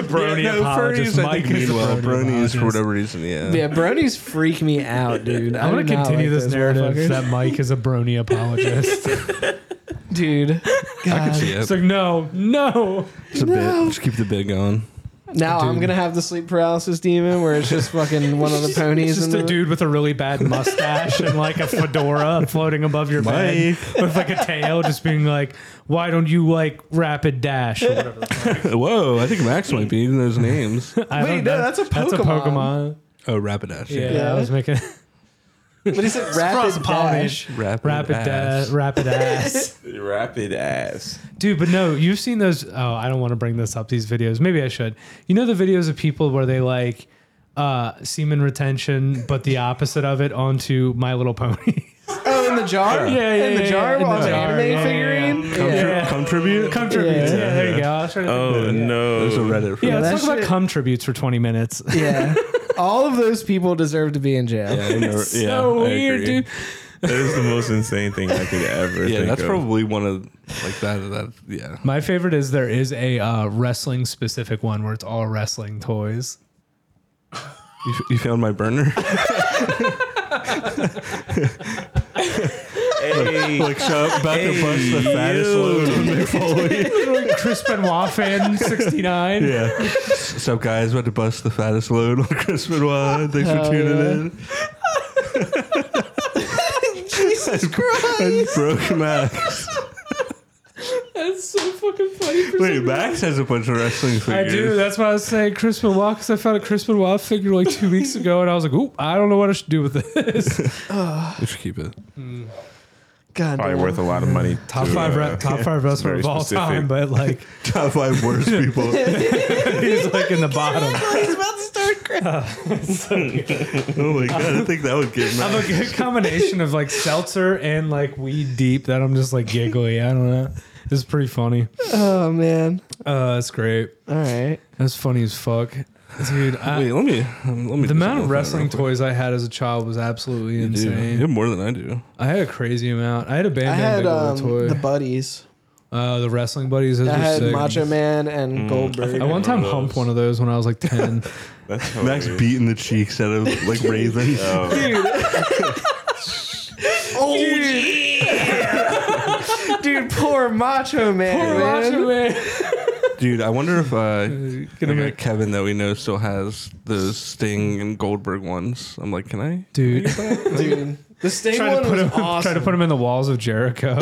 Speaker 4: brony
Speaker 1: no,
Speaker 4: apologist
Speaker 1: furries, I
Speaker 4: Mike
Speaker 1: think
Speaker 4: is a
Speaker 1: mean well.
Speaker 4: brony
Speaker 1: Bronies,
Speaker 4: apologist.
Speaker 1: for whatever reason, yeah.
Speaker 3: Yeah, bronies freak me out, dude.
Speaker 4: I'm gonna
Speaker 3: do not
Speaker 4: continue
Speaker 3: like
Speaker 4: this
Speaker 3: those motherfuckers.
Speaker 4: narrative that Mike is a brony apologist.
Speaker 3: dude. God.
Speaker 1: Yep.
Speaker 4: it's like no, no.
Speaker 1: It's a bit. Just keep the bit going.
Speaker 3: Now I'm
Speaker 4: Dude.
Speaker 3: gonna have the sleep paralysis demon, where it's just fucking one of the ponies.
Speaker 4: It's just
Speaker 3: in
Speaker 4: a
Speaker 3: the-
Speaker 4: dude with a really bad mustache and like a fedora floating above your bed with like a tail, just being like, "Why don't you like rapid dash?" Or whatever.
Speaker 1: Whoa, I think Max might be in those names.
Speaker 4: I
Speaker 3: Wait,
Speaker 4: don't-
Speaker 3: no, that's a Pokemon.
Speaker 1: Oh, Rapidash.
Speaker 4: Yeah,
Speaker 3: Yeah.
Speaker 4: I was making
Speaker 3: But he said rapid dash.
Speaker 4: cross-pollination.
Speaker 1: Rapid,
Speaker 4: rapid dash,
Speaker 1: ass.
Speaker 4: rapid ass,
Speaker 5: Rapid ass.
Speaker 4: dude. But no, you've seen those. Oh, I don't want to bring this up. These videos. Maybe I should. You know the videos of people where they like uh semen retention, but the opposite of it onto My Little Pony.
Speaker 3: Oh, in the jar.
Speaker 4: Yeah, yeah,
Speaker 3: in the
Speaker 4: yeah,
Speaker 3: jar
Speaker 4: yeah, in
Speaker 3: on
Speaker 4: the
Speaker 3: the
Speaker 4: jar,
Speaker 3: anime
Speaker 4: yeah,
Speaker 3: figurine.
Speaker 1: Cum,
Speaker 3: Yeah.
Speaker 1: tri- cum tribute?
Speaker 4: Cum tributes.
Speaker 3: Yeah.
Speaker 4: Yeah, there you go. I was trying to think
Speaker 5: Oh no.
Speaker 1: There's a Reddit for
Speaker 4: Yeah,
Speaker 1: that.
Speaker 4: let's
Speaker 3: that
Speaker 4: talk about
Speaker 3: shit-
Speaker 4: cum tributes for 20 minutes.
Speaker 3: Yeah. All of those people deserve to be in jail.
Speaker 1: Yeah, I know- yeah,
Speaker 4: so
Speaker 1: I
Speaker 4: weird,
Speaker 1: agree.
Speaker 4: dude.
Speaker 5: That is the most insane thing I could ever.
Speaker 1: Yeah,
Speaker 5: think
Speaker 1: that's
Speaker 5: of.
Speaker 1: probably one of like that. That yeah.
Speaker 4: My favorite is there is a uh, wrestling specific one where it's all wrestling toys.
Speaker 1: You, you found my burner.
Speaker 5: Hey,
Speaker 1: like so about to bust the fattest
Speaker 5: you.
Speaker 1: load on Mick Foley.
Speaker 4: Chris Benoit fan 69.
Speaker 1: yeah. What's up, guys? About to bust the fattest load on Chris Benoit. Thanks for
Speaker 3: Hell
Speaker 1: tuning
Speaker 3: yeah.
Speaker 1: in. Jesus Christ! I broke Max.
Speaker 4: That's so fucking funny. For
Speaker 1: Wait, Max has a bunch of wrestling
Speaker 4: I
Speaker 1: figures.
Speaker 4: do. That's why I was saying Chris Benoit because I found a Chris Benoit figure like two weeks ago and I was like, oop, I don't know what I should do with this.
Speaker 1: We should keep it.
Speaker 3: God
Speaker 5: probably
Speaker 3: damn.
Speaker 5: worth a lot of money.
Speaker 4: top
Speaker 5: to,
Speaker 4: five,
Speaker 5: uh,
Speaker 4: re- top five wrestler
Speaker 5: very
Speaker 4: of all
Speaker 5: specific.
Speaker 4: time, but like
Speaker 1: Top five worst people.
Speaker 4: he's like in the bottom.
Speaker 3: He's about to start
Speaker 1: oh my god, I think that would get me.
Speaker 4: I'm a good combination of like seltzer and like weed deep that I'm just like giggly. I don't know. It's pretty funny.
Speaker 3: Oh man.
Speaker 4: Uh, that's great.
Speaker 3: All right.
Speaker 4: That's funny as fuck, dude. I,
Speaker 1: Wait, let me um, let me.
Speaker 4: the amount of
Speaker 1: dissolve that
Speaker 4: wrestling
Speaker 1: real quick.
Speaker 4: toys I had as a child was absolutely
Speaker 1: You do.
Speaker 4: insane.
Speaker 1: You have more than I do.
Speaker 4: I had a crazy amount. I had a band
Speaker 3: I had um,
Speaker 4: toy.
Speaker 3: the buddies.
Speaker 4: uh, the wrestling buddies. Those were
Speaker 3: I had
Speaker 4: sick.
Speaker 3: Macho Man and Goldberg.
Speaker 4: I one time humped one of those when I was like ten.
Speaker 5: That's
Speaker 1: Max
Speaker 5: hilarious.
Speaker 1: beating the cheeks out of like raisins.
Speaker 3: oh, dude. dude, poor Macho Man.
Speaker 4: Poor
Speaker 3: man.
Speaker 4: Macho Man.
Speaker 1: Dude, I wonder if uh,
Speaker 4: Gonna
Speaker 1: like,
Speaker 4: make-
Speaker 1: Kevin that we know still has those Sting and Goldberg ones. I'm like, can I?
Speaker 4: dude.
Speaker 3: Dude, the Sting
Speaker 4: Try
Speaker 3: one
Speaker 4: to put
Speaker 3: was
Speaker 4: him.
Speaker 3: awesome.
Speaker 4: Try to put him in the walls of Jericho.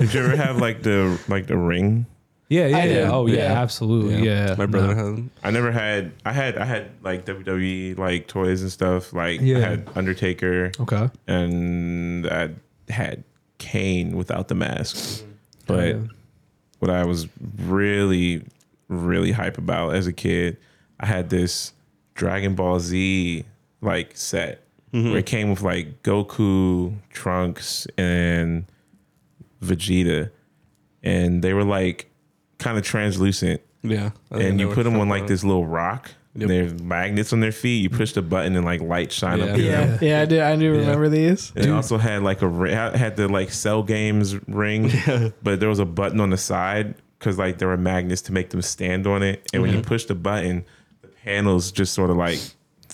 Speaker 5: Did you ever have like the like the ring?
Speaker 4: Yeah, yeah,
Speaker 3: did.
Speaker 4: yeah. Oh, yeah,
Speaker 3: Yeah.
Speaker 4: absolutely. Yeah,
Speaker 1: my brother has them.
Speaker 5: I never had. I had. I had like WWE like toys and stuff. Like
Speaker 4: Yeah.
Speaker 5: I had Undertaker
Speaker 4: No. Okay.
Speaker 5: and I had Kane without the mask.
Speaker 1: Mm-hmm.
Speaker 5: But
Speaker 4: Yeah.
Speaker 5: what I was really really hype about as a kid, I had this Dragon Ball Z like set
Speaker 1: Mm-hmm.
Speaker 5: where it came with like Goku, Trunks, and Vegeta, and they were like kind of translucent
Speaker 1: Yeah, I think I
Speaker 5: and
Speaker 1: know
Speaker 5: you
Speaker 1: what
Speaker 5: put them
Speaker 1: you're
Speaker 5: on
Speaker 1: talking
Speaker 5: like this little rock. and There's magnets on their feet. You push the button and like light shine
Speaker 1: Yeah.
Speaker 5: up. through them.
Speaker 3: yeah, yeah, I do. I do remember these.
Speaker 5: And it also had like a ri- had the like cell games ring, but there was a button on the side because like there were magnets to make them stand on it. And when you push the button, the panels just sort of like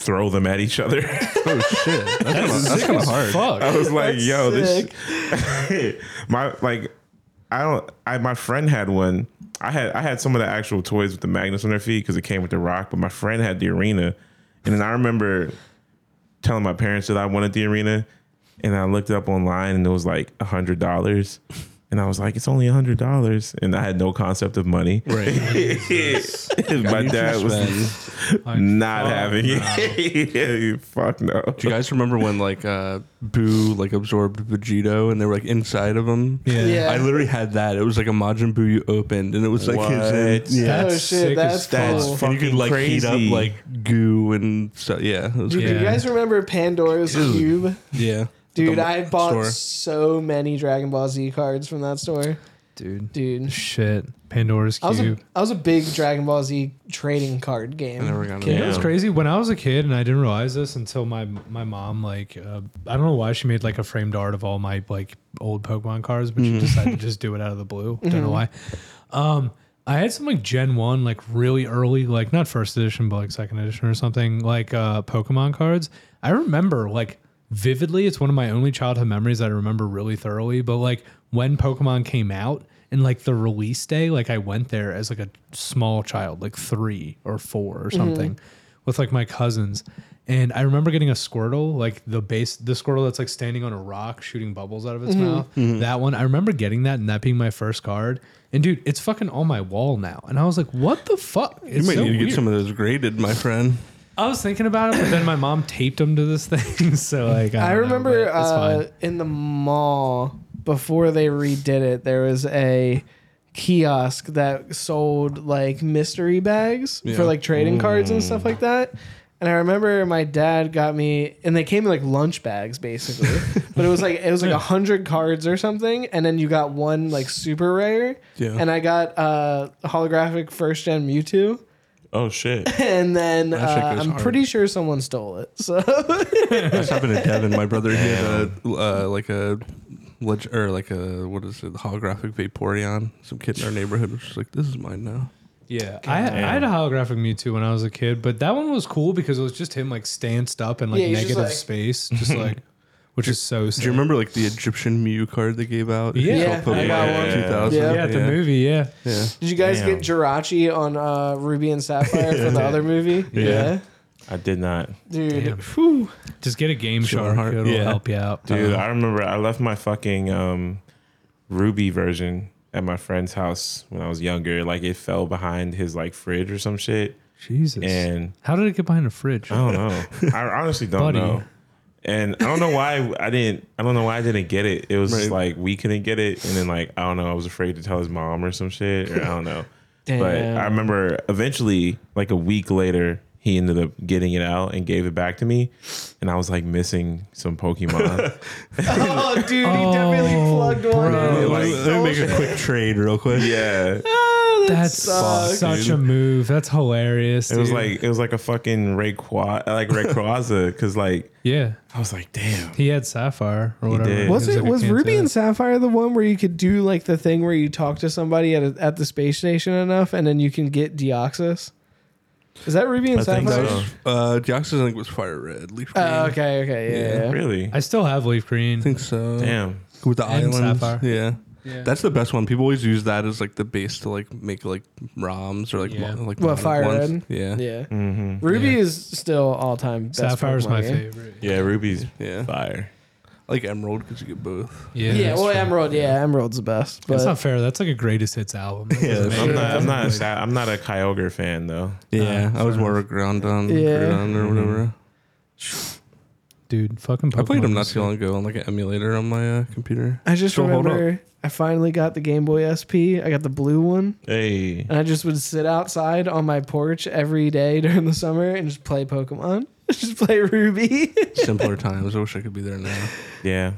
Speaker 5: throw them at each other.
Speaker 1: about. Oh shit, that's kind of hard.
Speaker 5: I was like,
Speaker 3: That's
Speaker 5: yo,
Speaker 3: sick.
Speaker 5: this sh- my like I don't I my friend had one. I had I had some of the actual toys with the magnets on their feet because it came with the rock, but my friend had the arena. And then I remember telling my parents that I wanted the arena and I looked it up online and it was like a hundred dollars. And I was like, it's only a hundred dollars. And I had no concept of money. Right. my dad was not having it. Fuck no.
Speaker 1: Do you guys remember when like uh, Boo like absorbed Vegito and they were like inside of him?
Speaker 4: Yeah.
Speaker 3: Yeah.
Speaker 1: I literally had that. It was like a Majin Buu you opened, and it was like
Speaker 5: What?
Speaker 1: his. Yeah,
Speaker 3: Oh
Speaker 4: That's
Speaker 3: shit,
Speaker 4: sick
Speaker 3: that's
Speaker 4: as
Speaker 5: That's
Speaker 3: cool.
Speaker 1: and you could
Speaker 5: fucking
Speaker 1: like
Speaker 5: crazy.
Speaker 1: heat up like goo and stuff. Yeah, it was
Speaker 3: Dude, do
Speaker 1: yeah.
Speaker 3: you guys remember Pandora's Cube?
Speaker 1: yeah.
Speaker 3: Dude,
Speaker 1: The
Speaker 3: I bought
Speaker 1: store.
Speaker 3: so many Dragon Ball Z cards from that store.
Speaker 4: dude.
Speaker 3: Dude,
Speaker 4: Shit, Pandora's
Speaker 3: I was a,
Speaker 4: cube.
Speaker 3: I was a big Dragon Ball Z trading card game.
Speaker 1: never got
Speaker 3: kid.
Speaker 1: it.
Speaker 4: You know what's
Speaker 5: Yeah.
Speaker 4: crazy? When I was a kid, and I didn't realize this until my my mom like uh, I don't know why she made like a framed art of all my like old Pokemon cards, but she decided to just do it out of the blue. Don't know why. Um, I had some like Gen One, like really early, like not first edition, but like second edition or something, like uh, Pokemon cards. I remember like vividly. It's one of my only childhood memories that I remember really thoroughly. But like when Pokemon came out and like the release day, like I went there as like a small child, like three or four or something, with like my cousins. And I remember getting a Squirtle, like the base, the Squirtle that's like standing on a rock shooting bubbles out of
Speaker 1: Mm-hmm.
Speaker 4: its mouth. That one, I remember getting that and that being my first card. And dude, it's fucking on my wall now. And I was like, what the fuck?
Speaker 1: You
Speaker 4: It's
Speaker 1: might
Speaker 4: so
Speaker 1: need to
Speaker 4: weird.
Speaker 1: get some of those graded, my friend.
Speaker 4: I was thinking about it, but then my mom taped them to this thing. So like, I,
Speaker 3: I
Speaker 4: don't know,
Speaker 3: remember
Speaker 4: but it's
Speaker 3: uh,
Speaker 4: fine.
Speaker 3: in the mall before they redid it, there was a kiosk that sold like mystery bags for like trading cards and stuff like that. And I remember my dad got me, and they came in like lunch bags basically, but it was like it was like a hundred cards or something, and then you got one like super rare.
Speaker 1: Yeah.
Speaker 3: And I got uh, holographic first gen Mewtwo,
Speaker 5: Oh shit.
Speaker 3: and then
Speaker 1: That shit
Speaker 3: uh,
Speaker 1: goes
Speaker 3: I'm
Speaker 1: hard.
Speaker 3: pretty sure someone stole it. So
Speaker 1: That's happened to Devin. My brother he had a uh, like a leg- or like a what is it? Holographic Vaporeon. Some kid in our neighborhood was just like, "This is mine now."
Speaker 4: yeah, I, I had a holographic Mewtwo when I was a kid, but that one was cool because it was just him like stanced up in like
Speaker 3: Yeah, he's just
Speaker 4: negative
Speaker 3: like-
Speaker 4: space, just like, which is so.
Speaker 1: Do you remember like the Egyptian Mew card they gave out?
Speaker 4: Yeah.
Speaker 3: Yeah, I got
Speaker 5: one.
Speaker 1: Two thousand.
Speaker 3: Yeah.
Speaker 4: Yeah, at the movie. Yeah.
Speaker 1: Yeah.
Speaker 3: Did you guys
Speaker 5: Damn.
Speaker 3: get Jirachi on uh, Ruby and Sapphire for the other movie? Yeah.
Speaker 5: I did not.
Speaker 3: Dude.
Speaker 4: Damn.
Speaker 3: Whew.
Speaker 4: Just get a Game Shark.
Speaker 1: Heart.
Speaker 4: It'll
Speaker 1: Yeah.
Speaker 4: help you out.
Speaker 5: Dude,
Speaker 4: Uh,
Speaker 5: I remember I left my fucking um, Ruby version at my friend's house when I was younger. Like it fell behind his like fridge or some shit.
Speaker 4: Jesus.
Speaker 5: And Oh,
Speaker 4: How did it get behind a fridge?
Speaker 5: I don't know. I honestly don't
Speaker 4: Buddy.
Speaker 5: know. And I don't know why I didn't. I don't know why I didn't get it. It was just
Speaker 1: Right.
Speaker 5: like we couldn't get it, and then like I don't know. I was afraid to tell his mom or some shit, or I don't know. But I remember eventually, like a week later, he ended up getting it out and gave it back to me, and I was like missing some Pokemon.
Speaker 3: Oh, dude, he definitely plugged one
Speaker 5: bro.
Speaker 3: in.
Speaker 5: Like,
Speaker 1: Let me- let me make a quick trade real quick.
Speaker 5: yeah,
Speaker 4: That's
Speaker 3: sucks,
Speaker 4: such
Speaker 1: dude.
Speaker 4: a move. That's hilarious.
Speaker 5: it was
Speaker 4: dude.
Speaker 5: like it was like a fucking Rayqua, like Rayquaza, because like
Speaker 4: yeah,
Speaker 5: I was like, damn,
Speaker 4: he had sapphire or whatever.
Speaker 5: did.
Speaker 3: Was it
Speaker 4: like a
Speaker 3: was
Speaker 4: cancer.
Speaker 3: Ruby and Sapphire the one where you could do like the thing where you talk to somebody at a, at the space station enough and then you can get Deoxys? Is that Ruby and
Speaker 5: I think
Speaker 3: Sapphire?
Speaker 5: so.
Speaker 1: Uh, Deoxys I think was fire red. Leaf green.
Speaker 3: Oh, okay, okay, yeah, yeah.
Speaker 5: really,
Speaker 4: I still have leaf green.
Speaker 1: I think so.
Speaker 5: damn.
Speaker 1: With the
Speaker 4: And
Speaker 1: islands.
Speaker 4: Sapphire.
Speaker 1: Yeah.
Speaker 3: Yeah.
Speaker 1: That's the best one. People always use that as like the base to like make like ROMs or like
Speaker 4: Yeah.
Speaker 1: mo- like
Speaker 3: What,
Speaker 1: modded
Speaker 3: Fire
Speaker 1: ones.
Speaker 3: Red?
Speaker 1: Yeah. yeah,
Speaker 3: yeah.
Speaker 5: Mm-hmm.
Speaker 3: Ruby is still all time best.
Speaker 4: Sapphire's my
Speaker 3: Pokemon game.
Speaker 4: favorite.
Speaker 5: Yeah, Ruby's
Speaker 1: Yeah.
Speaker 5: fire.
Speaker 1: I Like Emerald because you get both.
Speaker 4: Yeah,
Speaker 3: Yeah,
Speaker 4: that's
Speaker 3: well,
Speaker 4: true.
Speaker 3: Emerald. Yeah, Emerald's the best. But
Speaker 4: That's not fair. That's like a greatest hits album. That doesn't make
Speaker 5: I'm not. I'm
Speaker 4: sense.
Speaker 5: not. A, Sa- I'm not a Kyogre fan though.
Speaker 1: Yeah, I was more of a ground on,
Speaker 3: Yeah.
Speaker 1: ground or whatever.
Speaker 4: dude. Fucking. Pokemon
Speaker 1: I played them not
Speaker 4: is
Speaker 1: too long ago on like an emulator on my uh, computer.
Speaker 3: I just
Speaker 1: Still hold up.
Speaker 3: remember I finally got the Game Boy SP. I got the blue one.
Speaker 5: Hey,
Speaker 3: And I just would sit outside on my porch every day during the summer and just play Pokemon. just play Ruby.
Speaker 1: Simpler times. I wish I could be there now.
Speaker 5: yeah.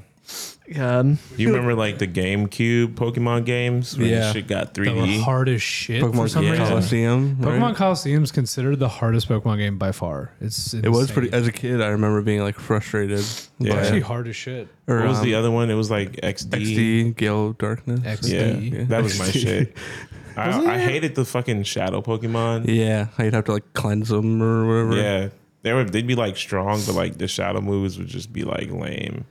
Speaker 3: God.
Speaker 5: You remember like the GameCube Pokemon games when
Speaker 1: Yeah.
Speaker 5: yeah. shit got
Speaker 4: They were
Speaker 5: 3D?
Speaker 4: hard as shit. for
Speaker 1: Pokemon
Speaker 4: some
Speaker 5: yeah.
Speaker 4: reason.
Speaker 1: Coliseum.
Speaker 4: Pokemon
Speaker 1: right?
Speaker 4: Coliseum's considered the hardest Pokemon game by far. It's
Speaker 1: It was pretty. As a kid, I remember being like frustrated.
Speaker 5: Yeah.
Speaker 1: by,
Speaker 4: actually hard as shit.
Speaker 1: or,
Speaker 5: What was
Speaker 1: um,
Speaker 5: the other one? It was like XD.
Speaker 1: XD Gale Darkness?
Speaker 4: XD.
Speaker 5: Yeah,
Speaker 1: Yeah.
Speaker 5: that was my
Speaker 1: XD.
Speaker 5: shit. I, I hated the fucking shadow Pokemon.
Speaker 1: Yeah, how you'd have to like cleanse them or whatever.
Speaker 5: Yeah, they were they'd be like strong, but like the shadow moves would just be like lame.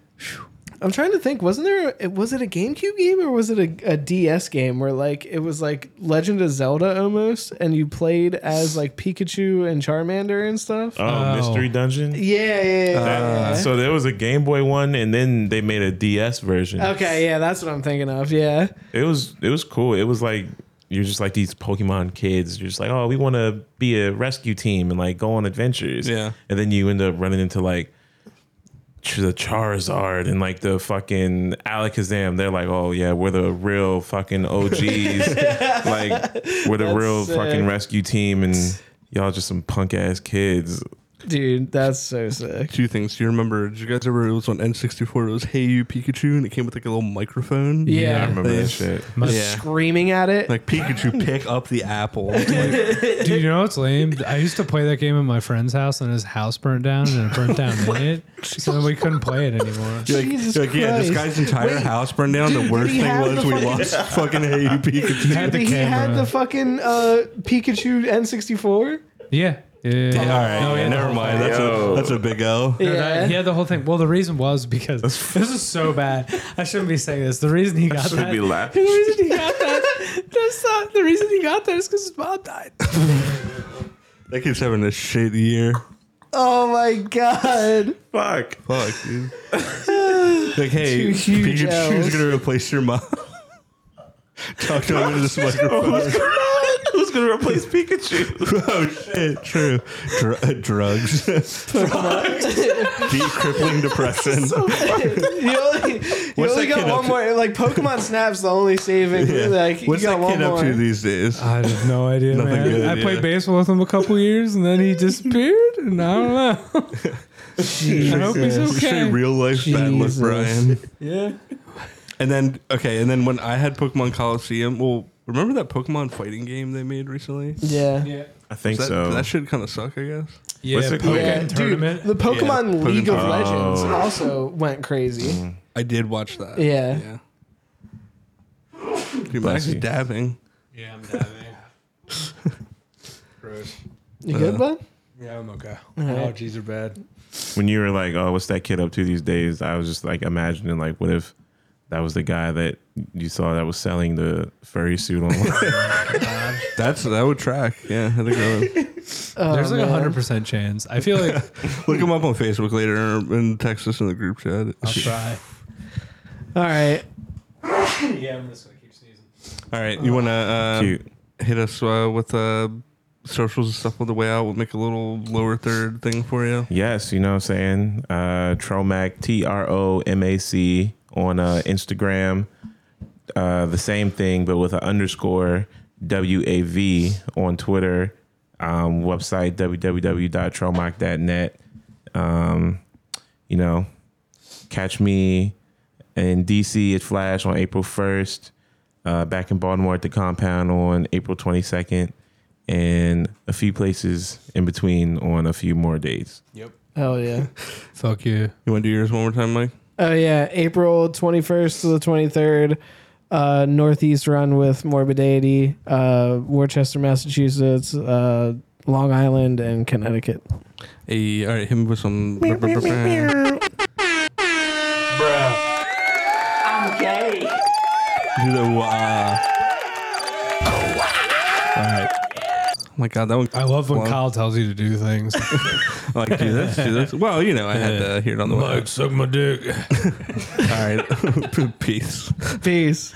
Speaker 3: I'm trying to think. Wasn't there? a- Was it a GameCube game or was it a, a DS game where like it was like Legend of Zelda almost, and you played as like Pikachu and Charmander and stuff?
Speaker 5: Oh,
Speaker 4: Oh.
Speaker 5: mystery dungeon.
Speaker 3: yeah, yeah, yeah.
Speaker 5: That-
Speaker 3: yeah.
Speaker 5: so there was a Game Boy one, and then they made a DS version.
Speaker 3: okay, yeah, that's what I'm thinking of. Yeah,
Speaker 5: It was it was cool. It was like you're just like these Pokemon kids. You're just like, oh, we want to be a rescue team and like go on adventures.
Speaker 1: Yeah.
Speaker 5: and then you end up running into like Ch- the Charizard and like the fucking Alakazam. They're like, oh yeah, we're the real fucking OGs. like we're the real
Speaker 3: sick.
Speaker 5: fucking rescue team, and y'all just some punk ass kids.
Speaker 3: dude, that's so sick.
Speaker 1: Two things. Do you remember? Did you guys ever? It was on N64. It was Hey You Pikachu, and it came with like a little microphone.
Speaker 5: I
Speaker 3: Yeah,
Speaker 5: remember that
Speaker 1: Nice.
Speaker 5: shit.
Speaker 1: Yeah.
Speaker 3: screaming at it.
Speaker 1: Like Pikachu, pick up the apple. Like,
Speaker 4: Do you know what's lame? I used to play that game at my friend's house, and his house burnt down, and it burnt down in it, so then we couldn't play it anymore.
Speaker 1: you're like,
Speaker 3: Jesus
Speaker 1: you're like, yeah, this
Speaker 3: Christ.
Speaker 1: guy's entire house burned down. the worst
Speaker 3: did he
Speaker 1: thing
Speaker 3: have
Speaker 1: was
Speaker 3: the
Speaker 1: we
Speaker 3: fucking-
Speaker 1: lost fucking Hey You Pikachu.
Speaker 4: Had the
Speaker 3: he had
Speaker 4: camera.
Speaker 3: the fucking uh, Pikachu N64.
Speaker 4: Yeah. Yeah. All right.
Speaker 1: yeah, never mind. That's a that's a big L.
Speaker 3: Yeah.
Speaker 4: He had the whole thing. Well, the reason was because this is so bad. I shouldn't be saying this. The reason he got
Speaker 5: Should
Speaker 4: that.
Speaker 5: be
Speaker 4: The
Speaker 5: laughing.
Speaker 4: reason he got that. That's not the reason he got that is because his mom died.
Speaker 1: That kid's having a shit year.
Speaker 3: Oh my god.
Speaker 5: Fuck.
Speaker 1: Fuck, dude. like, hey,
Speaker 3: Two huge
Speaker 1: Pikachu's
Speaker 3: Ls.
Speaker 1: gonna replace your mom. Talk to him into this microphone.
Speaker 5: Who's gonna replace Pikachu?
Speaker 1: Oh shit! True. Dr- uh, drugs. Deep crippling depression.
Speaker 3: You only, you
Speaker 1: What's
Speaker 3: only
Speaker 1: that
Speaker 3: got
Speaker 1: kid up
Speaker 3: one
Speaker 1: to?
Speaker 3: more. Like Pokemon Snap's the only saving. Like
Speaker 1: What's
Speaker 3: you got
Speaker 1: that
Speaker 3: one
Speaker 1: kid
Speaker 3: more. Uh,
Speaker 1: up to these days?
Speaker 4: I have no idea,
Speaker 1: Nothing
Speaker 4: man.
Speaker 1: good,
Speaker 4: I
Speaker 1: yeah.
Speaker 4: played baseball with him a couple years, and then he disappeared, and I don't know. I hope he's
Speaker 1: You say
Speaker 4: okay.
Speaker 1: real life bad luck,
Speaker 3: Jesus.
Speaker 1: Brian.
Speaker 3: yeah.
Speaker 1: And then okay, and then when I had Pokemon Coliseum, well, remember that Pokemon fighting game they made recently?
Speaker 3: Yeah.
Speaker 4: Yeah.
Speaker 5: I think
Speaker 1: That,
Speaker 5: so.
Speaker 1: that should kind of suck, I guess.
Speaker 4: Yeah.
Speaker 5: What's it
Speaker 4: Pokemon
Speaker 5: called? Yeah,
Speaker 3: dude,
Speaker 4: tournament.
Speaker 3: the Pokemon
Speaker 1: Yeah,
Speaker 3: League of
Speaker 1: Pokemon- Oh. Mm.
Speaker 3: Legends also went crazy.
Speaker 1: I did watch that.
Speaker 3: Yeah.
Speaker 1: Yeah. Dude, Max is
Speaker 5: you.
Speaker 1: dabbing.
Speaker 4: yeah, I'm diving. Gross.
Speaker 3: You good, bud?
Speaker 4: Yeah, I'm okay. Allergies are bad.
Speaker 5: when you were like, "Oh, what's that kid up to these days?" I was just like imagining, like, what if that was the guy that you saw that was selling the furry suit online?
Speaker 1: That's that would track. Yeah, I think that would.
Speaker 4: There's like a
Speaker 3: man.
Speaker 4: hundred percent chance. I feel like
Speaker 1: Look him up on Facebook later or in Texas in the group chat.
Speaker 4: I'll try.
Speaker 3: All right.
Speaker 4: yeah, I'm just gonna keep sneezing.
Speaker 1: All right, you want to uh,
Speaker 5: Cute.
Speaker 1: hit us uh, with uh, socials and stuff on the way out. We'll make a little lower third thing for you.
Speaker 5: yes, you know what I'm saying. Uh, Tromac, T R O M A C on uh, Instagram. Uh, the same thing, but with an underscore W A V on Twitter. Um, website www.tromock.net. Um, you know, catch me in DC at Flash on April 1st, uh, back in Baltimore at the compound on April 22nd, and a few places in between on a few more days.
Speaker 1: Yep.
Speaker 3: Hell yeah.
Speaker 4: Fuck you.
Speaker 1: You want to do yours one more time, Mike?
Speaker 3: Oh yeah, April twenty first to the twenty third. Uh, Northeast run with morbidity, uh, Worcester, Massachusetts, uh, Long Island, and Connecticut.
Speaker 1: Hey, all right, hit me with some.
Speaker 2: I'm gay.
Speaker 1: Do the wah. All right. Oh my god, that one.
Speaker 4: I love when
Speaker 1: Wow.
Speaker 4: Kyle tells you to do things.
Speaker 1: Like, do this, do this. Well, you know, I had to hear it on the way.
Speaker 4: suck my dick.
Speaker 1: All right. Peace.
Speaker 3: Peace.